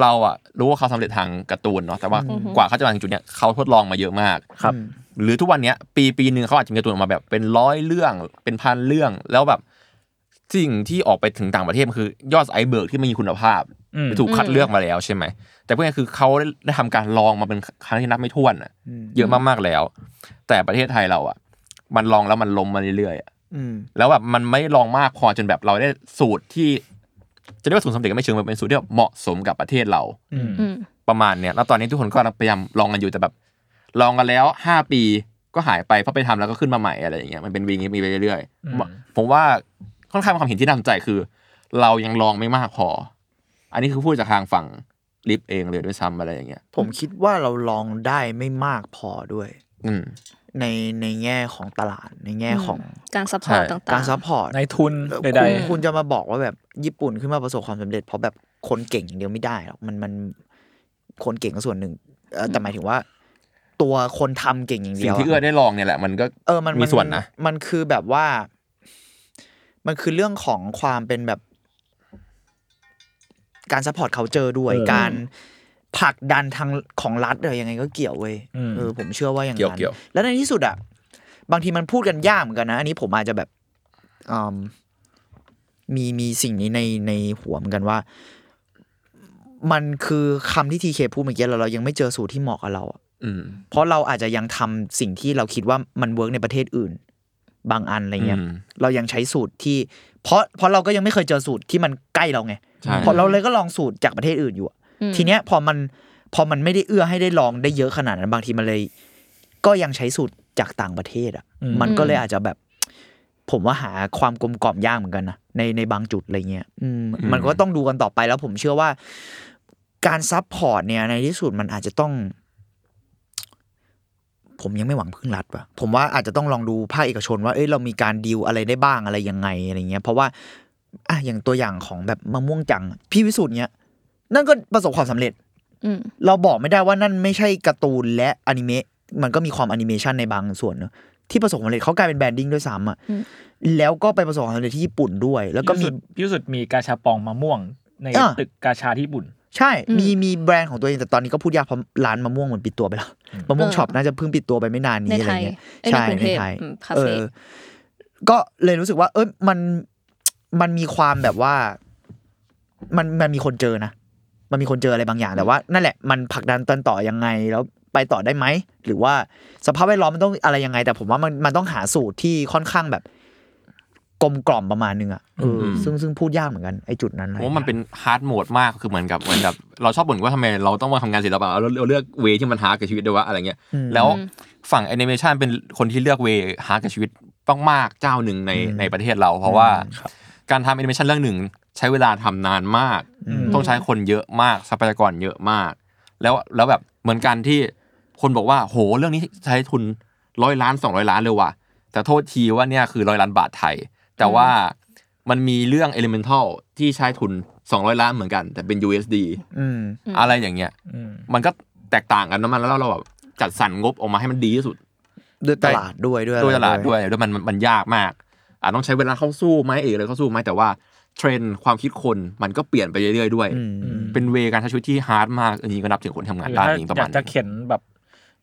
เราอะรู้ว่าเขาสำเร็จทางการ์ตูนเนาะแต่ว่า อือฮึ กว่าเขาจะมาถึงจุดเนี้ยเขาทดลองมาเยอะมาก ครับ หรือทุกวันเนี้ยปีปีหนึ่งเขาอาจจะมีการ์ตูนออกมาแบบเป็นร้อยเรื่องเป็นพันเรื่อง แล้วแบบสิ่งที่ออกไปถึงต่างประเทศมันคือยอดไอซ์เบิร์กที่ไม่มีคุณภาพ อืม ถูกคัดเลือกมาแล้วใช่ไหม แต่พวกนี้คือเขาได้ได้ทำการลองมาเป็นครั้งที่นับไม่ถ้วนอะ อืม เยอะมากๆแล้ว แต่ประเทศไทยเราอ่ะ มันลองแล้วมันล้มมาเรื่อยๆอะ อืม แล้วแบบมันไม่ลองมากพอจนแบบเราได้สูตรที่ จะเรียกว่าสูตรสำเร็จก็ไม่เชิงมันเป็นสูตรที่แบบเหมาะสมกับประเทศเรา อืม อืม ประมาณเนี้ยแล้วตอนนี้ทุกคนก็พยายามลองกันอยู่แต่แบบ ลองกันแล้วห้าปีก็หายไปเพราะไปทำแล้วก็ขึ้นมาใหม่อะไรอย่างเงี้ยมันเป็นวีงี้มีไปเรื่อย อืม ๆผมว่าค่อนข้างเป็นความเห็นที่น่าสนใจคือ เรายังลองไม่มากพอ อันนี้คือพูดจากทางฝั่งลิฟเองเลยด้วยซ้ำอะไรอย่างเงี้ย ผมคิดว่าเราลองได้ไม่มากพอด้วย อืม ในในแง่ของตลาดในแง่ของ การซัพพอร์ต ใช่ ต่างๆ การซัพพอร์ต ในทุน เออ ใด คุณคุณจะมาบอกว่าแบบญี่ปุ่นขึ้นมาประสบความสำเร็จเพราะแบบคนเก่งอย่างเดียวไม่ได้หรอกมันมันคนเก่งก็ส่วนหนึ่งเออแต่หมายถึงว่า ตัวคนทำเก่งอย่างเดี สิ่ ย ง วอะ ที่เอื้อได้ลองเนี่ยแหละมันก็ เออมัน มีส่วนนะ มันคือแบบว่า มันคือเรื่องของความเป็นแบบ การซัพพอร์ตเขาเจอด้วย การผลักดันทางของรัฐอะไรยังไงก็เกี่ยวเว้ยเออผมเชื่อว่าอย่าง เกี่ยว นั้น เกี่ยว แล้วในที่สุดอ่ะบางทีมันพูดกันยากเหมือนกันนะอันนี้ผมอาจจะแบบอืมมีมีสิ่งนี้ในในหัวเหมือนกันว่า มันคือคำที่ทีเคพูดเมื่อกี้เราเรายังไม่เจอสูตรที่เหมาะกับเราอะ อืม เพราะเราอาจจะยังทำสิ่งที่เราคิดว่ามันเวิร์กในประเทศอื่น บางอันอะไรเงี้ย อืม เรายังใช้สูตรที่เพราะเพราะเราก็ยังไม่เคยเจอสูตรที่มันใกล้เราไง ใช่ เพราะเราเลยก็ลองสูตรจากประเทศอื่นอยู่อะ อืม ทีเนี้ยพอมันพอมันไม่ได้เอื้อให้ได้ลองได้เยอะขนาดนั้นบางทีมันเลย ก็ยังใช้สูตรจากต่างประเทศอ่ะ มันก็เลยอาจจะแบบ ผมว่าหาความกลมกล่อมยากเหมือนกันนะในในบางจุดอะไรเงี้ยอืมมันก็ต้องดูกันต่อไปแล้วผมเชื่อว่า การซัพพอร์ตเนี่ยในที่สุดมันอาจจะต้อง ผมยังไม่หวังพึ่งรัฐว่ะผมว่าอาจจะต้องลองดูภาคเอกชนว่าเอ้ยเรามีการดีลอะไรได้บ้างอะไรยังไงอะไรเงี้ย เพราะว่าอ่ะอย่างตัวอย่างของแบบมะม่วงจังอะพี่วิสุทธ์เนี้ยนั่นก็ประสบความสำเร็จ อืม เราบอกไม่ได้ว่านั่นไม่ใช่การ์ตูนและอนิเมะมันก็มีความอนิเมชันในบางส่วนเนอะที่ประสบความสำเร็จเขากลายเป็นแบรนดิ้งด้วยซ้ำอ่ะ อืม แล้วก็ไปประสบความสำเร็จที่ญี่ปุ่นด้วย แล้วก็ ก็ มี มีที่สุดมีกาชาปองมะม่วง ใน อ่ะ ตึกกาชาที่ญี่ปุ่น ใช่มีมีแบรนด์ของตัวเองแต่ตอนนี้ก็พูดยากเพราะร้านมะม่วงเหมือนปิดตัวไปแล้วมะม่วงช็อปน่าจะเพิ่งปิดตัวไปไม่นาน ใน นี้อะไร ไทย เงี้ย เอ้ยใน ใช่ กรุงเทพ ในไทย อืมคา เอ เฟ่ อ ก็เลยรู้สึกว่า เอ้ยมันมันมีความแบบว่า มันมันมีคนเจอนะ มันมีคนเจออะไรบางอย่างแต่ว่า นั่นแหละมันผลักดันตันต่อยังไง แล้วไปต่อได้ไหมหรือว่าสภาพแวดล้อมมันต้องอะไรยังไง แต่ผมว่ามันมันต้องหาสูตรที่ค่อนข้างแบบ กลมกล่อมประมาณนึงอ่ะเอออ ม ซึ่งซึ่งพูดยากเหมือนกันไอ้จุดนั้นอะไร ผมว่ามันเป็นฮาร์ดโหมดมากคือเหมือนกับเหมือนกับเราชอบบ่นว่าทำไมเราต้องมาทำงานศิลปะเราเราเลือกเวที่มันฮาร์ดกับชีวิตด้วยวะอะไรเงี้ย อืม แล้วฝั่งแอนิเมชันเป็นคนที่เลือกเวหากับชีวิตมากๆเจ้าหนึ่งใน อืม ในประเทศเรา เพราะว่าการทำแอนิเมชันเรื่องหนึ่งใช้เวลาทำนานมาก อืม ต้องใช้คนเยอะมากทรัพยากรเยอะมาก แล้วแล้วแบบเหมือนกันที่คนบอกว่าโหเรื่องนี้ใช้ทุนร้อยล้านสองร้อยล้านเลยว่ะแต่โทษทีว่าเนี่ยคือร้อยล้านบาทไทย แต่ว่ามันมีเรื่อง Elemental ที่ใช้ทุน 200 ล้านเหมือนกัน แต่เป็น USD อืม อะไรอย่างเงี้ย อืม มันก็แตกต่างกันนะมันแล้วเราแบบจัดสรรงบออกมาให้มันดีที่สุด ด้วยตลาดด้วยด้วย ด้วยตลาด อะไร ด้วยด้วยมันมันมันยากมากอาจต้องใช้เวลาเข้าสู้ไหมเอกเลยเข้าสู้ไหมแต่ว่าเทรนด์ความคิดคนมันก็เปลี่ยนไปเรื่อยๆด้วย อืม เป็นเวการใช้ชีวิตที่ฮาร์ดมากอันนี้ก็นับถึงคนทำงาน หรือ ด้าน ถ้า นี้ปอยามระาก ณ จะเข็นแบบ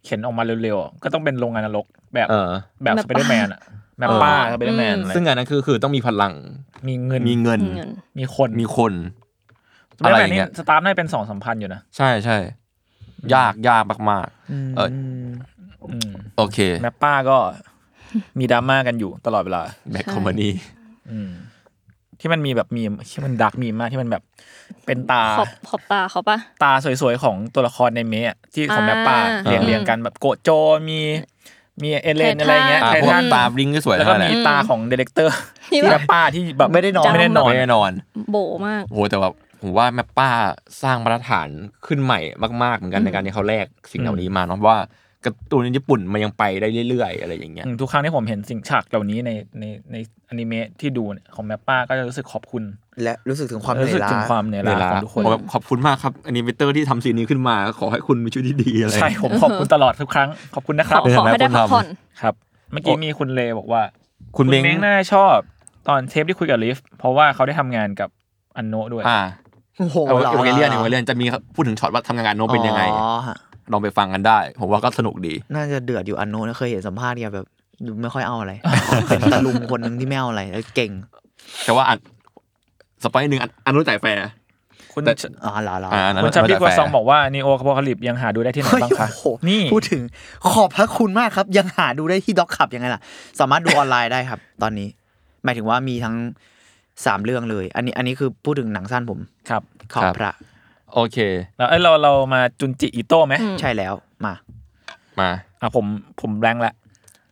เข็นออกมาเร็วๆอ่ะก็ต้องเป็นโรงงานนรกแบบ เออ แบบ แม ส ป ไปเดอร์แมนอะแมปป้าสไปเดอร์แมนอะไร ซึ่งงานนั้นคือคือต้องมีพลัง มีเงิน มีเงิน เงิน มีคน มีคน อะไรอย่างเงี้ย สตาร์ทได้เป็นสองสามพันอยู่นะ ใช่ใช่ยากยากมากๆเออ อืม โอเค แมปป้าก็มีดราม่ากันอยู่ตลอดเวลา แบ็คคอมมานี อืม ที่มันมีแบบมีมที่มันดักมีมมากที่มันแบบเป็นตา ขอบขอบตาเขาปะ ตาสวยๆ ของตัวละครในเมะอะที่ของ อ่า แมปป้าเรียง อ่า เรียงกันแบบโกโจมีมีเอเลน ไททัน อะไรเงี้ย อ่า ไท พวก ทัน ตาบลิงก์ก็สวย แล้ว เท่า ก็ นั้นแหละ มีตาของเดเลกเตอร์ ที่ ที่ แบ แบบ บป้าที่แบบ ไม่ได้นอน ไม่ได้นอน ไม่แน่นอน โบมาก โหแต่แบบผมว่าแมปป้าสร้างมาตรฐานขึ้นใหม่มากๆเหมือนกันในการที่เขาแลกสิ่งเหล่านี้มาเนาะเพราะว่าการ์ตูนญี่ปุ่นมันยังไปได้เรื่อย ๆ อะไรอย่างเงี้ย อืมทุกครั้งที่ผมเห็นสิ่งฉากเหล่านี้ในในในอนิเมะที่ดูเนี่ยของแมปป้าก็จะรู้สึกขอบคุณ และรู้สึกถึงความเห รู้ นื่อ สึ ย ก ล้า ถึงความเหนื่อยล้าของทุกคน ผมแบบขอบคุณมากครับอนิเมเตอร์ที่ทำซีนนี้ขึ้นมาขอให้คุณมีชีวิตที่ดีอะไร ใช่ผมขอบคุณตลอดทุกครั้ง ขอบคุณนะ ข ครั อบ เออ ขอให้ได้ แม่คน พัก ทำ ผ่อน ครับ เมื่อกี้มีคุณเลบอกว่า คุณเม้ง เม้งน่าจะชอบตอนเทปที่คุยกับลิฟเพราะว่าเขาได้ทำงานกับอันโนะด้วย อ่า โอ้โห เอา หร เอเวเลียนเอเวเลียนจะมีพูดถึงช็อตว่าทำงานกับโนตเป็นยังไง อ๋อฮะ ลองไปฟังกันได้ ผมว่าก็สนุกดี น่าจะเดือดอยู่อันโน้นนะเคยเห็นสัมภาษณ์แกแบบดูไม่ค่อยเอาอะไร เป็นตะลุมคนหนึ่งที่ไม่เอาอะไรแล้วเก่ง แต่ว่าอันสไปซ์หนึ่งอันอันรู้จ่ายแฟร์ คุณ แต่ อ๋อเหรอเหรอ อ่าอันนั้น คุณชาบิ จ่าย กวา แฟร์ ซองบอกว่านีโอคาโปคาลิปยังหาดูได้ที่ไหน เฮ้ย บ้างคะ โอ้โห นี่ พูดถึงขอบพระคุณมากครับ ยังหาดูได้ที่ด็อกขับยังไงล่ะ สามารถดูออนไลน์ได้ครับ ตอนนี้ หมายถึงว่ามีทั้งสามเรื่องเลย อันนี้อันนี้คือพูดถึงหนังสั้นผม ครับ ขอคบรับ พระ โอเค แล้วเอ้ยเราเรามาจุนจิอิโต้ไหม อืม ใช่แล้วมา มา อ่ะผมผมแรงค์ละ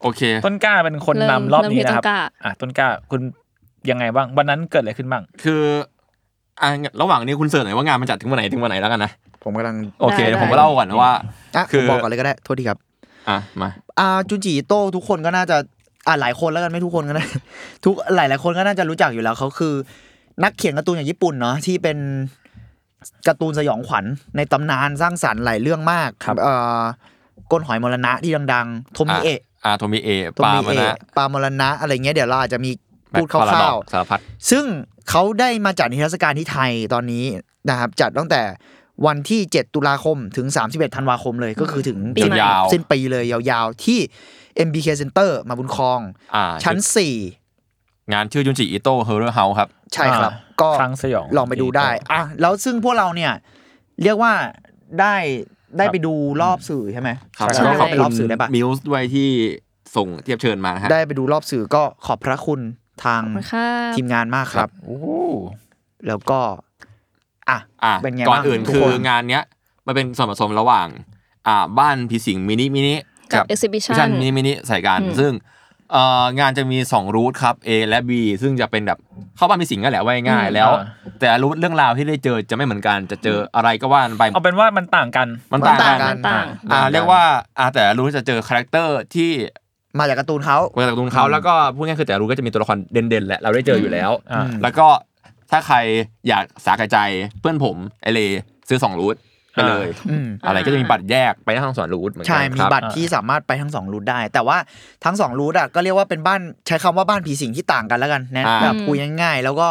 โอเค ต้นกล้าเป็นคน เริ่ นำ ม รอบ เริ่มที่ นี้นะครับ ต้นกล้า อ่ะต้นกล้าคุณยังไงบ้างวันนั้นเกิดอะไรขึ้นบ้าง คืออ่ะระหว่างนี้คุณเสิร์ชหน่อยว่างานมันจัดถึงวันไหนถึงวันไหนแล้วกันนะ ผมกำลัง โอเค ได้ เดี๋ยวผม ได้ เล่าก่อนว่า อ่ะ คื คือ อบอกก่อนเลยก็ได้โทษทีครับ อ่ะมา อ่าจุนจิอิโต้ทุกคนก็น่าจะอ่าหลายคนแล้วกันไม่ทุกคนก็ได้ ทุกหลายหลายๆคนก็น่าจะรู้จักอยู่แล้วเขาคือ นักเขียนการ์ตูนอย่างญี่ปุ่นเนาะที่เป็นการ์ตูนสยองขวัญในตำนานสร้างสรรค์หลายเรื่องมาก ครับ เอ่อก้นหอยมรณะที่ดังๆ โทมิเอะ อ่าโทมิเอะ โท ปา มิ มา เอะ นะ ปามรณะอะไรเงี้ยเดี๋ยวเราอาจจะมี แม็ พู ก ดคร่าว พรดอกซ์สารพัด ๆซึ่งเขาได้มาจัดนิทรรศการที่ไทยตอนนี้นะครับจัดตั้งแต่วันที่ 7 ตุลาคมถึง 31 ธันวาคมเลยก็คือถึง ปีใหม่ ยาว สิ้นปีเลยยาวๆ ที่ MBK Center มาบุญครอง ๆอ่า ชั้น งานชื่อจุนจิอิโต้เฮอร์เรอร์เฮาครับ 4 ใช่ครับ อ่า ก็ ครั้งสยอง ลองไปดูได้อ่ะแล้วซึ่งพวกเราเนี่ย เรียกว่าได้ได้ไปดูรอบสื่อใช่ไหม ครับ ใช่ แล้วก็ขอบ ไป คุ รอบ ณ สื่อได้ปะ มิวส์ด้วยที่ส่งเทียบเชิญมานะฮะ ได้ไปดูรอบสื่อก็ขอบพระคุณทาง ขอบคุณค่ะ ทีมงานมากครับ โอ้โห แล้วก็อ่ะ อ่ะ เป็นไง ก่อน บ้าง อื่น ทุก คื ค อน งานเนี้ยมันเป็นส่วนผสมระหว่าง อ่าบ้านผีสิงมินิมินิ กับ exhibition มินิมินิใส่กัน อืม ซึ่งเอ่องานจะมี 2 รูทครับ A และ B ซึ่งจะเป็นแบบเข้าบ้านผีสิงก็แหละว่าง่ายๆแล้ว อ่า แต่รูทเรื่องราวที่ได้เจอจะไม่เหมือนกันจะเจออะไรก็ว่ากันไป เอาเป็นว่ามันต่างกัน มันต่าง มันต่างกั กัน น ต่าง อ่าเรียกว่าอ่าแต่รูทจะเจอคาแรคเตอร์ที่ มาจากการ์ตูนเขา มาจากตุนเขาแล้วก็พูดง่ายๆคือแต่รูทก็จะมีตัวละครเด่นๆแหละเราได้เจออยู่แล้ว อ่า แล้วก็ถ้าใครอยากสาแก่ใจเพื่อนผมไอเลซื้อสองรูทไปเลย อืม อะไรก็จะมี อ่า บัตรแยกไปทั้งสวนรูทเหมือนกั ใช่ น มี ครับ บัตรที่สามารถไปทั้งสองรูทได้ แต่ว่าทั้งสองรูทอ่ะก็เรียกว่าเป็นบ้านใช้คำว่าบ้านผีสิงที่ต่างกันแล้วกันนะแบบคุยง่ายๆ แล้วก็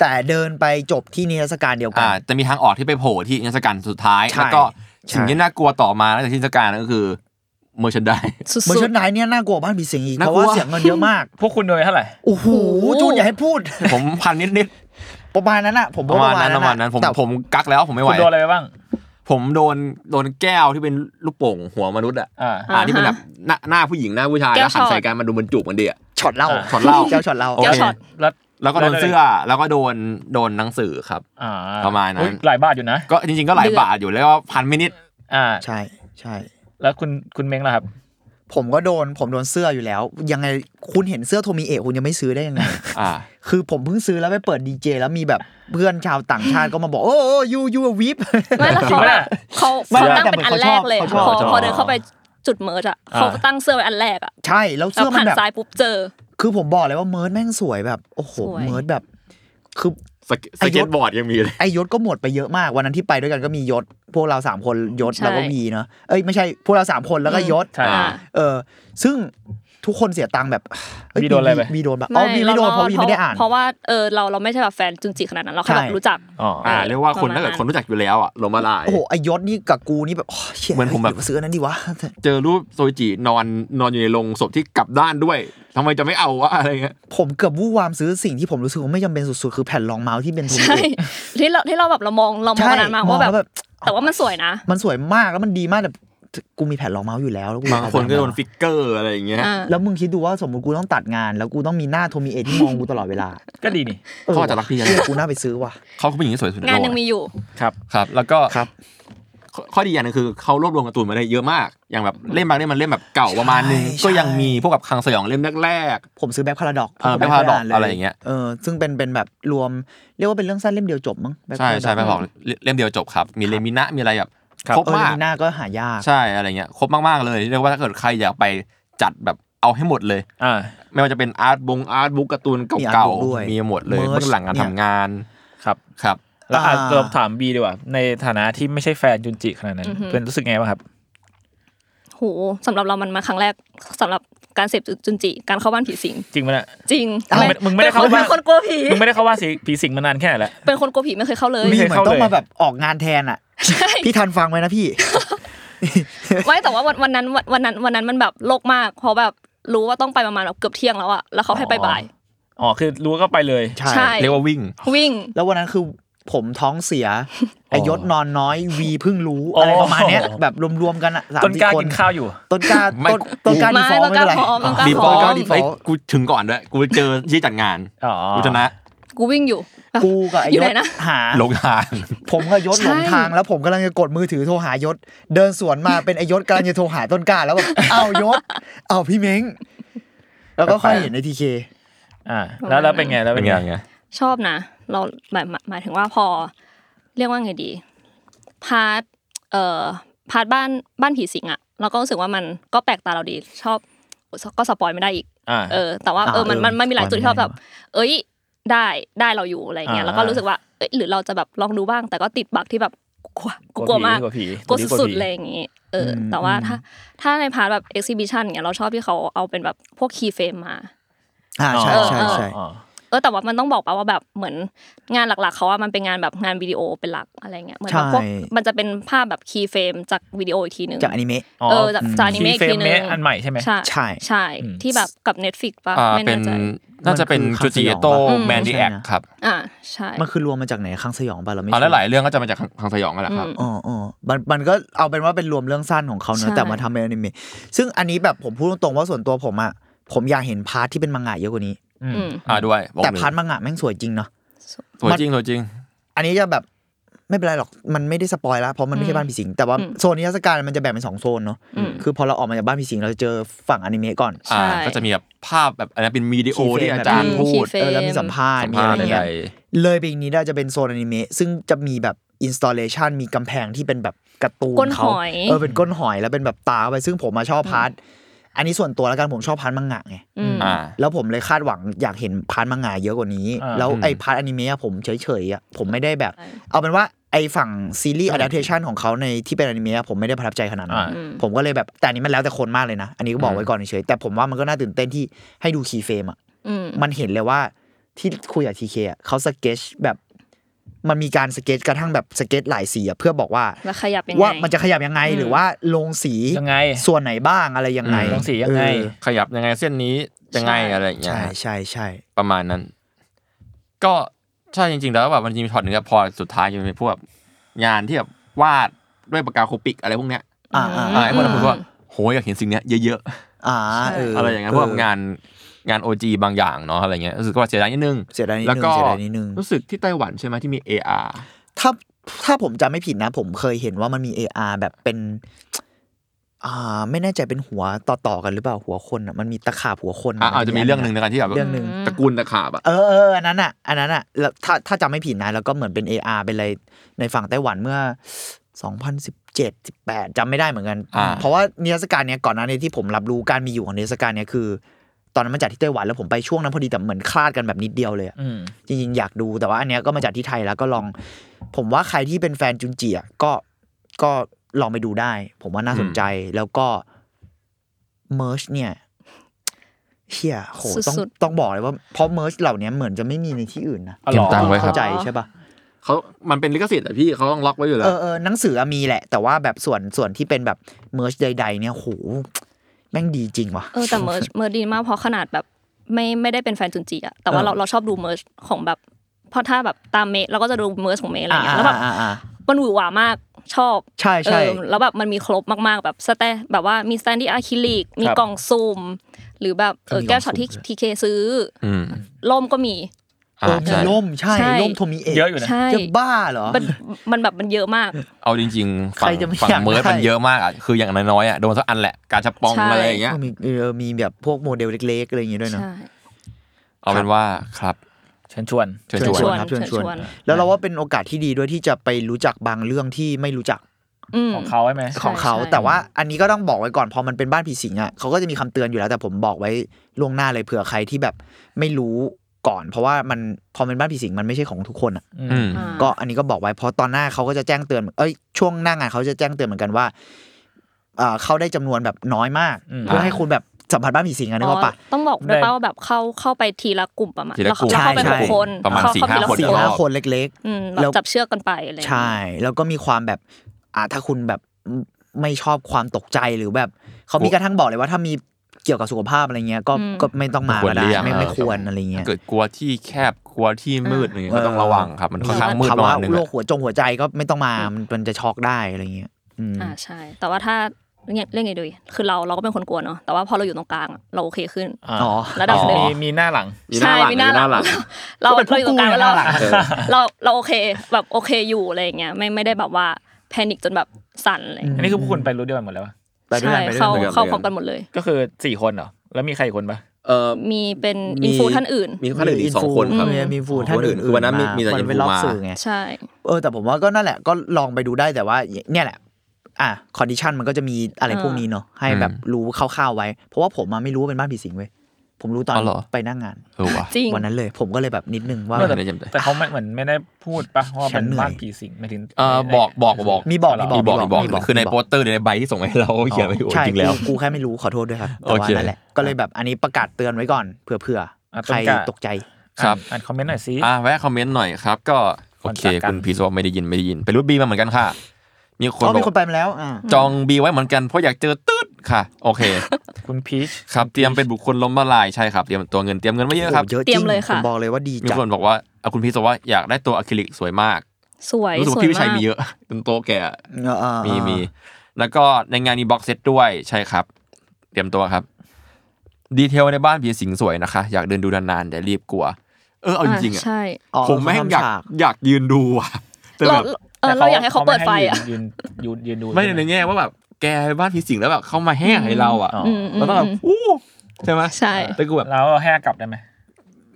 แต่เดินไปจบที่นิทรรศการเดียวกัน อ่าจะมีทางออกที่ไปโผล่ที่นิทรรศการสุดท้าย ใช่ แล้วก็ ใช่ สิ่งที่น่ากลัวต่อมาหลังจากนิทรรศการก็คือเมอร์ชันได้ สุ เหมือนชุ ด ดไหนเนี่ยน่ากลัวบ้านผีสิงอีก น่ากเพลัว ราะว่าเสียงเงินเยอะมาก พวกคุณโดนไปเท่าไหร่ โอ้โห โอ้โห จูนอย่าให้พูด ผมพันนิด ประมาณนั้นอ่ะ ผม ๆประว่มาณนั้นประมาณนั้นผม แต่ ผมกักแล้วผมไม่ไห คุ ว ณโดนอะไรไปบ้าง ผมโดนโดนแก้วที่เป็นลูกโป่งหัวมนุษย์อ่ะ อ่า อ่าที่เป็นแบบหน้าหน้าผู้หญิงหน้าผู้ชาย แก้ แล้ว วหัน ช็อต ใส่กันมันดูเหมันจูบกันดีอะ ช็อตเหล่า อ่า ช็อตเหล้า เจ้าช็อตเหล่า โอ แก้ว เค ช็อต แล้ว แล้วก็โดน ได้เลย เสื้อแล้วก็โดนโดนหนังสือครับ อ่า ประมาณนั้น อุ๊ยหลายบาทอยู่นะ ก็จริงๆก็หลาย เดือด บาทอยู่แล้วก็พันไม่นิด อ่า ใช่ใช่ แล้วคุณคุณเม้งล่ะครับ ผมก็โดนผมโดนเสื้ออยู่แล้ว ยังไงคุณเห็นเสื้อโทมิเอะคุณยังไม่ซื้อได้ยังไง อ่า คือผมเพิ่งซื้อแล้วไปเปิดดีเจแล้วมีแบบเพื่อนชาวต่างชาติก็มาบอก โอ้โอ้ยูยูวิป ไม่แล้วเขาแบบเขา ไม่ เขา ไม่ ตั้งเป็นอันแรกเลย เขาชพอบ อ เขาชอบ พอเดินเข้าไปจุดเมิร์จอะ อ่า เขาตั้งเสื้อไว้อันแรกอะ ใช่แล้ว แล้ว เสื้อมั ผ่าน น แบบ ซ้ายปุ๊บเจอ คือผมบอกเลยว่าเมิร์ดแม่งสวยแบบ โอ้โห สวย เมิร์ดแบบ คือ สเก็ตสเก็ตบอร์ดยังมีเลย ไอยศก็หมดไปเยอะมาก วันนั้นที่ไปด้วยกันก็มียศ พวกเราสามคนยศ ใช่ แล้วก็มีเนาะเอ้ยไม่ใช่พวกเราสามคนแล้วก็ยศ ใช่ อ่า เออซึ่ง ทุกคนเสียตังค์แบบเอ้ย วีโดนอะไรไป วีโดนแบบอ๋อวีไม่โดนเพราะวีไม่ได้อ่าน เพราะว่าเออเราเราไม่ใช่แบบแฟนจุนจิขนาดนั้นเราแค่แบ ใช่ บรู้จัก อ๋อ อ่า อ่ะ เรียกว่าคนถ้าเกิด ประคนมาณนั้นรู้จักอยู่แล้วอ่ะลงมาลาย โอ้โหไอยศนี่กับกูนี่แบบโอ้ยชี่ย เหมือนผมแบบ ดี๋ยวซื้ออันนั้นดีวะ เจอรูปโซจินอนนอนอยู่ในโรงศพที่กลับด้านด้วยทำไมจะไม่เอาวะอะไรเงี้ย ผมเกือบวู่วามซื้อสิ่งที่ผมรู้สึกว่าไม่จำเป็นสุดๆ คือแผ่นรองเมาส์ที่เป็นทู ใช่ที่เราที่เราแบบเรามองเรามองขนาดมากว่าแบบ แต่ว่ามันสวยนะ มันสวยมากแล้วมันดีมากแต่กูมีแผ่นรองเมาส์อยู่แล้วแล้ว บางคนก็โดนฟิกเกอร์อะไรอย่างเงี้ย อ่า แล้วมึงคิดดูว่าสมมติกูต้องตัดงาน แล้วกูต้องมีหน้าโทมิเอะที่มองกูตลอดเวลา ก็ดีนี่ เขาอาจจะรักพี่ก็ได้ เยกูน่าไปซื้อว่ะ เขาก็เป็นหญิงที่สวยที่สุดใน งาน โลก ยังมีอยู่ ครับ ครับ แล้วก็ ครับ ข้อข้อดีอย่างหนึงคือเขารวบรวมการ์ตูนมาได้เยอะมาก อย่างแบบเล่มบางเล่มมันเล่มแบบเก่าประมาณนึงก็ยังมีพวกแบบคังสยองเล่มแรก ผมซื้อแบ็คพาราดอก เออ Black Paradox อะไรอย่างเงี้ย เออซึ่งเป็นเป็นแบบรวมเรียกว่าเป็นเรื่องสั้นเล่มเดียวจบมั้ง ๆ Black ใช่ Paradox ใช่ไม่บอกเล่มเดียวจบครับ มีเลมินะมีอะไรแบบครบ เออ มา เล่ ก มหน้าก็หายาก ใช่อะไรเงี้ยครบมากๆเลยเรียกว่าถ้าเกิดใครอยากไปจัดแบบเอาให้หมดเลย อ่า ไม่ว่าจะเป็นอาร์ตบงอาร์ตบุ๊กการ์ตูนเก่าๆมีหมดเลยเบื้องหลังการทำงาน ครับ ครับ แล้วอ่ะเราถามบีดีกว่าในฐานะที่ไม่ใช่แฟนจุนจิขนาดนั้น อือหือ เป็นรู้สึกไงบ้างครับ โหสำหรับเรามันมาครั้งแรกสำหรับการเสพจุนจิการเข้าบ้านผีสิง จริงไหมเนี่ย จริง อ้าว เป็น มึงไม่ได้เข้าบ้าน เป็นคนกลัวผี มึงไม่ได้เข้าว่าสีผีสิงมานานแค่ไหนละ เป็นคนกลัวผีไม่เคยเข้าเลย ไม่ มี ค เหมือนต้องมาแบบออกงานแทนอ่ะ ใช่ พี่ทันฟังไว้นะพี่ ไม่แต่ว่าวันวันนั้นวันวันนั้นวันนั้นมันแบบโลกมากเพราะแบบรู้ว่าต้องไปประมาณแบบเกือบเที่ยงแล้วอะแล้วเขาให้ไปบ่าย อ๋อคือรู้ก็ไปเลย ใช่ เรียกว่าวิ่ง วิ่ง แล้ววันนั้นคือผมท้องเสียไอยศนอนน้อยวีเพิ่งรู้ อ๋ออ อะไรประมาณเนี้ยแบบรวมๆกันอ่ะสาม ต้น สี่ กล้า คน กินข้าวอยู่ ต้นกล้า ไม่ ต้นต้นกล้าดีฟอลต์ไม่เป็นไร ไม่ต้นกล้าพร้อมต้นกดีฟอลก็ล้าพร้อมดี ดี ฟ ฟ อ อ ล ล ต์ กูถึงก่อนด้วย กูเจอที่จัดงาน อ๋อ กูชนะ กูวิ่งอยู่ กูกับไอ อยู่ ยศ ไหนนะ หา ลงทาง ผมกับยศห ใช่ ลงทางแล้วผมกำลังจะกดมือถือโทรหายศ เดินสวนมาเป็นไอยศกำลังจะโทรหาต้นกล้าแล้วแบบ อ้าวยศอ้าวพี่เม้งแล้วก็ค่อยเห็นในทีเค อ่าแล้วแล้วเป็นไงแล้วเป็นไง ชอบนะ เราแบบหมายหมายถึงว่าพอ เรียกว่าไงดี พาร์ทเอ่อพาร์ทบ้านบ้านผีสิงอะเราก็รู้สึกว่ามันก็แปลกตาเราดี ชอบก็สปอยไม่ได้อีก อ่า เออแต่ว่า อ่า เออมัน เออ มันมันมีหลายจุดที่เราแบปบล่อยไม่ได้ เอ้ยได้ได้เราอยู่อะไรเงี้ย อ่า แล้วก็รู้สึกว่าเอ้ยหรือเราจะแบบลองดูบ้าง แต่ก็ติดบักที่แบบกลัวกลัวมาก กลัวผี กลัว ผี สุดๆเลยอย่างงี้เอออแต่ว่าถ้าถ้าในพาร์ทแบบเอ็กซิบิชันเงี้ยเราชอบที่เขาเอาเป็นแบบพวกคีย์เฟรมมา อ่าใช่ เออ ใช่ใช่ อ๋อ เออแต่ว่ามันต้องบอกป่าว่าแบบเหมือนงานหลักๆเขาอะมันเป็นงานแบบงานวิดีโอเป็นหลักอะไรเงี้ยเหมือนแบบพวกมันจะเป็นภาพแบบคีย์เฟรมจากวิดีโออีกทีนึง จากอนิเมะ อ๋อ เออจากจากอนิเมะอีกทีนึ ที่เฟงรมอันใหม่ใช่ไหม ใช่ ใช่ ใช่ อืม ที่แบบกับ Netflix ป่ะ อ่า ไม่ เป็ แน่ น ใจ น่าจะเป็นจูจิโตแมนดีแอคครับ อ่าใช่ มันคือรวมมาจากไหนครั้งสยองป่ะเราไม่ อ่า ชั และ วร์ หลายเรื่องก็จะมาจากทางสยองกันแหละครับ อ๋ออ๋อมันมันก็เอาเป็นว่าเป็นรวมเรื่องสั้นของเขาเนอะ ใช่ แต่มาทำเป็นอนิเมะ ซึ่งอันนี้แบบผมพูดตรงๆว่าส่วนตัวผมอ่ะ ผมอยากเห็นพาร์ทที่เป็นมังงะเยอะกว่านี้ อืม อืม อ่าด้วยบอก แต่ เลย พาร์ทมังงะแม่งสวยจริงเนาะ สวยจริงสวยจริง อันนี้จะแบบไม่เป็นไรหรอก มันไม่ได้สปอยละเพราะมันไม่ใช่บ้านผีสิง แต่ว่า อืม โซนนิทรรศการมันจะแบ่งเป็นสองโซนเนาะ อืม คือพอเราออกมาจากบ้านผีสิงเราจะเจอฝั่งอนิเมะก่อน ใช่ อ่าก็จะมีแบบภาพแบบอันนั้นเป็นวิดีโอที่อาจารย์ อืม พูด เฟรม เออแล้วมีสัมภาษณ์ สัม มี ภา อะไร ษณ์ เงี้ ใด ย เลยไปอีกนี้ได้จะเป็นโซนอนิเมะซึ่งจะมีแบบอินสต l เลชันมีกำแพงที่เป็นแบบการ์ตูน ก้น เขา หอย เออเป็นก้นหอยแล้วเป็นแบบตาไปซึ่งผมมาชอบพาร์ทอันนี้ส่วนตัวแล้วกันผมชอบพาร์ทมังงะไง อืม ๆอ่า แล้วผมเลยคาดหวังอยากเห็นพาร์ทมังงะเยอะกว่านี้ อ่า แล้ว อืม ไอ้พาร์ทอนิเมะอะผมเฉยๆอ่ะผมไม่ได้แบบ เอาเป็นว่าไอ้ฝั่งซีรีส์อะดัปเทชันของเขาในที่เป็นอนิเมะอะผมไม่ได้ประทับใจขนาดนั้น อ่า ผมก็เลยแบบแต่อันนี้มันแล้วแต่คนมากเลยนะ อันนี้ก็บอกไว้ก่อนเฉยๆแต่ผมว่ามันก็น่าตื่นเต้นที่ให้ดูคีย์เฟรมอ่ะ อืม มันเห็นเลยว่าที่คุยกับทีเคเขาสเก็ตชแบบมันมีการสเก็ตกระทั่งแบบสเก็ตหลายสีอะเพื่อบอกว่า แล้วขยับยังไง ว่ามันจะขยับยังไง อืม หรือว่าลงสี ยังไง ส่วนไหนบ้างอะไรยังไง ลงสียังไง เออ ขยับยังไงเส้นนี้ยังไง ใช่ อะไรอย่างเงี้ย ใช่ใช่ใช่ ประมาณนั้น ก็ใช่จริง ๆ แล้วแบบมันจะมีช็อตหนึ่งอะพอสุดท้ายจะเป็นพวกแบบงานที่แบบวาดด้วยปากกาโคปิกอะไรพวกเนี้ย อ่าอ่า อ่าไอ้พวกนั้นผมว่าโหอยากเห็นสิ่งเนี้ยเยอะ อ่าเ ๆอะไรอย่างเงี้ยพวกงานงานโอจบางอย่างเนาะอะไรเงี้ยรู้สึกว่าเสียดายนิดนึง เสียดายนิด แล้ว นึง ก็ เสียดายนิดนึง รู้สึกที่ไต้หวันใช่ไหมที่มี AR ถ้าถ้าผมจำไม่ผิดนะ ผมเคยเห็นว่ามันมี AR แบบเป็น อ่า ไม่แน่ใจเป็นหัวต่อต่อๆกันหรือเปล่าหัวคนอะมันมีตะขาบหัวคน อ่ะอาจจะมีเรื่องหนึ่งในการที่แบบ เรื่องหนึ่ง ตระกูลตะขาบอ่ะ เออเอออันนั้นอ่ะ อันนั้นอ่ะแล้วถ้าถ้าจำไม่ผิดนะ แล้วก็เหมือนเป็น AR เป็นอะไรในฝั่งไต้หวันเมื่อ 2017 18จำไม่ได้เหมือนกัน า เพราะว่านิทรรศการเนี้ยก่อนหน้านี้ที่ผมรับรู้การมีอยู่ของนิทรรศการเนี้ยคือ ตอนนั้นมันจัดที่ไต้หวันแล้วผมไปช่วงนั้นพอดีแต่เหมือนคลาดกันแบบนิดเดียวเลยอะ อืม จริงๆอยากดูแต่ว่าอันเนี้ยก็มาจัดที่ไทยแล้วก็ลอง ผมว่าใครที่เป็นแฟนจุนจิอ่ะก็ก็ลองไปดูได้ ผมว่าน่าสนใจแล้วก็เมอร์ชเนี่ย เฮียโหต้อง สุด ต้องบอกเลยว่าเพราะเมอร์ชเหล่านี้เหมือนจะไม่มีในที่อื่นนะ อ๋อเหรอ เก็บตังค์ไว้ค เข้า รับ ใจใช่ปะ เขามันเป็นลิขสิทธิ์อะพี่เขาต้องล็อกไว้อยู่แล้ เอ ว อเออหนังสืออะมีแหละ แต่ว่าแบบส่วนส่วนที่เป็นแบบเมอร์ชใด ๆ เนี่ยโหแม่งดีจริงว่ะ เออแต่เมอร์เมอร์ดีมากเพราะขนาดแบบไม่ไม่ได้เป็นแฟนจุนจีอะแต่ว่า เออ เราเราชอบดูเมอร์ของแบบเพราะถ้าแบบตามเมย์เราก็จะดูเมอร์ของเมย์อะไรอย่างเงี้ยแล้วแบบ อ่าอ่าอ่า มันหวือหวามากชอบ ใช่ใช่ เออแล้วแบบมันมีครบมากๆ แบบสแตนแบบว่ามีสแตนดี้อะคริลิกมี ครับ กล่องซูม หรือแบบเออ มีกล่อง แก้วช็อตที่ สุ่มด้วย ทีเคซื้อ อืม ล่มก็มี เออ อ่า มี ใช่ ล่มใช่ ใช่ ล่มโทมิเอะ เยอะอยู่นะ ใช่ จะบ้าเหรอ มันมันแบบมันเยอะมาก เอาจริงๆฝั่ ใครง จะไม่ ฝั่ อยาง ก เมิร์ด ได้ มันเยอะมากอ่ะคืออย่างน้อยๆอ่ะโดนสักอันแหละการชับปอง ใช่ อะไรอย่างเงี้ย เออมีเออมีแบบพวกโมเดลเล็กๆอะไรอย่างงี้ด้วยเนาะ ใช่ เอาเป็นว่าครับ เชิญชวน เชิญ เชิ ชวนญชวนครับ ช เชิ วน ญชวน ชวน แล้วเราว่าเป็นโอกาสที่ดีด้วยที่จะไปรู้จักบางเรื่องที่ไม่รู้จัก อืม ของเขาใช่ไหม ใช่ ของเขาแต่ว่าอันนี้ก็ต้องบอกไว้ก่อนพอมันเป็นบ้านผีสิงอ่ะเขาก็จะมีคำเตือนอยู่แล้ว แต่ผมบอกไว้ล่วงหน้าเลยเผื่อใครที่แบบไม่รู้ก่อน เพราะว่ามันพอเป็นบ้านผีสิงมันไม่ใช่ของทุกคนอ่ะ อืม อ่า ก็อันนี้ก็บอกไว้เพราะตอนหน้าเขาก็จะแจ้งเตือนเอ้ยช่วงหน้างานเขาจะแจ้งเตือนเหมือนกันว่าเอ่อเข้าได้จำนวนแบบน้อยมาก อืม เพื่อให้คุณแบบสัมผัสบ้านผีสิงอะนึกออกปะ อ๋อต้องบอกด้วย ได้ ป่าว่าแบบเข้าเข้าไปทีละกลุ่มประมาณ ทีละกลุ่ม เราเข้าไป ใช่ ห ใช่ กคน ประมาณ เข สี่ เข้ ห้า ไปละ คน สี่ห้าคนเล็ก ๆ อืม แล้ เรา ว จับเชือกกันไปอะไรอย่างเงี้ย ใช่ แล้วก็มีความแบบอ่าถ้าคุณแบบไม่ไม่ชอบความตกใจหรือแบบ เขามีกระทั่งบอกเลยว่าถ้ามีเกี่ยวกับสุขภาพอะไรเงี้ยก็ก็ไม่ต้องมา ควร ก็ได้ เลี่ยง ไม่ เออ ไม่ควรอะไรเงี้ย เกิดกลัวที่แคบกลัวที่มืดนี่ก็ต้องระวังครับ มันค่อนข้างมืด ภา ประ วะ มาณนึง โรค อะ หัวจงหัวใจก็ไม่ต้องมามันมันจะช็อกได้อะไรเงี้ยอืม อ่าใช่ แต่ว่าถ้าเนี่ยเรื่องไงดูคือเราเราก็เป็นคนกลัวเนาะแต่ว่าพอเราอยู่ตรงกลางอะเราโอเคขึ้น อ่า อ๋อ ระดับหนึ่ง มีมีหน้าหลัง มีหน้าหลัง ใช่มี มี ห ห น้า น้า ห ห ลัง ลัง เรา ก็เป็นพว เรา ก อยู่ตรงกลาง กู แล้ว เนี่ย เรา น่ารัก เราเราโอเคแบบโอเคอยู่อะไรอย่างเงี้ยไม่ไม่ได้แบบว่าแพนิคจนแบบสั่นอะไรอย่าง อั เงี้ย นนี้คือพวกคุณไปรู้เดียวกันหมดแล้วปะ ไปด้วย ใช่ กันไปด้วย เข้า ไปด้ กั วย น น เข้าพร้อมกันหมดเลย ก็คือสี่คนเหรอ แล้วมีใครอีกคนปะ เออ มีเป็น มี อินฟูท่านอื่น มีคนอื่นอีกสองคนครับ มีมีฟูท่านอื่น คือวันนั้นมีมีแต่ มันเป็นรอบ info มา สื่อไง ใช่ เออแต่ผมว่าก็นั่นแหละก็ลองไปดูได้แต่ว่าเนี่ยแหละ อ่ะคอนดิชันมันก็จะมีอะไรพวกนี้เนาะให้แบบรู้คร่าวๆไว้ เพราะว่าผมมาไม่รู้ว่าเป็นบ้านผีสิงเว้ยผมรู้ตอน อ๋อเหรอ ไปหนั่งงาน เออว่ะ จริง วันนั้นเลย ผมก็เลยแบบนิดนึงว่า เออ ไม่ได้จำได้ แต่เขาไม่เหมือนไม่ได้พูดปะว่า ฉั เป็น นเหนื่อย บ้านผีสิงไม่ถึง เอ่อบอกบอกบอก มีบอก มีบอกมีบอกคือในโปสเตอร์หรือในใบที่ส่งมาให้เราเขียนไว้อยู่ ใช่ จริงแล้ว กูกูแค่ไม่รู้ขอโทษด้วยครับแต่ว่า โอเค นั่นแหละก็เลยแบบอันนี้ประกาศเตือนไว้ก่อนเผื่อเผื่อๆ อ่ะ ใคร ต้นกล้า ตกใจ ครับ อ่านอ่านคอมเมนต์หน่อยสิ อ่าแวะคอมเมนต์หน่อยครับ ก็โอคนเคจัดกัน คุณพีโซไม่ได้ยินไม่ได้ยิน ไปรูทบีมาเหมือนกันค่ะ มีคน อ๋อ บ มี อก คนไปมาแล้วอ่า จองบีไว้เหมือนกันเพราะอยากเจอตืดค่ะ โอเค คุณพีช ครับเตรียมเป็นบุคคลล้มละลายใช่ครับเตรียมตัวเงินเตรียมเงินไว้เยอะครับ โโหเยอะ เตรี จ ย ริ ม ง เลยค่ะ ผมบอกเลยว่าดี มี จัด คนบอกว่าอ่ะคุณพีโซว่าอยากได้ตัวอะคริลิกสวยมาก สวย รู้สึก สวย พี่วิชัย มาก มีเยอะ เป็นโตะแกอะ เออเออ มีมีแล้วก็ในงานมีบ็อกเซตด้วยใช่ครับ เตรียมตัวครับ ดีเทลในบ้านผีสิงสวยนะคะ อยากเดินดูนานๆแต่รีบกลัว เออเอาจริงๆอ่ะ ใช่ อ๋อ ผมแม่งอยาก ทำฉก อยากยืนดูอ่ะแต่ เรา แบบ เออเราอยากให้เขาเปิดไฟอ่ะ ยืนยืนยืนยืนดู ไม่ ใช่ห ในแง่ว่าแบบแกไปบ้านผีสิงแล้วแบบเข้ามาแห่ให้เราอ่ะ อ๋อ อืมอืม เราต้องแบบอู้ใช่ไหม ใช่ แต่กูแบบ แล้วเราแห่กลับได้ไหม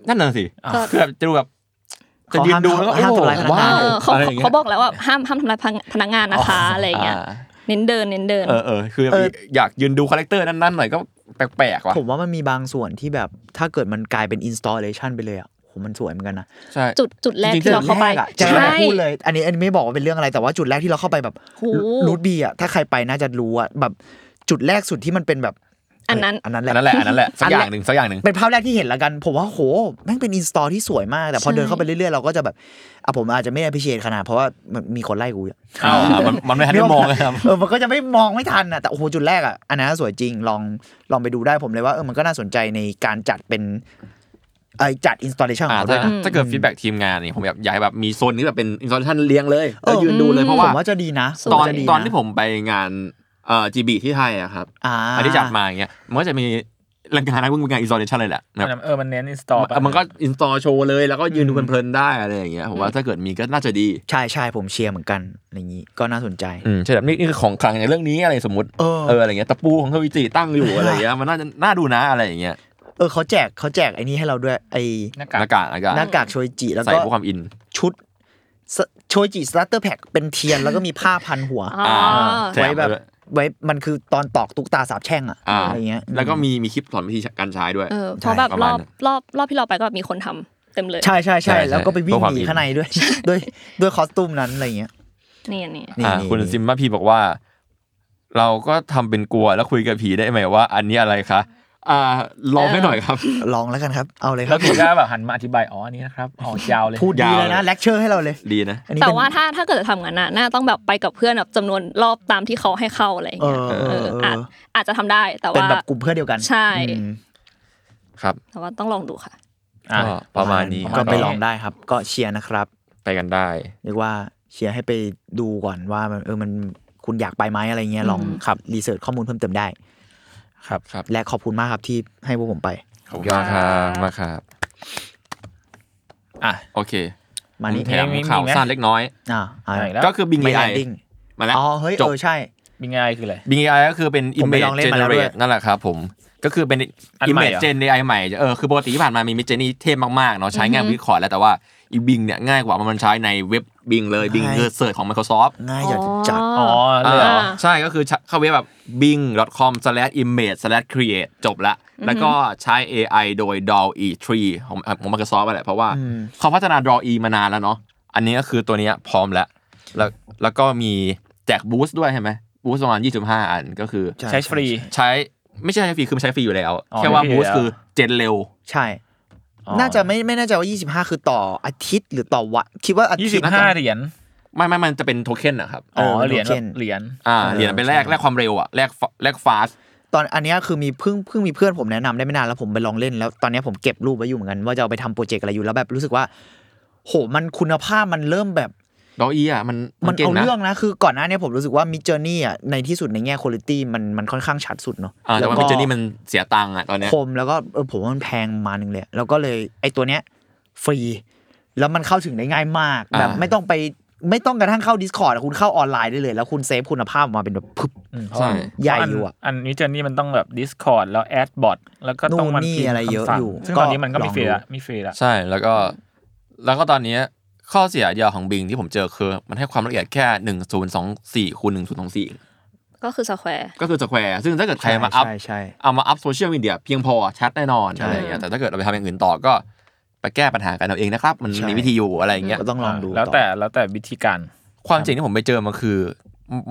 นั่นน่ะสิ อ่ะ คือแบบจะดูแบบจะ ขอ ยืน ห้าม ดูแล้วก็ ห้ามทำร้ายพนัก ว้าง าน ว เออเขา อะไรอย่างเงี้ย เขาบอกแล้วว่าห้ามห้ามทำร้ายพนักงานนะคะอะไรอย่างเงี้ย อ่า เน้นเดินเน้นเดิน เออเออคือแบบ เออ อยากยืนดูคาแรคเตอร์นั้นๆหน่อยก็แปลกๆว่ะ ผมว่ามันมีบางส่วนที่แบบถ้าเกิดมันกลายเป็น installation ไปเลยอ่ะโหมันสวยเหมือนกันนะ ใช่ จุดจุดแรก จริงๆ ที่เราเข้าไป แกอะจะไม่พูดเลย อันนี้อันนี้ไม่บอกว่าเป็นเรื่องอะไรแต่ว่าจุดแรกที่เราเข้าไปแบบ หู รูทบีอ่ะถ้าใครไปน่าจะรู้อ่ะแบบจุดแรกสุดที่มันเป็นแบบ อันนั้น เอันนั้นแห อันนั้นแหละละอันนั้นแหละสัก อัน อ แหละ ย่างหนึ่งสักอย่างหนึ่ง เป็นภาพแรกที่เห็นละกัน ผมว่าโหแม่งเป็นอินสตอที่สวยมาก แต่พอ ใช่ เดินเข้าไปเรื่อยๆเราก็จะแบบอ่ะผมอาจจะไม่ได้พิเศษขนาดเพราะว่ามันมีคนไล่กูอยู่ อ้าวมันมันไม่ทันได้มองเลยครับ เออมันก็จะไม่มองไม่ทันอ่ะแต่โอ้โหจุดแรกอ่ะอันนั้นสวยจริงลองลองไปดูได้ผมเลยว่าเออมันก็น่าสนใจในการจัดเป็นไออจัด installation ขอ อ่าง เขาด้ ถ้า วยนะ ถ้าเกิดฟีดแบ็กทีมงานเนี่ยผมแบบอยากให้แบบมีโซนนี้แบบเป็นอินสตาลชันเลี้ยงเลย เอ แล้ว อ ยืนดูเลยเพราะว่า ผมว่าจะดีนะ สวย ตอน จะดีะ ตอนที่ผมไปงานเอ่อจีบีที่ไทยอะครับ อ่า อันที่จัดมาอย่างเงี้ยมันก็จะมีรายการนั้นเป็นงานอินสตาลชันเลยแหละนะครับ เออมันเน้น install ปะ มันก็อินสตอลโชว์เลยแล้วก็ยืนดูเพลินๆได้อะไรอย่างเงี้ยผมว่าถ้าเกิดมีก็น่าจะดี ใช่ใช่ผมเชียร์เหมือนกันอะไรอย่างนี้ก็น่าสนใจ อืมใช่แบบนี่นี่คือของขลังในเรื่องนี้อะไรสมมติ เออ เอออะไรเงี้ยตะปูของทวิจิตั้งอยู่อะไรเงี้ยมันน่าจะน่าดูนะอะไรอย่างเงี้ย เออเขาแจกเขาแจกไอ้นี่ให้เราด้วยไอ้ หน้ากาก หน้ากากหน้ากาก หน้ากากโชยจิแล้ว ใส่ ก็ เพื่อความอิน ชุดสโชยจิสลัตเตอร์แพ็กเป็นเทียนแล้วก็มีผ้าพันหัว อ๋อ แถม ไว้แบบ ไปด้วย ไว้มันคือตอนตอกตุ๊กตาสาบแช่งอะ อ่า อะไรเงี้ย แล้วก็มีมีคลิปสอนวิธีการใช้ด้วย เออเพราะแบบ ประ ร มาณ อบ นั้น รอบรอบที่เราไปก็มีคนทำเต็มเลย ใช่ใช่ใช่ ใช่ใช่ แล้วก็ไปวิ่ง เพื่อความ หนี อิน ข้างในด้วย ด้วยด้วยคอสตูมนั้นอะไรเงี้ย นี่อันนี่ นี่ อ่า นี่ คุณ นี่ ซิมมาพีบอกว่า เราก็ทำเป็นกลัวแล้วคุยกับผีได้ไหมว่า อันนี้อะไรคะ อ่าลองให้หน่อยครับ ลองแล้วกันครับ เอาเลยค แล้ รั ว บ ถึงจะแบบหันมาอธิบายอ๋ออันนี้นะครับอ๋อยาวเลย พูดดีเลย ยา นะ ว เลคเชอร์ให้เราเลย ดีนะ อันนี้ แต่ เป็น ว่าถ้าถ้าเกิดจะทำงั้นน่ะน่าต้องแบบไปกับเพื่อนแบบจำนวนรอบตามที่เขาให้เข้าอะไรอย่าง เอ เงี้ย อเออเอ อาจ อ อาจจะทำได้แต่ เป็น ว่า แบบกลุ่มเพื่อนเดียวกัน ใช่ อืม ครับ แต่ว่าต้องลองดูค่ะ อ่ะ ก็ประมาณนี้คก็ไปรับ ลองได้ครับ ก็เชียร์นะครับ ไปกันได้ เรียกว่าเชียร์ให้ไปดูก่อนว่ามันเออมันคุณอยากไปไหมอะไรเงี้ยลอง อืม ครับรีเสิร์ชข้อมูลเพิ่มเติมได้ ครับ และขอบคุณมากครับที่ให้พวกผมไป ขอบคุณมากครับมากครับ อ่ะ โอเค มา ผม นี่ แถม มีมี ข่าว มีไหม สั้นเล็กน้อย อ่าเอา ไหนแล้ว ก็คือบิง ไม่ ไอ ได้ดิ้ง มาแล้ว อ๋อเฮ้ย จบ เออใช่ บิงไอคืออะไร บิงไอก็คือเป็น ผมไป image ลองเล่นมาแล้วด้วย generate นั่นแหละครับผม ก็คือเป็น อันใหม่เหร image อ gen AI ใหม่เออคือปกติที่ผ่านมามี image gen นี่เทพมากๆเนาะใช้ง่ายวิคอร์แล้วแต่ว่าอีบิงเนี่ยง่ายกว่าเพราะมันใช้ในเว็บบิงเลยบิง ใช่ เกิดเสิร์ชของ Microsoft ง่ายอยากจะจัด อ๋อเลยเหรอ อ่าใช่ก็คือเข้าเว็บแบบ bing.com/image/create จบละ แล้วก็ใช้ AI โดย DALL E 3ของของ Microsoft อะแหละเพราะว่า อืม เขาพัฒนา DALL E มานานแล้วเนาะอันนี้ก็คือตัวเนี้ยพร้อมแล้ว แล้วแล้วก็มีแจกบูสต์ด้วยใช่ไหมบูสต์ประมาณ 25 อันก็คือ ใช้ฟรี ใช้ไม่ใช่ใช้ฟรีคือมันใช้ฟรีอยู่แล้ว อ๋อ แค่ว่า ใช้ฟรี บูส อยู่แล้วต์คือเจนเร็ว ใช่ น่าจะไม่ไม่แน่ใจว่า 25 คือต่ออาทิตย์หรือต่อวันคิดว่าอาทิต ยี่ ย์ สิบ น่ ห้า จะ เหรียญ ไม่ไม่มันจะเป็นโทเค็นนะครับ อ๋อ เออ เหรียญ โทเค็น แบบเหรียญ อ่า เออ เหรียญเป็นแลก ใช่ แลกความเร็วอะแลกฟแลกฟาส ตอนอันเนี้ยคือมีเพิ่งเพิ่งมีเพื่อนผมแนะนำได้ไม่นานแล้วผมไปลองเล่นแล้วตอนเนี้ยผมเก็บรูปไว้อยู่เหมือนกันว่าจะเอาไปทำโปรเจกต์อะไรอยู่แล้วแบบรู้สึกว่า โหมันคุณภาพมันเริ่มแบบ ดออีอ่ะมัน มัน ก่ เอา นะ เรื่องนะคือก่อนหน้าเนี้ผมรู้สึกว่ามิจเจอร์นี่อ่ะในที่สุดในแง่คุณภาพมันมันค่อนข้างชัดสุดเนาะ อ่าแต่ว่า ก็ มิจนี่มันเสียตังค์อ่ะตอนเนี้ย คมแล้วก็เออผมว่ามันแพงประมาณนึงเลย แล้วก็เลยไอ้ตัวเนี้ยฟรี แล้วมันเข้าถึงได้ง่ายมาก แบบไม่ต้องไปไม่ต้องกระทั่งเข้า Discord อะคุณเข้าออนไลน์ได้เลย แล้วคุณเซฟคุณภาพออกมาเป็นแบบปึ๊บ อืม ใช่ ใหญ่อยู่อะ อันนี้เจนนี่มันต้องแบบ Discord แล้วแอดบอทแล้วก็ต้องมัน นู่นนี่ พิมพ์ อะไรเยอะ คำสั่ง อยู่ ซึ่ง ก็ ตอนนี้มันก็ ลมีองฟรี ดู ละมีฟรีละ ใช่แล้วก็แล้วก็ตอนเนี้ยข้อเสียเดียวของบิงที่ผมเจอคือ มันให้ความละเอียดแค่ 1024คูณ1024 ก็คือสแควร์ ก็คือสแควร์ซึ่งถ้าเกิดใครมาอัพ ใช่ใช่ เอามาอัพโซเชียลมีเดียเพียงพอชัดแน่นอน ใช่ อะไรอย่างเงี้ยแต่ถ้าเกิดเราไปทำอย่างอื่นต่อก็ไปแก้ปัญหากันเอาเองนะครับ มัน ใช่ มีวิธีอยู่อะไรอย่างเงี้ย ก็ต้องลองดู แล้ว อ แต่แล้วแต่วิธีการ ความจริงที่ผมไปเจอมันคือ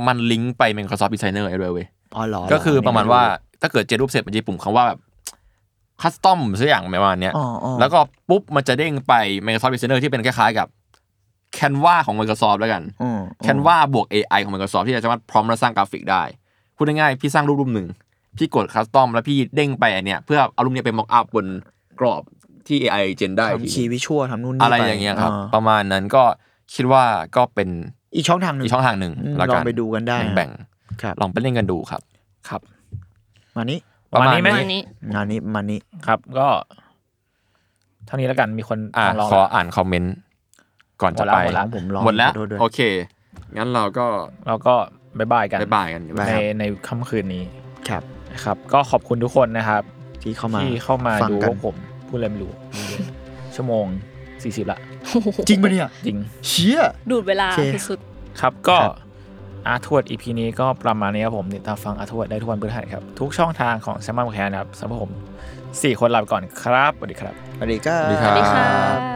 มันลิงก์ไป Microsoft Designer ไอ้ด้วยเว้ย อ๋อเหรอ ก็คือประมาณว่าถ้าเกิดเจนรูปเสร็จมันจะมีปุ่มคำว่าแบบคัสตอมสักอย่างประมาณเนี้ย อ๋ออ๋อ แล้วก็ปุ๊บมันจะเด้งไป Microsoft Designer ที่เป็นคล้ายๆกับ Canva ของ Microsoft แล้วกัน อืม Canva บวก AI ของ Microsoft ที่จะสามารถพร้อมและสร้างกราฟิกได้ พูดง่ายๆพี่สร้างรูปรูปหนึ่ง พี่กดคัสตอมแล้วพี่เด้งไปอันเนี้ยเพื่อเอารูปเนี้ยไปม็อกอัพบนกรอบที่ AI เจนได้อีก ทำ ที ชีวิชวลทำนู่นนี่ อะไรอย่างเงี้ยครับ อ ประมาณนั้นก็คิดว่าก็เป็น อีกช่องทางหนึ่ง อีกช่องทางหนึ่ง อืม แล้ว ล กั อน งไปดูกันได้ แบ่ง ครับ ๆลองไปเล่นกันดูครับ ครับ มานี้ วันนี้ไหม อันนี้ งานนี้มานี้ ครับก็ เท่านี้แล้วกันมีคน อ่ะ ลองลอง ขอ แล้ว อ่านคอมเมนต์ก่อนจะ หมดละหมดไปละ ผมลอง หมดแล้ว ขอโทษด้วย โอเค งั้นเราก็ เราก็บายบายกัน บายบายกันดีกว่า บ๊าย ใน บาย ในค่ำคืนนี้ ครับ นะครับ ก็ขอบคุณทุกคนนะครับ ที่เข้ามา ที่เข้ามา ฟัง ดู กั พ น วกผมพูดอะไร ไม่รู้ ชั่วโมง 40 ละ จริงปะเนี่ย จริง เชี่ย ดูดเวลา โอเค สุด ครับก็ ครับ อาทวด EP นี้ก็ประมาณนี้ครับผมติดตามฟังอาทวดได้ทุกวันพฤหัสครับ ทุกช่องทางของแซมมอนแคร์นะครับสำหรับผม 4 คนลาไปก่อนครับสวัสดีครับ สวัสดีครับ ๆสวัสดีค่ะ